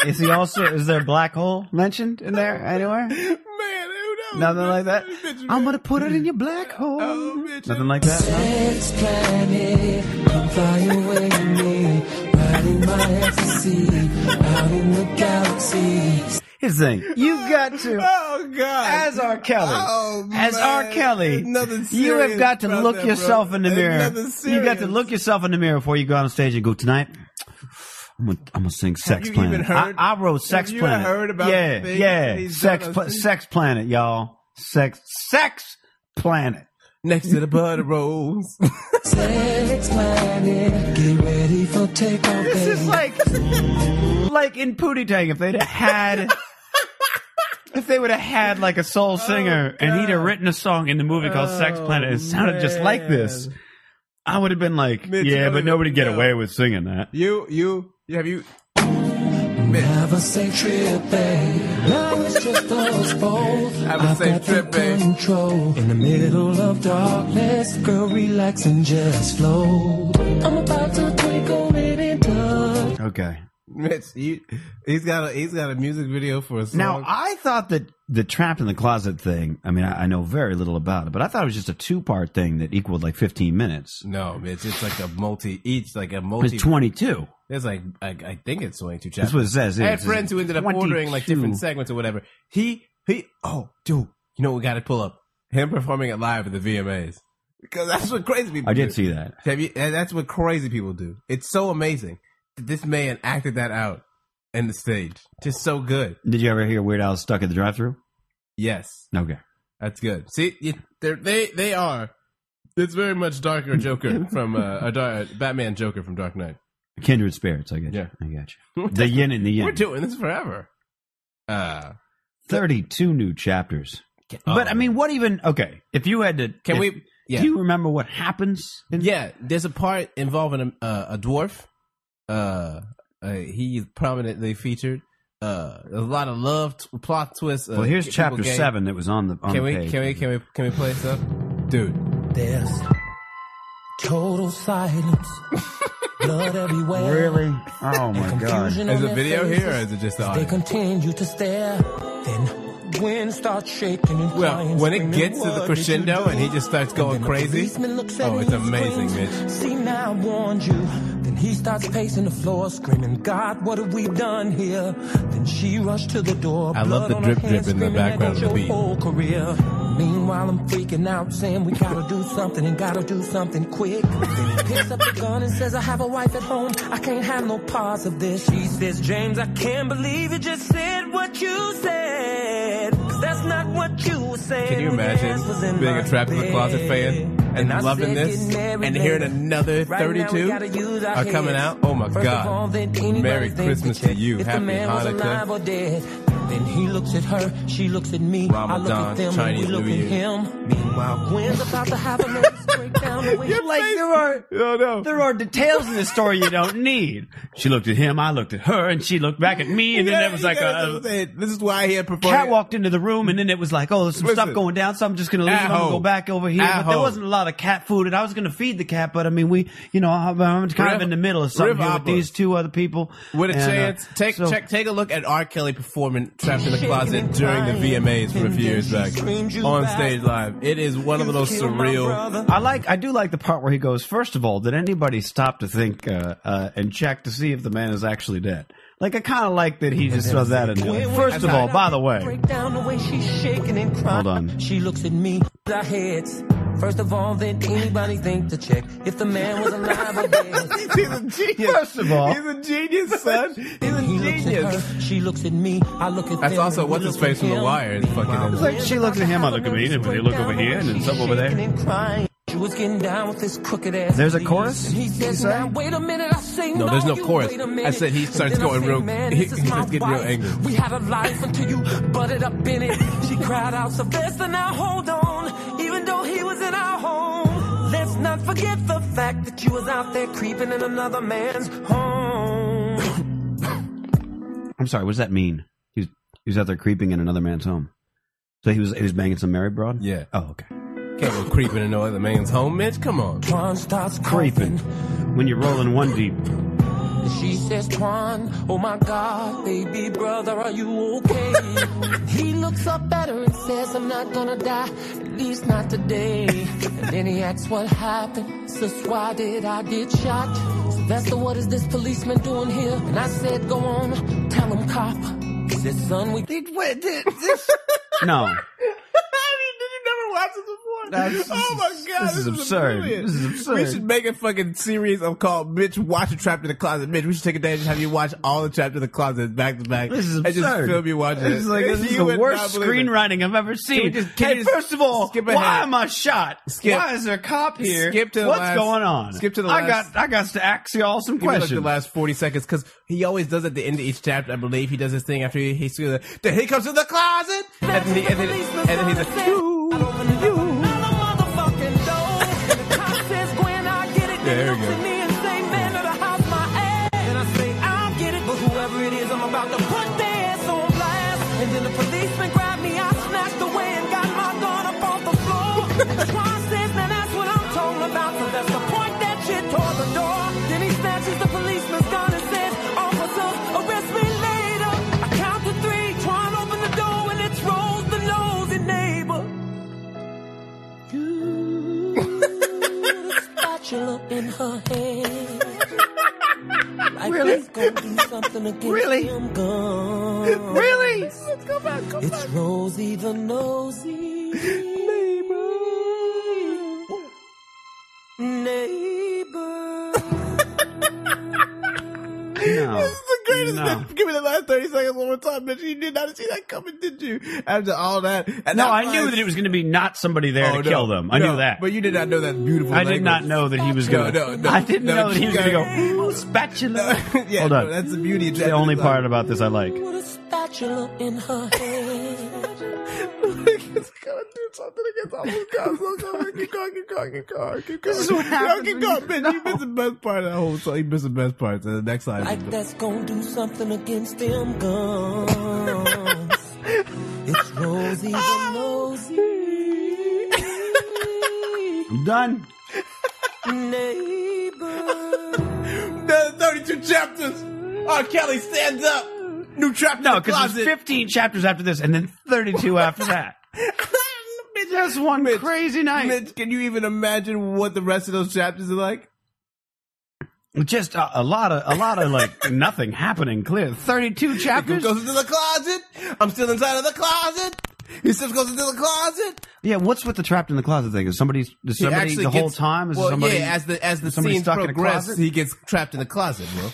H: is he also is there a black hole mentioned in there anywhere? Man,
F: who
H: knows? Nothing like that. I'm gonna put it in your black hole. Nothing like that. no?
M: Sex planet, come fly away with me, riding my ecstasy out in the galaxy.
H: His thing. You got to.
F: Oh God!
H: As R. Kelly.
F: Oh,
H: As
F: man.
H: R. Kelly,
F: There's nothing
H: you have
F: serious
H: got to
F: about
H: look
F: that,
H: yourself
F: bro.
H: in the
F: There's
H: mirror.
F: nothing
H: You got to
F: serious.
H: look yourself in the mirror before you go on stage and go tonight. I'm gonna, I'm gonna sing Sex
F: you
H: Planet.
F: even heard-
H: I, I wrote Sex
F: have you
H: Planet.
F: heard about the
H: yeah,
F: things that
H: yeah.
F: he's
H: Sex,
F: done on
H: pla-
F: stage?
H: Sex Planet, y'all. Sex, Sex Planet.
F: Next to the butter rolls.
M: Sex planet, get ready for takeoff.
H: This is like, like in Pootie Tang. If they'd had, if they would have had like a
F: Oh,
H: soul singer, and he'd have written a song in the movie called Sex Planet, it sounded just like this. I would have been like,
F: Mitch, you
H: yeah,
F: don't
H: but
F: even
H: nobody get
F: know."
H: away with singing that.
F: You, you, have you?
M: Have a safe trip, babe. Now it's just us both.
F: Have a
M: I've
F: safe
M: got
F: trip,
M: the
F: babe.
M: Control in the middle of darkness, girl, relax and just flow. I'm about to twinkle it into.
H: Okay.
F: Mitch, you, he's got a he's got a music video for a song.
H: Now I thought that the trapped in the closet thing. I mean, I, I know very little about it, but I thought it was just a two part thing that equaled like fifteen minutes.
F: no, Mitch, it's like a multi each like a multi.
H: It's twenty two.
F: There's like I, I think it's twenty two chapters.
H: That's what it says.
F: I
H: yeah,
F: had
H: it says
F: friends who ended up
H: 22.
F: ordering like different segments or whatever. He he oh dude, you know what we got to pull up him performing it live at the VMAs because that's what crazy people.
H: I
F: do.
H: did see that.
F: Have you, and that's what crazy people do. It's so amazing that this man acted that out in the stage. Just so good.
H: Did you ever hear Weird Al stuck at the drive through?
F: Yes,
H: Okay.
F: that's good. See, you, they're, they they are. It's very much darker Joker from uh, a dar- Batman Joker from Dark Knight.
H: Kindred spirits. I got you.
F: Yeah.
H: I got you. The yin and the
F: We're
H: yang.
F: doing this forever. Uh,
H: Thirty-two new chapters. But
F: Oh,
H: I mean, what even? Okay, if you had to,
F: can
H: if-
F: we? Yeah,
H: Do you remember what happens? In,
F: yeah. There's a part involving a, uh, a dwarf. Uh, uh, he's prominently featured. Uh, a lot of love t- plot twists. Uh,
H: Well, here's
F: people
H: chapter
F: gay.
H: seven that was on the
F: Can
H: on the
F: we,
H: page.
F: can we can we can we play stuff, dude?
M: There's total silence, blood everywhere.
H: Really? Oh my god.
M: Confusion
F: Is
M: on
F: it
M: their
F: video
M: faces
F: here or is it just the
M: as They
F: audio?
M: continue to stare. Then Gwen starts shaking and
F: Well,
M: crying,
F: when it
M: screaming,
F: gets to
M: "What did
F: the
M: you
F: crescendo
M: do?"
F: and he just starts going
M: Then the
F: crazy,
M: policeman looks at
F: oh,
M: me
F: it's
M: and
F: amazing,
M: screams,
F: Mitch.
M: See, now I warned you. Then he starts pacing the floor, screaming, God, what have we done here? Then she rushed to the door.
F: I love
M: blood
F: the
M: on
F: drip
M: her hands,
F: drip in the
M: screaming,
F: background
M: "Echoed
F: of the
M: your
F: beat."
M: whole career. Meanwhile, I'm freaking out, saying we gotta do something and gotta do something quick. Then he picks up the gun and says, I have a wife at home. I can't have no parts of this. She says, James, I can't believe you just said what you said. 'Cause that's not what you said.
F: Can you imagine being a Trapped in the Closet fan and
M: I
F: loving
M: said
F: this
M: get married,
F: and hearing
M: baby.
F: another
M: Right now we
F: 32
M: gotta use our
F: are coming
M: heads.
F: out? Oh my
M: First of all,
F: God.
M: then anybody
F: Merry
M: thinks we
F: Christmas to
M: check
F: you.
M: if the
F: Happy
M: man was
F: Hanukkah.
M: alive or dead. Then he looks at her, she looks at me. I look
F: Ramadan,
M: at them,
F: Chinese
M: we look
F: New
M: at
F: Year.
M: him. Meanwhile, Gwen's about to have a nervous breakdown. the way
H: You're like there are there are details in this story you don't need.
I: She looked at him, I looked at her, and she looked back at me, and then it was like a.
F: this is why he had performed.
H: Cat walked into the room and then it was like, oh, there's some stuff
I: Listen.
H: going down, so I'm just gonna leave. I'm
I: Aho.
H: gonna go back over here. But there
I: Aho.
H: wasn't a lot of cat food, and I was gonna feed the cat, but I mean, we, you know, I'm, I'm kind of
F: Riv-
H: in the middle of something
F: Riv
H: here with
F: Opera.
H: these two other people.
F: With a
H: And, uh,
F: chance, take
H: so-
F: check, take a look at R. Kelly performing "Trapped in the Closet" during the VMAs from a few years back on stage live. It is one of the most surreal.
H: I like. I do like the part where he goes. First of all, did anybody stop to think uh, uh, and check to see if the man is actually dead? Like, I kind of like that he just throws that in there. First of all, by the way,
M: Breakdown the way she's shaking and crying.
H: hold on.
M: She looks at me, our heads. First of all, then anybody think to check if the man was alive or dead.
F: He's a genius.
H: First of all,
F: he's a genius, son. He's a
M: He looks at
F: genius.
M: her, she looks at me, I look at
F: That's
M: them,
F: also
M: we
F: what's his
M: look at
F: face from The
M: him.
F: Wire. Is fucking.
H: It's like she looks at him, I look at me,
I: and they look over here, and then something over there.
M: And crying. She was getting down with this crooked ass.
H: There's a
M: disease.
H: chorus?
M: And he
H: You
M: says,
H: say?
M: now, wait a minute. I say,
F: No, there's no
M: you
F: chorus.
M: wait a
F: I
M: minute."
F: said he
M: And
F: starts
M: then I
F: going
M: say,
F: real-
M: Man,
F: he-
M: this is
F: he
M: my
F: starts getting real
M: wife.
F: angry.
M: We had a life until you butted up in it. She cried out, Sylvester, now hold on. Even though he was in our home, let's not forget the fact that you was out there creeping in another man's home.
H: I'm sorry. What does that mean? He's he's out there creeping in another man's home. So he was he was banging some married broad.
F: Yeah.
H: Oh, okay.
F: Can't go creeping in no other man's home, Mitch. Come on.
M: Tron starts
H: Creeping
I: when you're rolling one deep.
M: She says, Twan, oh my God, baby brother, are you okay? he looks up at her and says, I'm not gonna die, at least not today. and then he asks, what happened? Says, why did I get shot? Sylvester, what is this policeman doing here? And I said, go on, tell him, cop. He says, son, we... Did, what, did, this...
H: No.
F: never watched this before?
H: That's-
F: oh my god,
H: this is absurd.
F: brilliant.
H: This is absurd.
F: We should make a fucking series of called "Bitch Watch a Trapped in the Closet." Bitch, we should take a day and just have you watch all the Trapped in the Closet back to back.
H: This is
F: And just
H: absurd.
F: film you watching.
H: This
F: it.
H: is like this is
F: You
H: the
F: would not
H: worst
F: believe it.
H: screenwriting I've ever
F: Can we
H: seen.
F: just- can
H: hey,
F: we just
H: first of all,
F: skip
H: why
F: ahead?
H: am I shot?
F: Skip.
H: Why is there a cop here?
F: Skip to the
H: What's
F: last-
H: going on?
F: skip to the
H: I
F: last-
H: got I got to ask you all some
F: Give me like
H: questions.
F: the last forty seconds because he always does at the end of each chapter. I believe he does this thing after he, he's the then he comes to the closet and then he, and then, and then he's like,
M: There
F: we go.
M: And then the policeman grabbed me, I snatched away and got my gun up off the floor. And Tron says, now that's what I'm talking about. So that's the point that shit toward the door. Then he snatches the policeman's gun and says, officers, arrest me later. I count to three, Tron open the door and it's rolls the nosy neighbor. spatula in her hand. Like
L: Really?
M: it's gonna do something against
L: Really?
M: them guns.
L: Really?
M: Let's go back. Go it's Rosie the nosy neighbor.
H: No.
F: the greatest
H: No.
F: thing. Give me the last 30 seconds one more time, bitch. You did not see that coming, did you? After all that. And
H: no,
F: that
H: I
F: was-
H: knew that it was going to be not somebody there
F: Oh,
H: to
F: no.
H: kill them. I
F: No,
H: knew that.
F: But you did not know that beautiful
H: I did not
F: language.
H: know that he was going. to
F: No, no, no.
H: I didn't
F: No,
H: know that he
F: you
H: was going to
F: gotta-
H: go. Ooh, spatula.
F: Yeah,
H: Hold on.
F: no, that's the beauty of
H: It's the only
F: Japanese
H: part
F: language.
H: about this I like.
M: With a spatula in her hand.
F: It's gonna do something against all those guys. Look, look, Keep going, keep going, keep going, keep going.
M: This is what
F: No,
M: happens
F: Keep
M: when
F: going, bitch. You missed the best part of the whole song. You missed the best part. So the next slide.
M: Like that's gonna do something against them guns. it's Rosie the nosy
H: I'm done.
M: neighbor.
F: The 32 chapters. R. Kelly stands up. New trap. in
H: No,
F: the
H: because
F: closet.
H: there's 15 chapters after this, and then 32 after that.
F: Mitch, that's one crazy night. Mitch, can you even imagine what the rest of those chapters are like?
H: Just a, a lot of a lot of like nothing happening. Clear 32
F: He
H: chapters.
F: goes into the closet. I'm still inside of the closet. He still goes into the closet.
H: Yeah, what's with the trapped in the closet thing? Is somebody is
F: He
H: somebody
F: actually
H: the whole
F: gets-
H: time? Is
F: well,
H: somebody
F: yeah, as the as the
H: is somebody
F: scenes
H: stuck in a
F: progress,
H: closet?
F: he gets trapped in the closet, bro.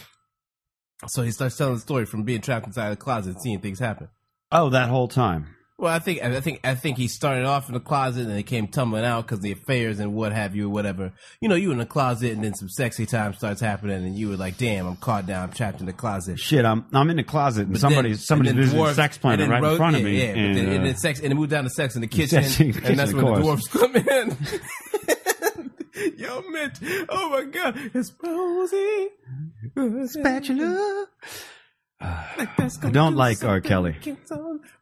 F: So he starts telling the story from being trapped inside the closet, seeing things happen.
H: Oh, that whole time.
F: Well, I think I think I think he started off in the closet and it came tumbling out because the affairs and what have you, whatever. You know, you in the closet and then some sexy time starts happening and you were like, "Damn, I'm caught down, I'm trapped in the closet."
H: Shit, I'm I'm in the closet and
F: But
H: somebody
F: then-
H: somebody's
F: and then
H: visiting
F: dwarves-
H: sex planet
F: and then
H: right in
F: ro-
H: front of
F: yeah,
H: me.
F: Yeah, but
H: and,
F: then, and
H: uh,
F: then sex, and it moved down to sex in the kitchen,
H: sex in the
F: and that's
H: kitchen,
F: when
H: of
F: the
H: course.
F: dwarfs come in. Yo, Mitch! Oh my God, it's Rosie.
O: Spatula.
H: I don't like R. Kelly.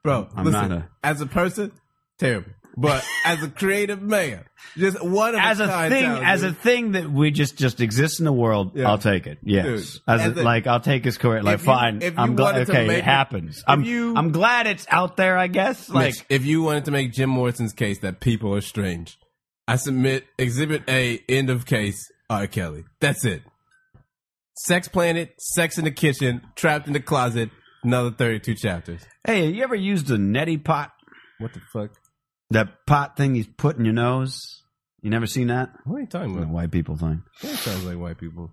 F: Bro,
H: I'm
F: listen,
H: not a-
F: as a person, terrible. But as a creative man, just one of
H: As a
F: kind
H: thing,
F: talent,
H: as
F: dude.
H: a thing that we just just exists in the world, I'll take it. Yes,
F: Dude,
H: as,
F: as
H: a,
F: a-
H: like I'll take his career. Like
F: if you-
H: fine,
F: if you
H: I'm glad.
F: wanted to
H: Okay,
F: make
H: it
F: it-
H: happens.
F: if
H: I'm
F: you-
H: I'm glad it's out there. I guess. Like
F: Mitch, if you wanted to make Jim Morrison's case that people are strange, I submit Exhibit A, end of case, R. Kelly. That's it. Sex Planet, Sex in the Kitchen, Trapped in the Closet, another 32 chapters.
H: Hey, you ever used a neti pot?
F: What the fuck?
H: That pot thing you put in your nose? You never seen that?
F: What are you talking
H: about? The white people thing.
F: That sounds like white people.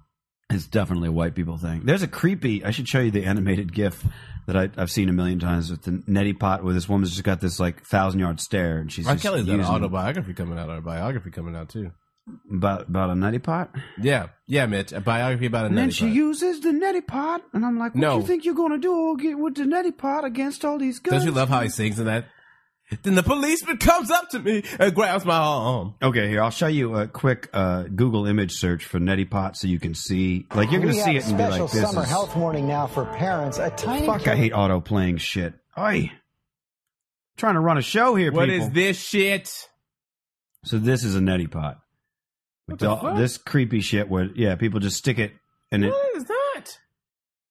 H: It's definitely a white people thing. There's a creepy. I should show you the animated GIF that I, I've seen a million times with the neti pot, where this woman's just got this like thousand yard stare, and she's
F: R.
H: just
F: Kelly's got an
H: using-
F: autobiography coming out, or a biography coming out too.
H: about about a neti pot.
F: Yeah, yeah, Mitch, a biography about a
H: And then
F: nutty
H: she
F: butt.
H: uses the neti pot, and I'm like, "What
F: No.
H: do you think you're gonna do get with the neti pot against all these guns?"
F: Don't you love how he sings in that? Then the policeman comes up to me and grabs my arm.
H: Okay, here I'll show you a quick uh, Google image search for neti pot, so you can see. Like you're gonna
E: Oh, we
H: see
E: have
H: it
E: a
H: and be
E: special
H: like, "This
E: summer
H: is
E: health warning now for parents. A tiny
H: fuck." I hate auto playing shit. Oi, trying to run a show here.
F: What
H: people.
F: is this shit?
H: So this is a neti pot.
F: the
H: All-
F: fuck?
H: This creepy shit where yeah, people just stick it and it.
F: What is that?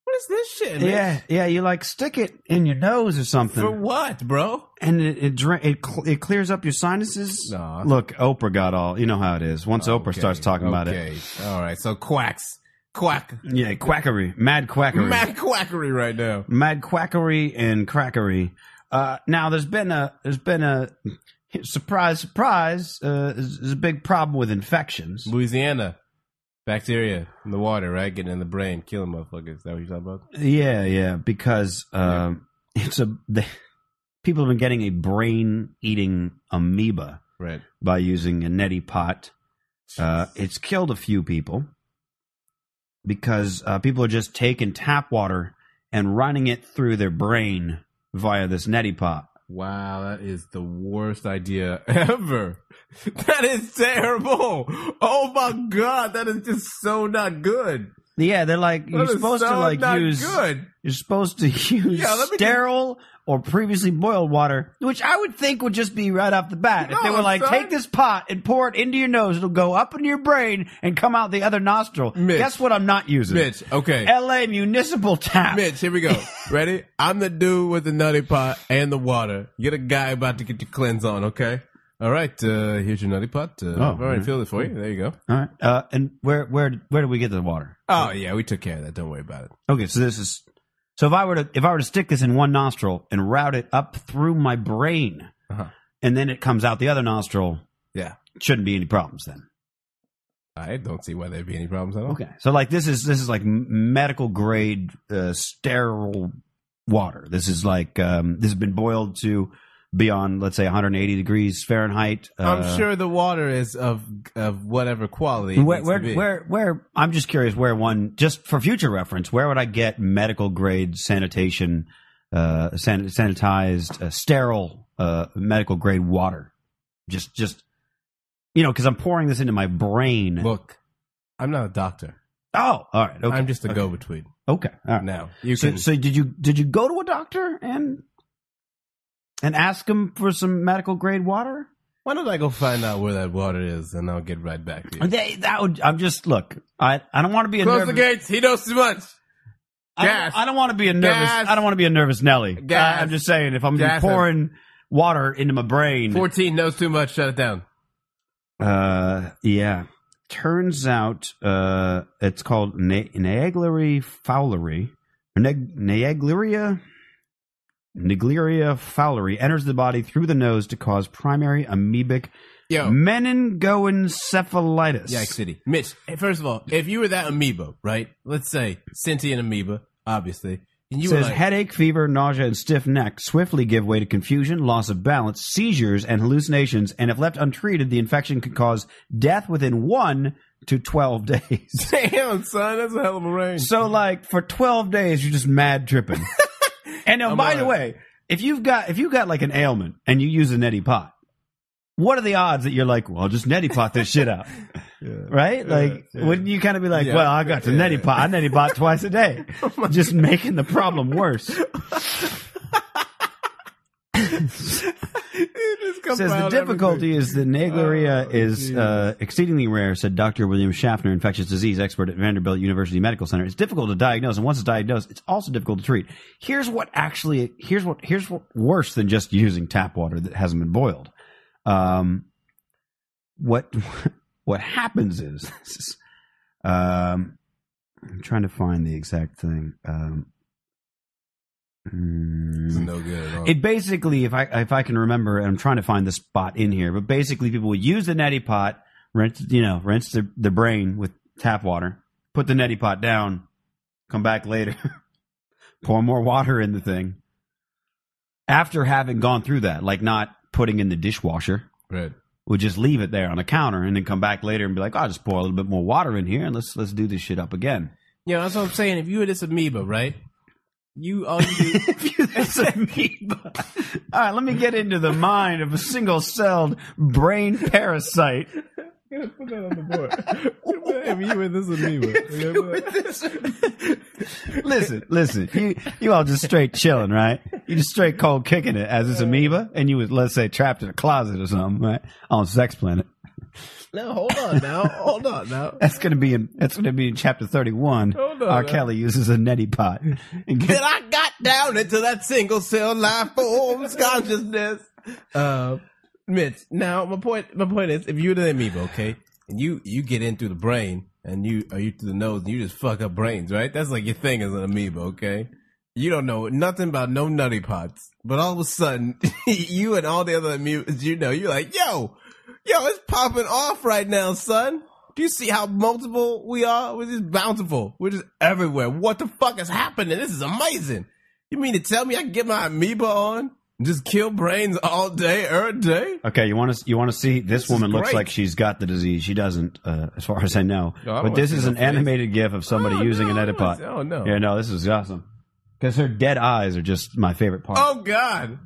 F: What is this shit? Mitch?
H: Yeah, yeah, you like stick it in your nose or something.
F: For what, bro?
H: and it it, dra- it cl- it clears up your sinuses.
F: Nah.
H: Look, Oprah got all. You know how it is. Once Oprah starts talking about it,
F: Okay. All right. So quacks, quack,
H: yeah, quackery, mad quackery,
F: mad quackery right now.
H: mad quackery and crackery. Uh, now there's been a there's been a surprise surprise. Uh, there's there's a big problem with infections.
F: Louisiana, bacteria in the water, right? Getting in the brain, killing motherfuckers. Is that what you're talking about?
H: Yeah, yeah, because um, it's a the, people have been getting a brain eating amoeba
F: Right.
H: by using a neti pot. Uh, it's killed a few people because uh, people are just taking tap water and running it through their brain via this neti pot.
F: Wow, that is the worst idea ever. That is terrible. Oh my god, that is just so not good.
H: Yeah, they're like
F: That
H: you're
F: is
H: supposed to
F: so
H: like
F: not
H: use
F: good.
H: you're supposed to use
F: Yeah, let me just-
H: sterile or previously boiled water, which I would think would just be right off the bat. if they
F: No,
H: were like,
F: son.
H: take this pot and pour it into your nose, it'll go up into your brain and come out the other nostril.
F: Mitch.
H: Guess what? I'm not using
F: Mitch, okay.
H: L.A. municipal tap.
F: Mitch, here we go. Ready? I'm the dude with the nutty pot and the water. You're the guy about to get your cleanse on, okay? All right, uh, here's your nutty pot. Uh, I've already
H: alright.
F: filled it for you. There you go.
H: All right, uh, and where where where do we get the water?
F: Oh, yeah, we took care of that. Don't worry about it.
H: Okay, so this is so if I were to if I were to stick this in one nostril and route it up through my brain,
F: Uh-huh.
H: and then it comes out the other nostril,
F: Yeah.
H: shouldn't be any problems then.
F: I don't see why there'd be any problems at all.
H: Okay. So like this is this is like m- medical grade uh, sterile water. This is like um, this has been boiled to beyond let's say 180 degrees Fahrenheit.
F: I'm sure the water is of of whatever quality. it
H: Uh, Where
F: needs
H: where,
F: to be.
H: where where I'm just curious where one just for future reference where would I get medical grade sanitation uh, san- sanitized uh, sterile uh, medical grade water? Just just you know because I'm pouring this into my brain.
F: Look, I'm not a doctor.
H: Oh, all right. Okay.
F: I'm just a
H: okay.
F: go-between.
H: Okay. All right.
F: Now you
H: so,
F: can.
H: so did you did you go to a doctor and and ask him for some medical grade water?
F: why don't I go find out where that water is, and I'll get right back to you.
H: They, that would I'm just look. I I don't want to be a
F: Close the
H: nervous.
F: gates. He knows too much.
H: I don't-
F: Gas.
H: I don't, want to be a nervous.
F: Gas.
H: I don't want to be a nervous Nelly.
F: Gas.
H: I, am just saying if I'm
F: Gas.
H: pouring water into my brain.
F: Fourteen knows too much. Shut it down.
H: Uh, yeah. Turns out, uh, it's called Na- Naegleri fowleri, or Neg- Naegleria. Naegleria fowleri enters the body through the nose to cause primary amoebic
F: Yo.
H: meningoencephalitis.
F: Yak City. Mitch, hey, first of all, if you were that amoeba, right? Let's say sentient amoeba, obviously. And you were
H: Says
F: like-
H: headache, fever, nausea, and stiff neck swiftly give way to confusion, loss of balance, seizures, and hallucinations. And if left untreated, the infection could cause death within one to twelve days.
F: Damn, son, that's a hell of a range.
H: So, like for twelve days, you're just mad tripping. and now, by the way, if you've got if you've got like an ailment and you use a neti pot, what are the odds that you're like, well, I'll just neti pot this shit out, right? Like, wouldn't you kind of be like,
E: Yeah. Oh
H: well, I got the neti pot, I neti pot twice a day, just making the problem worse. says the difficulty is the Naegleria
E: Oh,
H: is uh, exceedingly rare, said Dr. William Schaffner, infectious disease expert at Vanderbilt University Medical Center. It's difficult to diagnose, and once it's diagnosed, it's also difficult to treat. Here's what actually here's what here's what worse than just using tap water that hasn't been boiled. Um, what what happens is, this is um, I'm trying to find the exact thing. Um,
F: It's
H: mm,
F: no good at all.
H: it basically, if I if I can remember, and I'm trying to find the spot in here, but basically, people would use the neti pot, rinse you know, rinse their, their brain with tap water, put the neti pot down, come back later, pour more water in the thing. After having gone through that, like not putting in the dishwasher,
F: right?
H: Would just leave it there on the counter, and then come back later and be like, "Oh, "I'll just pour a little bit more water in here, and let's let's do this shit up again."
F: Yeah, that's what I'm saying. If you were this amoeba, right? You all you do.
H: if you this amoeba. All right, let me get into the mind of a single-celled brain parasite.
F: Gotta put that on the board. if you were this amoeba,
H: Listen, listen. You you all just straight chilling, right? You just straight cold kicking it as this amoeba, and you was let's say trapped in a closet or something, right? On Sex Planet.
F: No, hold on now. Hold on now.
H: That's gonna be in that's gonna be in chapter thirty-one.
F: Hold on
H: R.
F: now.
H: Kelly uses a neti pot and gets
F: then I got down into that single cell life forms consciousness. Uh, Mitch. Now my point. My point is, if you're the amoeba, okay, and you you get in through the brain and you are you through the nose and you just fuck up brains, right? That's like your thing as an amoeba, okay. You don't know nothing about no nutty pots, but all of a sudden, you and all the other amoebas you know, you're like, yo, yo, it's popping off right now, son. Do you see how multiple we are? We're just bountiful. We're just everywhere. What the fuck is happening? This is amazing. You mean to tell me I can get my amoeba on and just kill brains all day, every day?
H: Okay, you want to you want to see this, woman looks
F: great.
H: like she's got the disease. She doesn't, uh, as far as I
F: No, I
H: know.
F: don't
H: but
F: wanna
H: this
F: see
H: is
F: no
H: an
F: face.
H: animated GIF of somebody using an Edipot.
F: oh, no.
H: Yeah, no, this is awesome because her dead eyes are just my favorite part.
F: Oh God.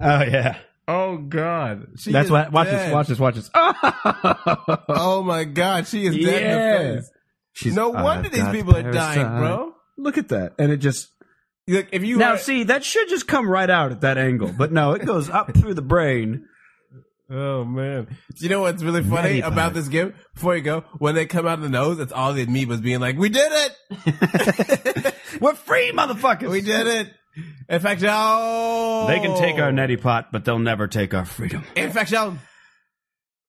H: Oh, yeah.
F: Oh God. She
H: That's
F: is
H: what. Watch
F: dead.
H: this. Watch this. Watch this. Oh,
F: oh my God, she is dead in
H: Yeah.
F: the face. no wonder these people are dying, bro.
H: Look at that, and it just.
F: Look, if you
H: now
F: are-
H: see that should just come right out at that angle, but no, it goes up through the brain.
F: Oh man! Do you know what's really funny
H: Neti pot.
F: about this game? Before you go, when they come out of the nose, it's all the amoebas being like, "We did it!
H: We're free, motherfuckers!
F: We did it!" In fact, y'all
H: They can take our neti pot, but they'll never take our freedom.
F: In fact, y'all.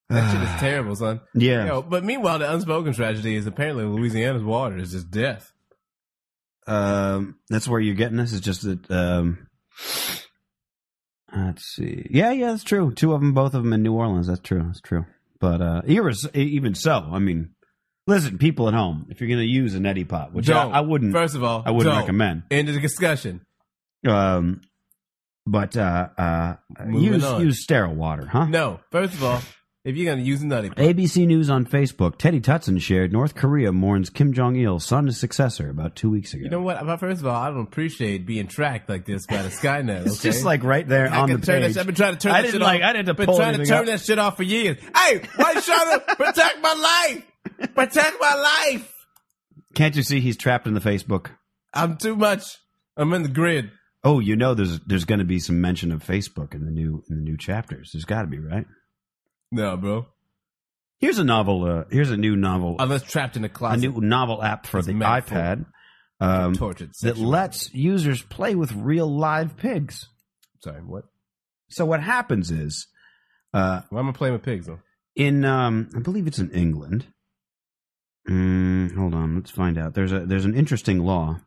F: That shit is terrible, son.
H: Yeah.
F: Yo, but meanwhile, the unspoken tragedy is apparently Louisiana's water is just death.
H: um, that's where you're getting this. Is just that. Um, let's see. Yeah, yeah, that's true. Two of them, both of them in New Orleans. That's true. That's true. But uh, irres- even so, I mean, listen, people at home, if you're going to use a neti pot, which I,
F: Don't.
H: I wouldn't,
F: First of all,
H: I wouldn't
F: don't.
H: recommend.
F: End of the discussion.
H: Um, but uh, uh,
F: Moving
H: use
F: on.
H: use sterile water, huh?
F: No, first of all, if you're gonna use a nutty,
H: ABC News on Facebook, Teddy Tutson shared North Korea mourns Kim Jong Il, son and successor, about two weeks ago.
F: you know what? About first of all, I don't appreciate being tracked like this by the Skynet.
H: It's
F: okay?
H: just like right there
F: I
H: on
F: can
H: the
F: turn
H: page.
F: That, I've been trying to turn that
H: I didn't
F: shit
H: like.
F: off.
H: I didn't
F: been
H: pull
F: trying to
H: anything
F: turn
H: up.
F: that shit off for years. Hey, why you trying to protect my life? Protect my life.
H: Can't you see he's trapped in the Facebook?
F: I'm too much. I'm in the grid.
H: Oh, you know, there's there's going to be some mention of Facebook in the new in the new chapters. There's got to be, right?
F: No, bro.
H: Here's a novel. Uh, here's a new novel.
F: I was trapped in a
H: a
F: closet.
H: new novel app for
F: It's
H: the
F: meant for
H: iPad um,
F: tortured
H: that lets users play with real live pigs.
F: Sorry, what?
H: So what happens is, uh,
F: Why am I playing with pigs? Though?
H: in um, I believe it's in England. Mm, hold on, let's find out. There's a there's an interesting law.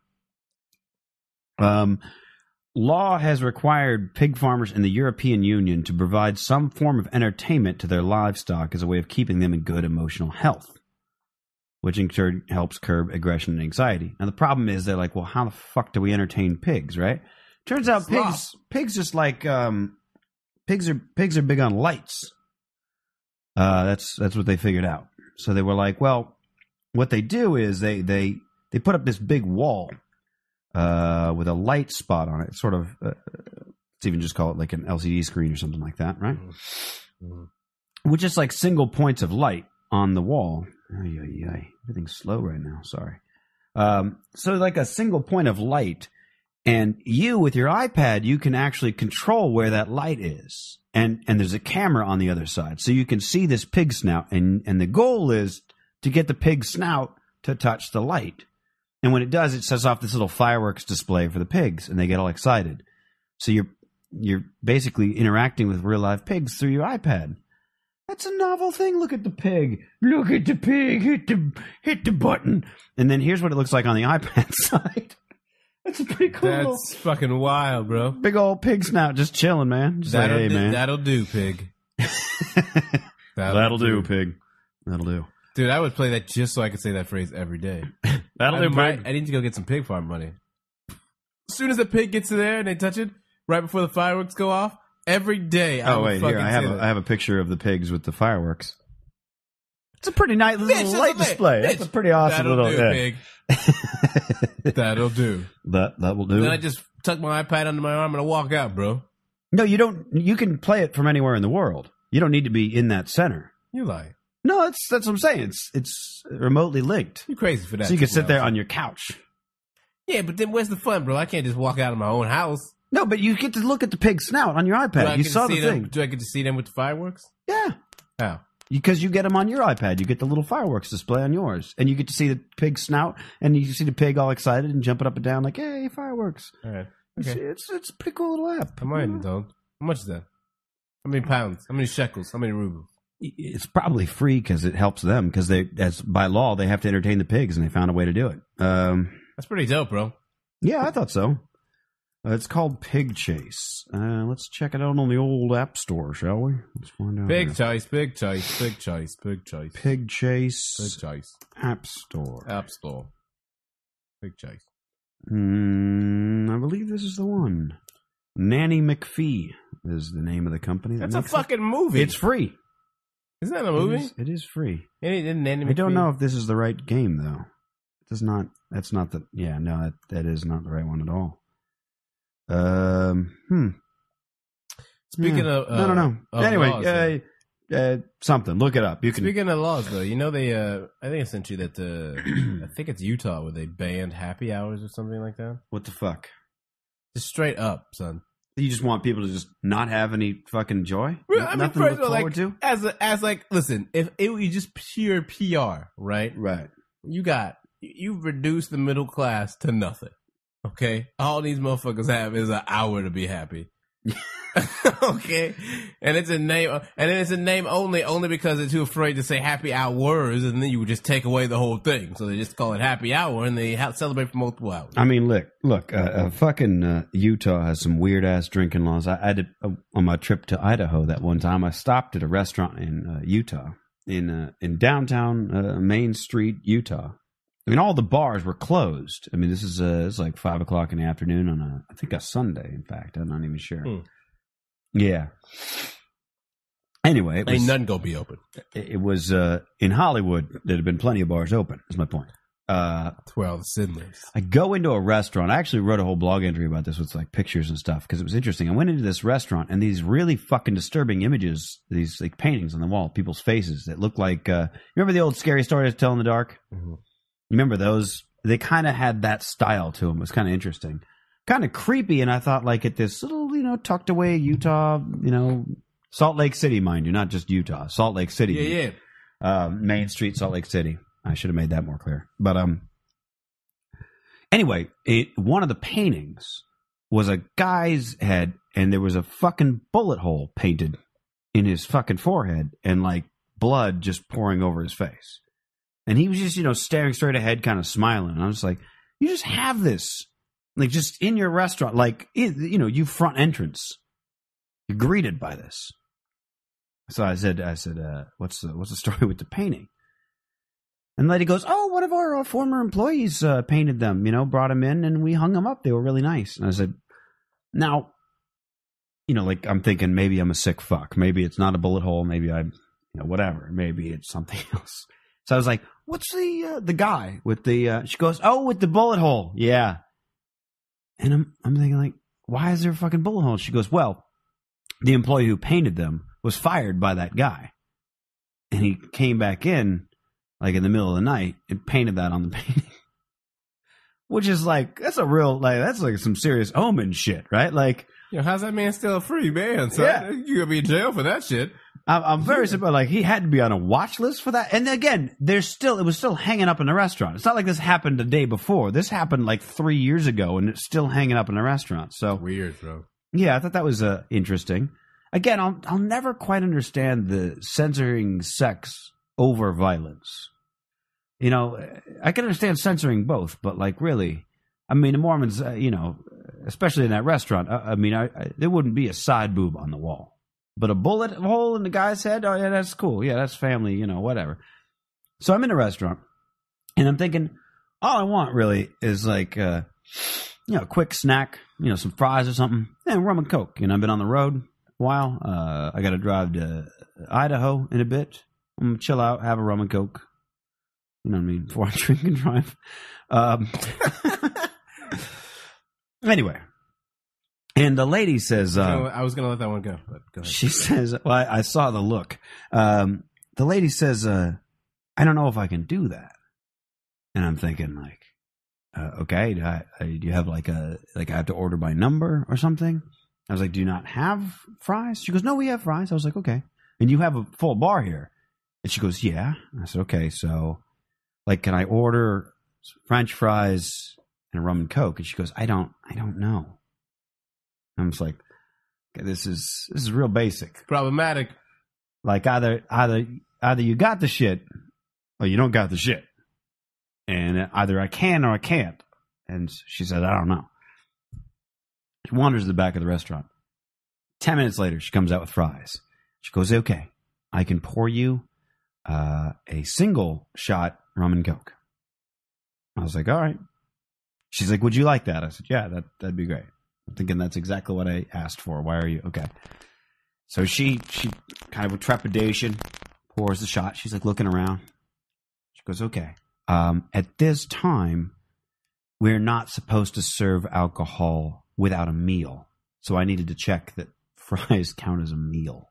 H: Um, law has required pig farmers in the European Union to provide some form of entertainment to their livestock as a way of keeping them in good emotional health. which in turn helps curb aggression and anxiety. Now the problem is they're like, well, how the fuck do we entertain pigs, right? Turns out pigs pigs just like um pigs are pigs are big on lights. Uh that's that's what they figured out. So they were like, well, what they do is they they they put up this big wall uh with a light spot on it, sort of uh, let's even just call it like an LCD screen or something like that, right? With just like single points of light on the wall. Ay, ay, ay. Everything's slow right now. Sorry. Um, so like a single point of light, and you with your iPad, you can actually control where that light is, and and there's a camera on the other side, so you can see this pig snout, and and the goal is to get the pig snout to touch the light, and when it does, it sets off this little fireworks display for the pigs, and they get all excited. So you're you're basically interacting with real live pigs through your iPad. That's a novel thing. Look at the pig. Look at the pig. Hit the hit the button. And then here's what it looks like on the iPad side. That's a pretty cool.
F: That's
H: little-
F: fucking wild, bro.
H: Big old pig snout just chilling, man. Just like,
F: That'll,
H: hey,
F: do,
H: man.
F: that'll do, pig.
H: That'll, do, pig. That'll do.
F: Dude, I would play that just so I could say that phrase every day.
I: That'll
F: I
I: do,
F: might-
I: pig.
F: I need to go get some pig farm money. As soon as the pig gets there and they touch it, right before the fireworks go off, every day I
H: oh
F: would
H: wait,
F: fucking
H: here I
F: say
H: have
F: that.
H: a, I have a picture of the pigs with the fireworks. It's a pretty nice
F: Bitch,
H: little
F: that's
H: light
F: a man.
H: display.
F: Bitch,
H: That's a pretty awesome
F: that'll
H: little.
F: do,
H: yeah.
F: pig. that'll do.
H: That that will do.
F: Then I just tuck my iPad under my arm and I walk out, bro.
H: no, you don't. You can play it from anywhere in the world. You don't need to be in that center.
F: You lie.
H: No, that's that's what I'm saying. It's it's remotely linked.
F: You crazy for that?
H: So you can
F: too,
H: sit
F: bro.
H: there on your couch.
F: Yeah, but then where's the fun, bro? I can't just walk out of my own house.
H: No, but you get to look at the pig snout on your
F: Do I
H: iPad.
F: get
H: You
F: to
H: saw the
F: see them-
H: thing
F: Do I get to see them with the fireworks? Oh,
H: Yeah.
F: How?
H: because you get them on your iPad. You get the little fireworks display on yours, and you get to see the pig snout, and you see the pig all excited and jumping up and down like, "Hey, fireworks!"
F: All right.
H: It's-
F: Okay.
H: It's, it's a pretty cool little app.
F: How many, dog? How much is that? How many pounds? How many shekels? How many rubles?
H: It's probably free because it helps them because they, as by law, they have to entertain the pigs, and they found a way to do it. Um,
F: That's pretty dope, bro.
H: Mm-hmm. yeah, I thought so. Uh, it's called Pig Chase. Uh, let's check it out on the old App Store, shall we? Let's find out.
F: Big
H: here.
F: choice, big choice, big choice, big choice,
H: Pig Chase
F: big choice.
H: App Store.
F: App Store. Big choice.
H: Mm, I believe this is the one. Nanny McPhee is the name of the company. that
F: That's a
H: makes it.
F: fucking movie.
H: It's free.
F: Isn't that a movie?
H: It is, it is free.
F: It is. an anime
H: I don't
F: movie.
H: know if this is the right game though. It does not. That's not the. Yeah, no, that that is not the right one at all. Um. Hmm.
F: Speaking
H: Yeah.
F: of, uh,
H: no, no, no.
F: of
H: anyway,
F: laws,
H: uh, uh, something. Look it up. You can.
F: Speaking of laws, though, you know they. Uh, I think I sent you that. Uh, I think it's Utah where they banned happy hours or something like that.
H: what the fuck?
F: Just straight up, son.
H: You just want people to just not have any fucking joy?
F: Bro,
H: No-
F: I mean,
H: Nothing
F: first of
H: to
F: all,
H: look
F: like
H: forward to?
F: as a, as like, listen, if it was just pure PR, right?
H: Right.
F: You got you reduce the middle class to nothing. Okay, all these motherfuckers have is an hour to be happy. okay, and it's a name, and it's a name only, only because they're too afraid to say happy hours, and then you would just take away the whole thing. So they just call it happy hour, and they ha- celebrate for multiple hours.
H: I mean, look, look, uh,
F: Mm-hmm.
H: uh, fucking uh, Utah has some weird ass drinking laws. I, I did uh, on my trip to Idaho that one time. I stopped at a restaurant in uh, Utah, in uh, in downtown uh, Main Street, Utah. I mean, all the bars were closed. I mean, this is uh, it's like five o'clock in the afternoon on a, I think a Sunday. In fact, I'm not even sure.
F: Hmm.
H: Yeah. Anyway, it
F: Ain't
H: was-
F: nothing gonna be open.
H: it it was uh, in Hollywood. There had been plenty of bars open. Is my point. Uh,
F: That's where all the sin lives.
H: I go into a restaurant. I actually wrote a whole blog entry about this with like pictures and stuff because it was interesting. I went into this restaurant and these really fucking disturbing images, these like paintings on the wall, people's faces that look like. Uh, you remember the old scary story to tell in the dark?
F: Mm-hmm.
H: You remember those? They kind of had that style to them. It was kind of interesting, kind of creepy. And I thought like at this little, you know, tucked away Utah, you know, Salt Lake City, mind you, not just Utah, Salt Lake City.
F: Yeah, yeah.
H: Um, Main Street, Salt Lake City. I should have made that more clear. But um, anyway, it one of the paintings was a guy's head, and there was a fucking bullet hole painted in his fucking forehead, and like blood just pouring over his face. And he was just, you know, staring straight ahead, kind of smiling. And I was like, you just have this, like, just in your restaurant, like, i- you know, you front entrance, you're greeted by this. So I said, I said, uh, what's the what's the story with the painting? And the lady goes, "Oh, one of our uh, former employees uh, painted them. You know, brought them in, and we hung them up. They were really nice." And I said, "Now, you know, like I'm thinking maybe I'm a sick fuck. Maybe it's not a bullet hole. Maybe I'm, you know, whatever. Maybe it's something else." So I was like, "What's the uh, the guy with the?" Uh, she goes, "Oh, with the bullet hole. Yeah." And I'm I'm thinking like, why is there a fucking bullet hole? She goes, "Well, the employee who painted them was fired by that guy, and he came back in." like in the middle of the night and painted that on the painting. Which is like that's a real like that's like some serious omen shit, right? Like
F: Yo, how's that man still a free man? Son?
H: Yeah.
F: you gonna be in jail for that shit.
H: I'm, I'm very surprised. Like he had to be on a watch list for that. And again, there's still it was still hanging up in the restaurant. It's not like this happened the day before. This happened like three years ago, and it's still hanging up in the restaurant. So
F: weird, bro.
H: Yeah, I thought that was uh, interesting. Again, I'll I'll never quite understand the censoring sex over violence. You know, I can understand censoring both, but like really, I mean, the Mormons, uh, you know, especially in that restaurant, uh, I, I mean, I, I, there wouldn't be a side boob on the wall, but a bullet hole in the guy's head. Oh yeah, that's cool. Yeah, that's family. You know, whatever. So I'm in a restaurant, and I'm thinking, all I want really is like, uh, you know, a quick snack, you know, some fries or something, and rum and coke. You know, I've been on the road a while. Uh, I got to drive to Idaho in a bit. I'm gonna chill out, have a rum and coke. You know what I mean? Before I drink and drive. Um, anyway, and the lady says,
F: You know
H: uh,
F: what? I was gonna let that one go, but go ahead.
H: she says, well, I, I saw the look. Um, the lady says, uh, I don't know if I can do that. And I'm thinking, like, uh, okay, do, I, I, do you have like a like I have to order by number or something? I was like, do you not have fries? She goes, no, we have fries. I was like, okay, and you have a full bar here. And she goes, yeah. And I said, okay, so like, can I order French fries and rum and coke? And she goes, I don't, I don't know. And I'm just like, okay, this is this is real basic,
F: problematic.
H: Like either either either you got the shit or you don't got the shit, and either I can or I can't. And she said, I don't know. She wanders to the back of the restaurant. Ten minutes later, she comes out with fries. She goes, okay, I can pour you uh, a single shot rum and coke. I was like, all right. She's like, would you like that? I said, yeah, that, that'd be great. I'm thinking that's exactly what I asked for. Why are you? Okay. So she, she kind of with trepidation pours the shot. She's like looking around. She goes, okay. Um, at this time, we're not supposed to serve alcohol without a meal. So I needed to check that fries count as a meal.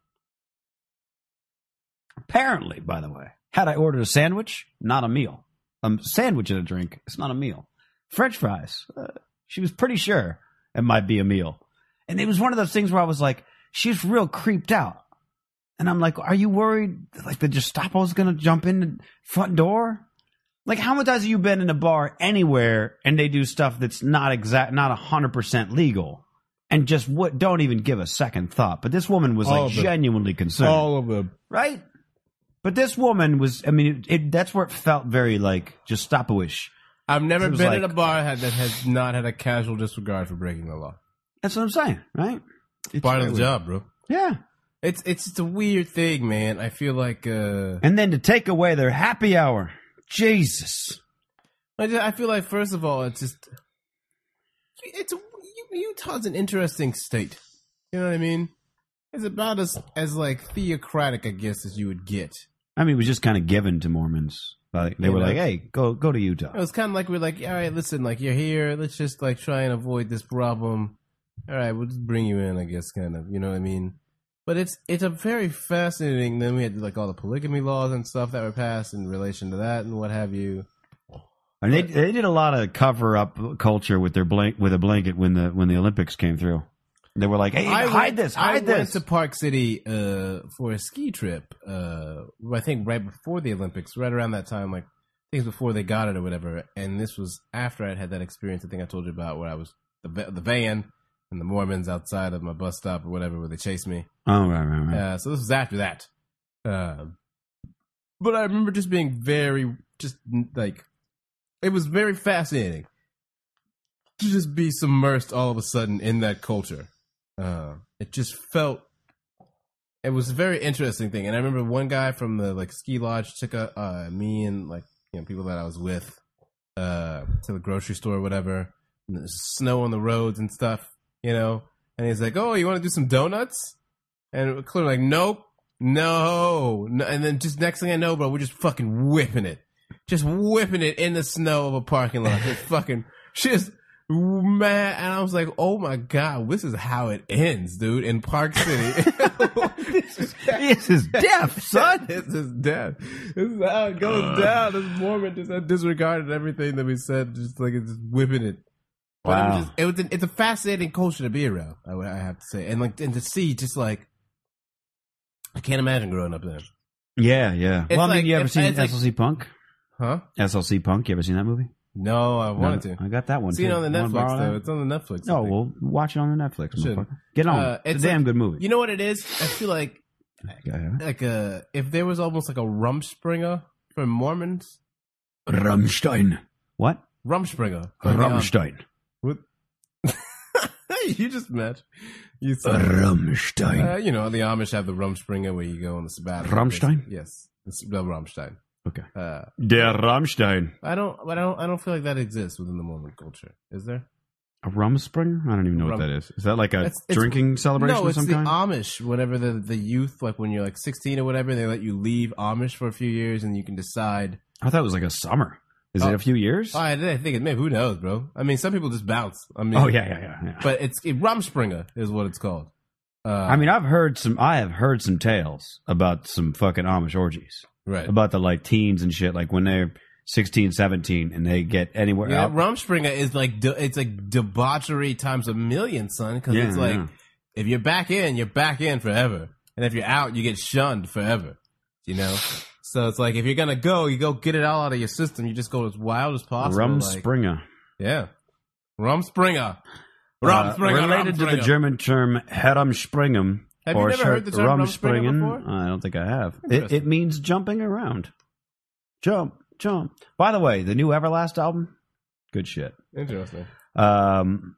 H: Apparently, by the way, had I ordered a sandwich, not a meal. A sandwich and a drink, it's not a meal. French fries, uh, she was pretty sure it might be a meal. And it was one of those things where I was like, she's real creeped out. And I'm like, are you worried like the Gestapo's gonna jump in the front door? Like how many times have you been in a bar anywhere and they do stuff that's not exact not hundred percent legal? And just what don't even give a second thought. But this woman was
F: All
H: like
F: of it.
H: genuinely concerned.
E: Oh,
F: All of them.
H: Right? But this woman was I mean, it, it that's where it felt very like Gestapo-ish.
F: I've never
H: It was
F: been
H: like-
F: in a bar had- that has not had a casual disregard for breaking the law.
H: That's what I'm saying, right? It's
F: Part of the
H: really-
F: job, bro.
H: Yeah.
F: It's it's just a weird thing, man. I feel like uh
H: And then to take away their happy hour. Jesus.
F: I, just, I feel like first of all, it's just it's a, Utah's an interesting state. You know what I mean? It's about as as like theocratic, I guess, as you would get.
H: I mean it was just kind of given to Mormons. Like they
F: You
H: were
F: know?
H: like, Hey, go go to Utah.
F: It was kind of like we're like, all right, listen, like you're here. Let's just like try and avoid this problem. All right, we'll just bring you in, I guess, kind of. You know what I mean? But it's it's a very fascinating. Then we had like all the polygamy laws and stuff that were passed in relation to that and what have you.
H: And they they did a lot of cover up culture with their blank with a blanket when the when the Olympics came through. They were like, "Hey,
F: I
H: hide
F: went-
H: this, hide
F: I went
H: this."
F: to Park City uh, for a ski trip. Uh, I think right before the Olympics, right around that time, like things before they got it or whatever. And this was after I'd had that experience. I think I told you about where I was the va- the van and the Mormons outside of my bus stop or whatever, where they chased me.
H: oh, right, right, right.
F: Uh, so this was after that. Um, but I remember just being very, just like, it was very fascinating to just be submersed all of a sudden in that culture. Uh, it just felt, it was a very interesting thing. And I remember one guy from the like ski lodge took a, uh, me and like you know, people that I was with uh, to the grocery store or whatever. And there's snow on the roads and stuff, you know. And he's like, "Oh, you want to do some donuts?" And we're clearly like, "Nope, no. no." And then just next thing I know, bro, we're just fucking whipping it, just whipping it in the snow of a parking lot. Just fucking just man. And I was like, "Oh my god, this is how it ends, dude." In Park City.
H: this is death, son.
F: this is death. This is how it goes down. This Mormon just uh, disregarded everything that we said, just like it's just whipping it. But it
H: Wow.
F: was just, it was an, it's a fascinating culture to be around. I, would- I have to say, and like and to see, just like I can't imagine growing up there.
H: Yeah, yeah.
F: It's
H: well, I mean,
F: like-
H: you ever
F: it's-
H: seen
F: it's like-
H: SLC Punk?
F: Huh?
H: SLC Punk. You ever seen that movie?
F: No, I wanted
H: No,
F: to.
H: I got that one,
F: See it
H: too.
F: on the
H: Wanna borrow
F: Netflix though.
H: that?
F: It's on the Netflix. I
H: No,
F: think.
H: well, watch it on the Netflix.
F: I should.
H: motherfucker. Get on.
F: Uh,
H: it's a damn
F: like-
H: good movie.
F: You know what it is? I feel like like a if there was almost like a Rumspringer for Mormons.
H: Rammstein. What?
F: Rumspringer.
H: Rammstein.
F: What? um, you just met. You
H: Rammstein.
F: Uh, you know, the Amish have the Rumspringer where you go on the sabbatical.
I: Rammstein?
F: Yes. It's the Rammstein.
H: Okay.
F: Uh,
I: Der Rammstein.
F: I don't, but I don't, I don't feel like that exists within the Mormon culture. Is there?
H: A Rumspring? I don't even know
F: Rum-
H: what that is. Is that like a
F: It's- it's-
H: drinking celebration
F: No,
H: of
F: it's
H: some
F: the
H: kind?
F: Amish. Whenever the the youth, like when you're like 16 or whatever, they let you leave Amish for a few years, and you can decide.
H: I thought it was like a summer. Is
F: Oh.
H: it a few years?
F: I, I think it may. Who knows, bro? I mean, some people just bounce. I mean,
H: Oh, yeah, yeah, yeah, yeah.
F: But it's it, Rumspringer is what it's called. Uh,
H: I mean, I've heard some. I have heard some tales about some fucking Amish orgies.
F: Right.
H: About the like teens and shit. Like when they're 16, 17 and they get anywhere
F: Yeah,
H: out.
F: Rumspringer is like de- it's like debauchery times a million, son. Because
H: Yeah,
F: it's like
H: yeah.
F: if you're back in, you're back in forever, and if you're out, you get shunned forever. You know, so it's like if you're gonna go, you go get it all out of your system. You just go as wild as possible. like-
H: Rumspringer.
F: yeah, Rumspringer,
H: Uh,
F: Rumspringer,
H: related to the
F: Rumspringer.
H: German term Herumspringen.
F: Have you
H: or
F: never heard the term Rumspringen
H: Rumspringen. I don't think I have. It,
F: Interesting.
H: it means jumping around. Jump, jump. By the way, the new Everlast album, good shit.
F: Interesting.
H: Um,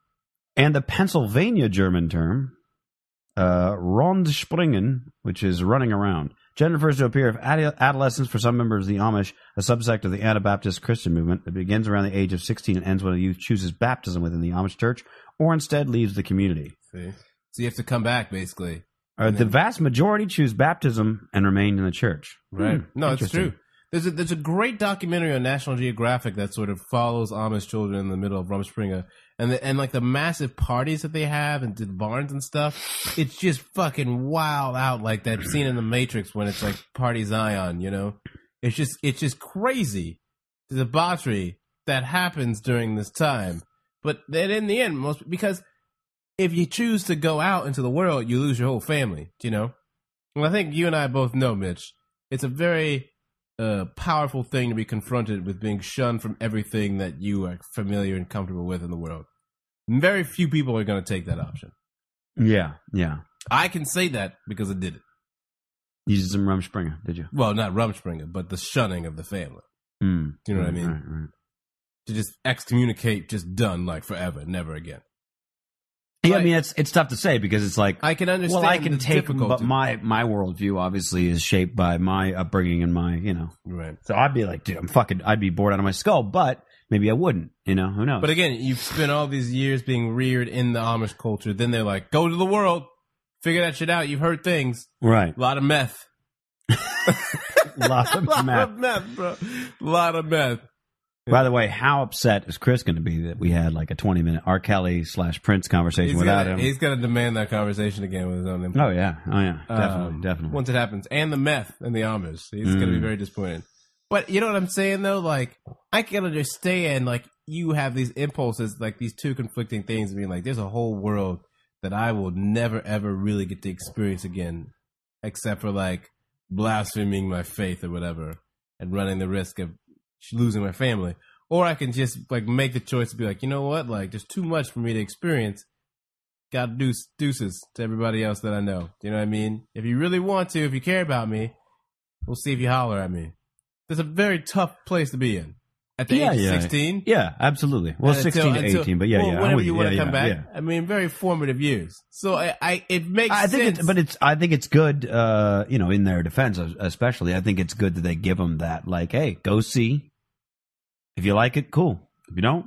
H: and the Pennsylvania German term, uh, Rondspringen, which is running around. Jen refers to a period of ade- adolescence for some members of the Amish, a subsect of the Anabaptist Christian movement that begins around the age of 16 and ends when a youth chooses baptism within the Amish church or instead leaves the community.
F: See? So you have to come back basically.
H: Uh, the vast majority choose baptism and remain in the church.
F: Right.
H: Hmm,
F: no, it's
H: interesting.
F: true. There's a, there's a great documentary on National Geographic that sort of follows Amish children in the middle of Rumspringa and the, and like the massive parties that they have and the barns and stuff. It's just fucking wild out like that scene in The Matrix when it's like party Zion, you know. It's just it's just crazy the debauchery that happens during this time. But then in the end, most because if you choose to go out into the world, you lose your whole family. You know. Well, I think you and I both know, Mitch. It's a very uh, powerful thing to be confronted with being shunned from everything that you are familiar and comfortable with in the world. Very few people are going to take that option.
H: Yeah, yeah.
F: I can say that because I did it.
H: You used some Rumspringer, did you?
F: Well, not Rumspringer, but the shunning of the family.
H: Hmm.
F: Do you know what I
H: Right,
F: mean?
H: right, right.
F: To just excommunicate, just done, like forever, never again.
H: Yeah, I mean it's it's tough to say because it's like
F: I can understand.
H: well I can
F: the
H: take
F: difficulty.
H: but my my worldview obviously is shaped by my upbringing and my you know
F: right.
H: So I'd be like, dude, I'm fucking I'd be bored out of my skull, but maybe I wouldn't. You know who knows?
F: But again, you've spent all these years being reared in the Amish culture. Then they're like, go to the world, figure that shit out. You've heard things.
H: right,
F: A lot of meth.
H: lots of
F: lot
H: math.
F: of meth, bro. lot of meth.
H: By the way, how upset is Chris going to be that we had like a 20 minute R. Kelly slash Prince conversation
F: He's
H: without
F: gonna,
H: him?
F: he's gonna demand that conversation again with his own input.
H: Oh yeah, oh yeah, definitely,
F: Um,
H: definitely.
F: Once it happens, and the meth and the Amish, he's gonna
H: Mm.
F: be very disappointed. But you know what I'm saying though, like I can understand like you have these impulses, like these two conflicting things, being like, there's a whole world that I will never ever really get to experience again, except for like blaspheming my faith or whatever, and running the risk of losing my family. Or I can just like make the choice to be like, you know what, like there's too much for me to experience. God deuce, deuces to everybody else that I know. You know what I mean? If you really want to, if you care about me, we'll see if you holler at me. That's a very tough place to be in. At the
H: yeah,
F: age
H: yeah,
F: of 16?
H: Yeah, absolutely. Well,
F: And until-
H: 16 to
F: until-
H: 18, but yeah,
F: well,
H: yeah. I'm
F: Whenever
H: with
F: you want to
H: Yeah,
F: come
H: yeah,
F: back.
H: yeah.
F: I mean, very formative years. So I, I it makes
H: I think,
F: sense.
H: it's, but it's. I think it's good. Uh, you know, in their defense, especially, I think it's good that they give them that. Like, hey, go see
P: If you like it, cool. If you don't,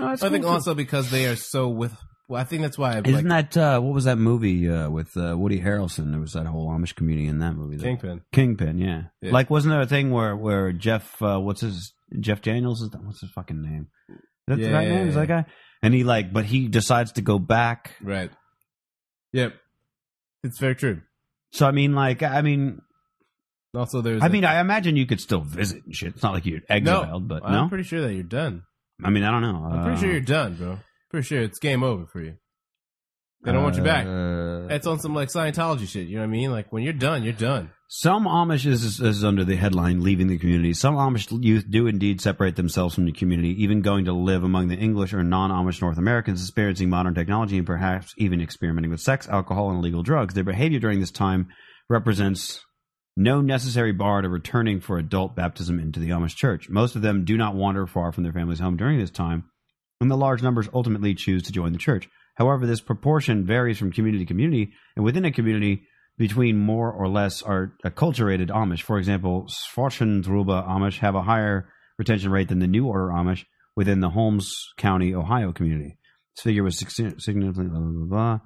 F: I think also because they are so with. Well, I think that's why. I've
H: Isn't
F: like,
H: that uh, what was that movie uh, with uh, Woody Harrelson? There was that whole Amish community in that movie. that-
F: Kingpin.
H: Kingpin, yeah.
F: Yeah.
H: Like, wasn't there a thing where where Jeff, uh, what's his Jeff Daniels? Is that, what's his fucking name? Is that the right
F: Yeah.
H: name? Is that guy? And he like, but he decides to go back.
F: Right. Yep. It's very true.
H: So I mean, like, I mean,
F: also there's.
H: I
F: a-
H: mean, I imagine you could still visit and shit. It's not like you're exiled, but
F: I'm
H: no. Uh,
F: pretty sure that you're done.
H: I mean, I don't know.
F: I'm pretty sure you're done, bro. Pretty sure it's game over for you. They don't want you
H: uh,
F: back. That's on some like Scientology shit. You know what I mean? Like when you're done, you're done.
H: Some Amish this is, this is under the headline "Leaving the Community." Some Amish youth do indeed separate themselves from the community, even going to live among the English or non-Amish North Americans, experiencing modern technology and perhaps even experimenting with sex, alcohol, and illegal drugs. Their behavior during this time represents no necessary bar to returning for adult baptism into the Amish Church. Most of them do not wander far from their family's home during this time, and the large numbers ultimately choose to join the church. However, this proportion varies from community to community, and within a community, between more or less are acculturated Amish. For example, Schwarzendruber Amish have a higher retention rate than the New Order Amish within the Holmes County, Ohio community. This figure was sig- significantly blah, blah, blah, blah.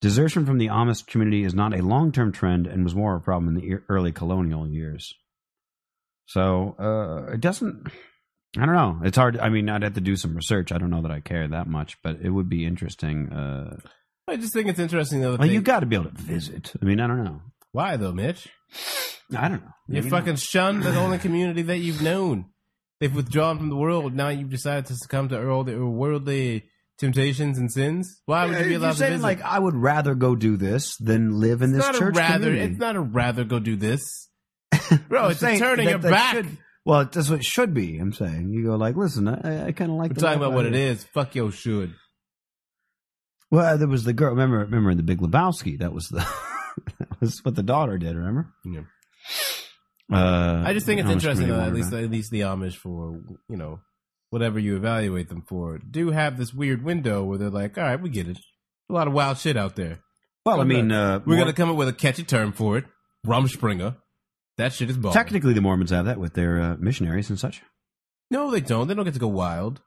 H: Desertion from the Amish community is not a long term trend and was more a problem in the ear- early colonial years. So uh, it doesn't. I don't know. It's hard. I mean, I'd have to do some research. I don't know that I care that much, but it would be interesting. Uh,
F: I just think it's interesting though. that
H: well,
F: they-
H: you got to be able to visit. I mean, I don't know.
F: Why though, Mitch?
H: I don't know.
F: You're
H: Maybe
F: fucking shunned by the only community that you've known. They've withdrawn from the world. Now you've decided to succumb to worldly, worldly temptations and sins. Why would you be
H: You're
F: allowed to
H: saying
F: visit?
H: like I would rather go do this than live in
F: it's
H: this
F: not
H: church
F: a rather.
H: community.
F: It's not a rather go do this, bro.
H: I'm
F: it's a
H: saying
F: turning
H: that-
F: your
H: that
F: back.
H: should- well, that's what it should be. I'm saying you go like, listen, I, I kind of like.
F: We're
H: the
F: talking
H: life
F: about
H: I
F: what it
H: live.
F: is. Fuck your should.
H: Well, uh, there was the girl. Remember, remember in the Big Lebowski, that was the that was what the daughter did. Remember?
F: Yeah.
H: Uh,
F: I just think it's
H: Amish
F: interesting
H: community
F: though. At
H: wanted
F: least,
H: that.
F: at least the Amish for you know whatever you evaluate them for do have this weird window where they're like, all right, we get it. A lot of wild shit out there.
H: Well, I
F: Come
H: mean,
F: back.
H: uh,
F: we're
H: more-
F: gonna come up with a catchy term for it. Rumspringer. That shit is ball.
H: Technically, the Mormons have that with their uh, missionaries and such.
F: no, they don't. They don't get to go wild.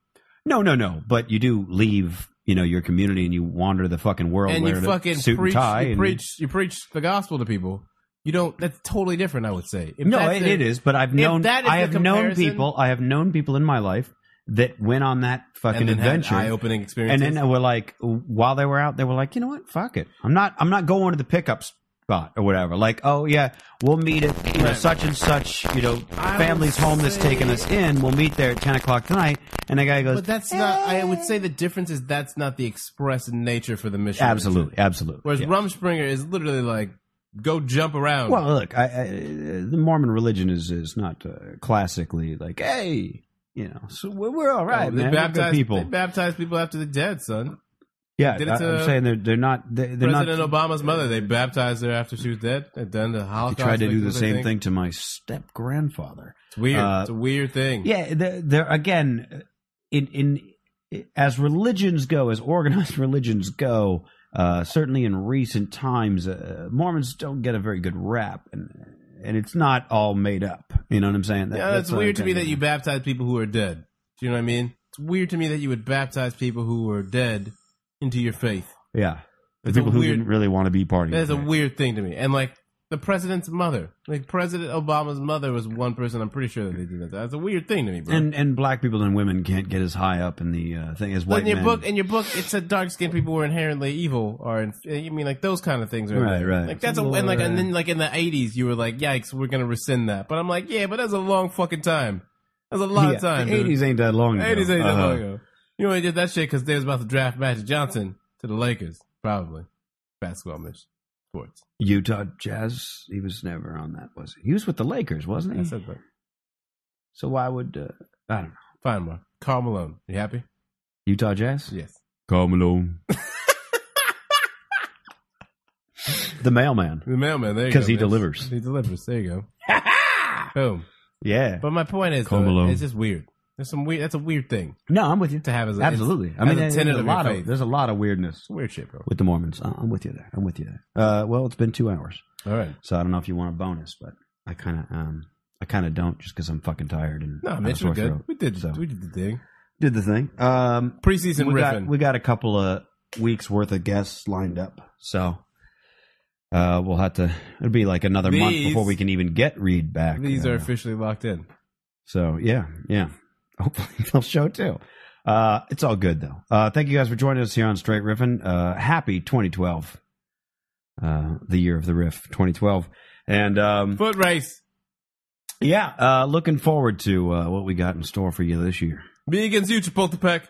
H: No, no, no. But you do leave, you know, your community and you wander the fucking world
F: and you
H: wearing a
F: fucking
H: suit
F: preach,
H: and tie.
F: you
H: and-
F: preach, you preach the gospel to people. You don't. That's totally different. I would say. If
H: no,
F: that's
H: it,
F: the-
H: it is. But I've
F: if
H: known,
F: that is
H: I
F: the
H: have known
F: comparison-
H: people, I have known people in my life that went on that fucking
F: And then had
H: adventure,
F: eye-opening
H: and
F: experiences.
H: then they were like, while they were out, they were like, you know what, fuck it, I'm not, I'm not going to the pickup spot or whatever. Like, oh yeah, we'll meet at you know
P: Right.
H: such and such, you know,
P: I
H: family's
P: would
H: home that's
P: say-
H: taking us in. We'll meet there at ten o'clock tonight, and the guy goes,
F: But that's not. I would say the difference is that's not the express nature for the mission.
H: absolutely, absolutely.
F: Whereas
H: yeah.
F: Rumspringer is literally like, go jump around.
H: Well, look, I, I, the Mormon religion is is not uh, classically like, hey, you know, so we're, we're all right,
F: Oh,
H: man. We're good
F: baptize
H: people.
F: They baptize people after the dead, son.
H: yeah,
F: did it
H: I,
F: to
H: am saying they're they're not they, they're not.
F: President Obama's mother. They baptized her after she was dead. They've done the
H: They
F: Holocaust.
H: tried to do the
F: victims, I
H: same
F: think.
H: thing to my step grandfather.
F: It's weird.
H: Uh,
F: it's a weird thing.
H: Yeah, they're, they're again in in as religions go, as organized religions go. Uh, certainly, in recent times, uh, Mormons don't get a very good rap, and and it's not all made up. You know what I'm saying? That-
F: yeah, it's
H: what I'm
F: weird to me
H: kinda-
F: that you baptize people who are dead. Do you know what I mean? It's weird to me that you would baptize people who are dead into your faith.
H: Yeah. The
F: It's a
H: people who
F: weird-
H: didn't really want to be partying.
F: That is a
H: tonight.
F: weird thing to me. And like the president's mother, like President Obama's mother was one person. I'm pretty sure that they did that. That's a weird thing to me, bro.
H: and and black people and women can't get as high up in the uh, thing as
F: But
H: white
F: in your
H: men.
F: book, in your book, it said dark skinned people were inherently evil, or in, eh, you mean like those kind of things, are in
H: Right,
F: there.
H: right.
F: Like that's a and like and then like in the '80s, you were like, "Yikes, we're gonna rescind that." But I'm like, "Yeah, but that's a long fucking time. That's a lot
H: Yeah,
F: of time."
H: The
F: dude.
H: eighties ain't that long ago.
F: 80s ain't that
H: Uh-huh.
F: long ago. You only did that shit because they was about to draft Magic Johnson to the Lakers, probably. Basketball, Mitch. Sports.
H: Utah Jazz. He was never on that, was he? He was with the Lakers, wasn't he?
F: I said that.
H: So why would uh, I don't know?
F: Fine, Mark. Carl Malone. You happy?
H: Utah Jazz.
F: Yes.
H: Carl Malone. the mailman.
F: The mailman. There you go.
H: 'Cause he
F: Mitch.
H: delivers.
F: He delivers. There you go. Boom.
H: Yeah.
F: But my point is,
H: Carl
F: though,
H: Malone.
F: it's just weird. There's some weird. That's a weird thing
H: No, I'm with you.
F: to have as a,
H: Absolutely. I mean,
F: as
H: there's
F: a tenet
H: a
F: of your
H: lot of
F: faith.
H: there's a lot of weirdness.
F: Weird shit, bro.
H: With the Mormons, I- I'm with you there. I'm with you there. Uh, well, it's been two hours.
F: All right.
H: So I don't know if you want a bonus, but I kind of um, I kind of don't just because I'm fucking tired and
F: No,
H: have a
F: Mitch, we're
H: sore
F: good.
H: throat.
F: We did. We did the thing.
H: Did the thing. Um,
F: Preseason
H: we got,
F: riffing.
H: we got a couple of weeks worth of guests lined up, so uh, we'll have to. It'll be like another month
F: These-
H: before we can even get Reed back.
F: These
H: uh,
F: are officially locked in.
H: so yeah, yeah. Hopefully they'll show too. Uh, it's all good though. Uh, thank you guys for joining us here on Straight Riffin. Uh, happy 2012, uh, the year of the riff, 2012, and um,
F: foot race.
H: Yeah, uh, looking forward to uh, what we got in store for you this year.
F: Me against you, Chipotle Peck.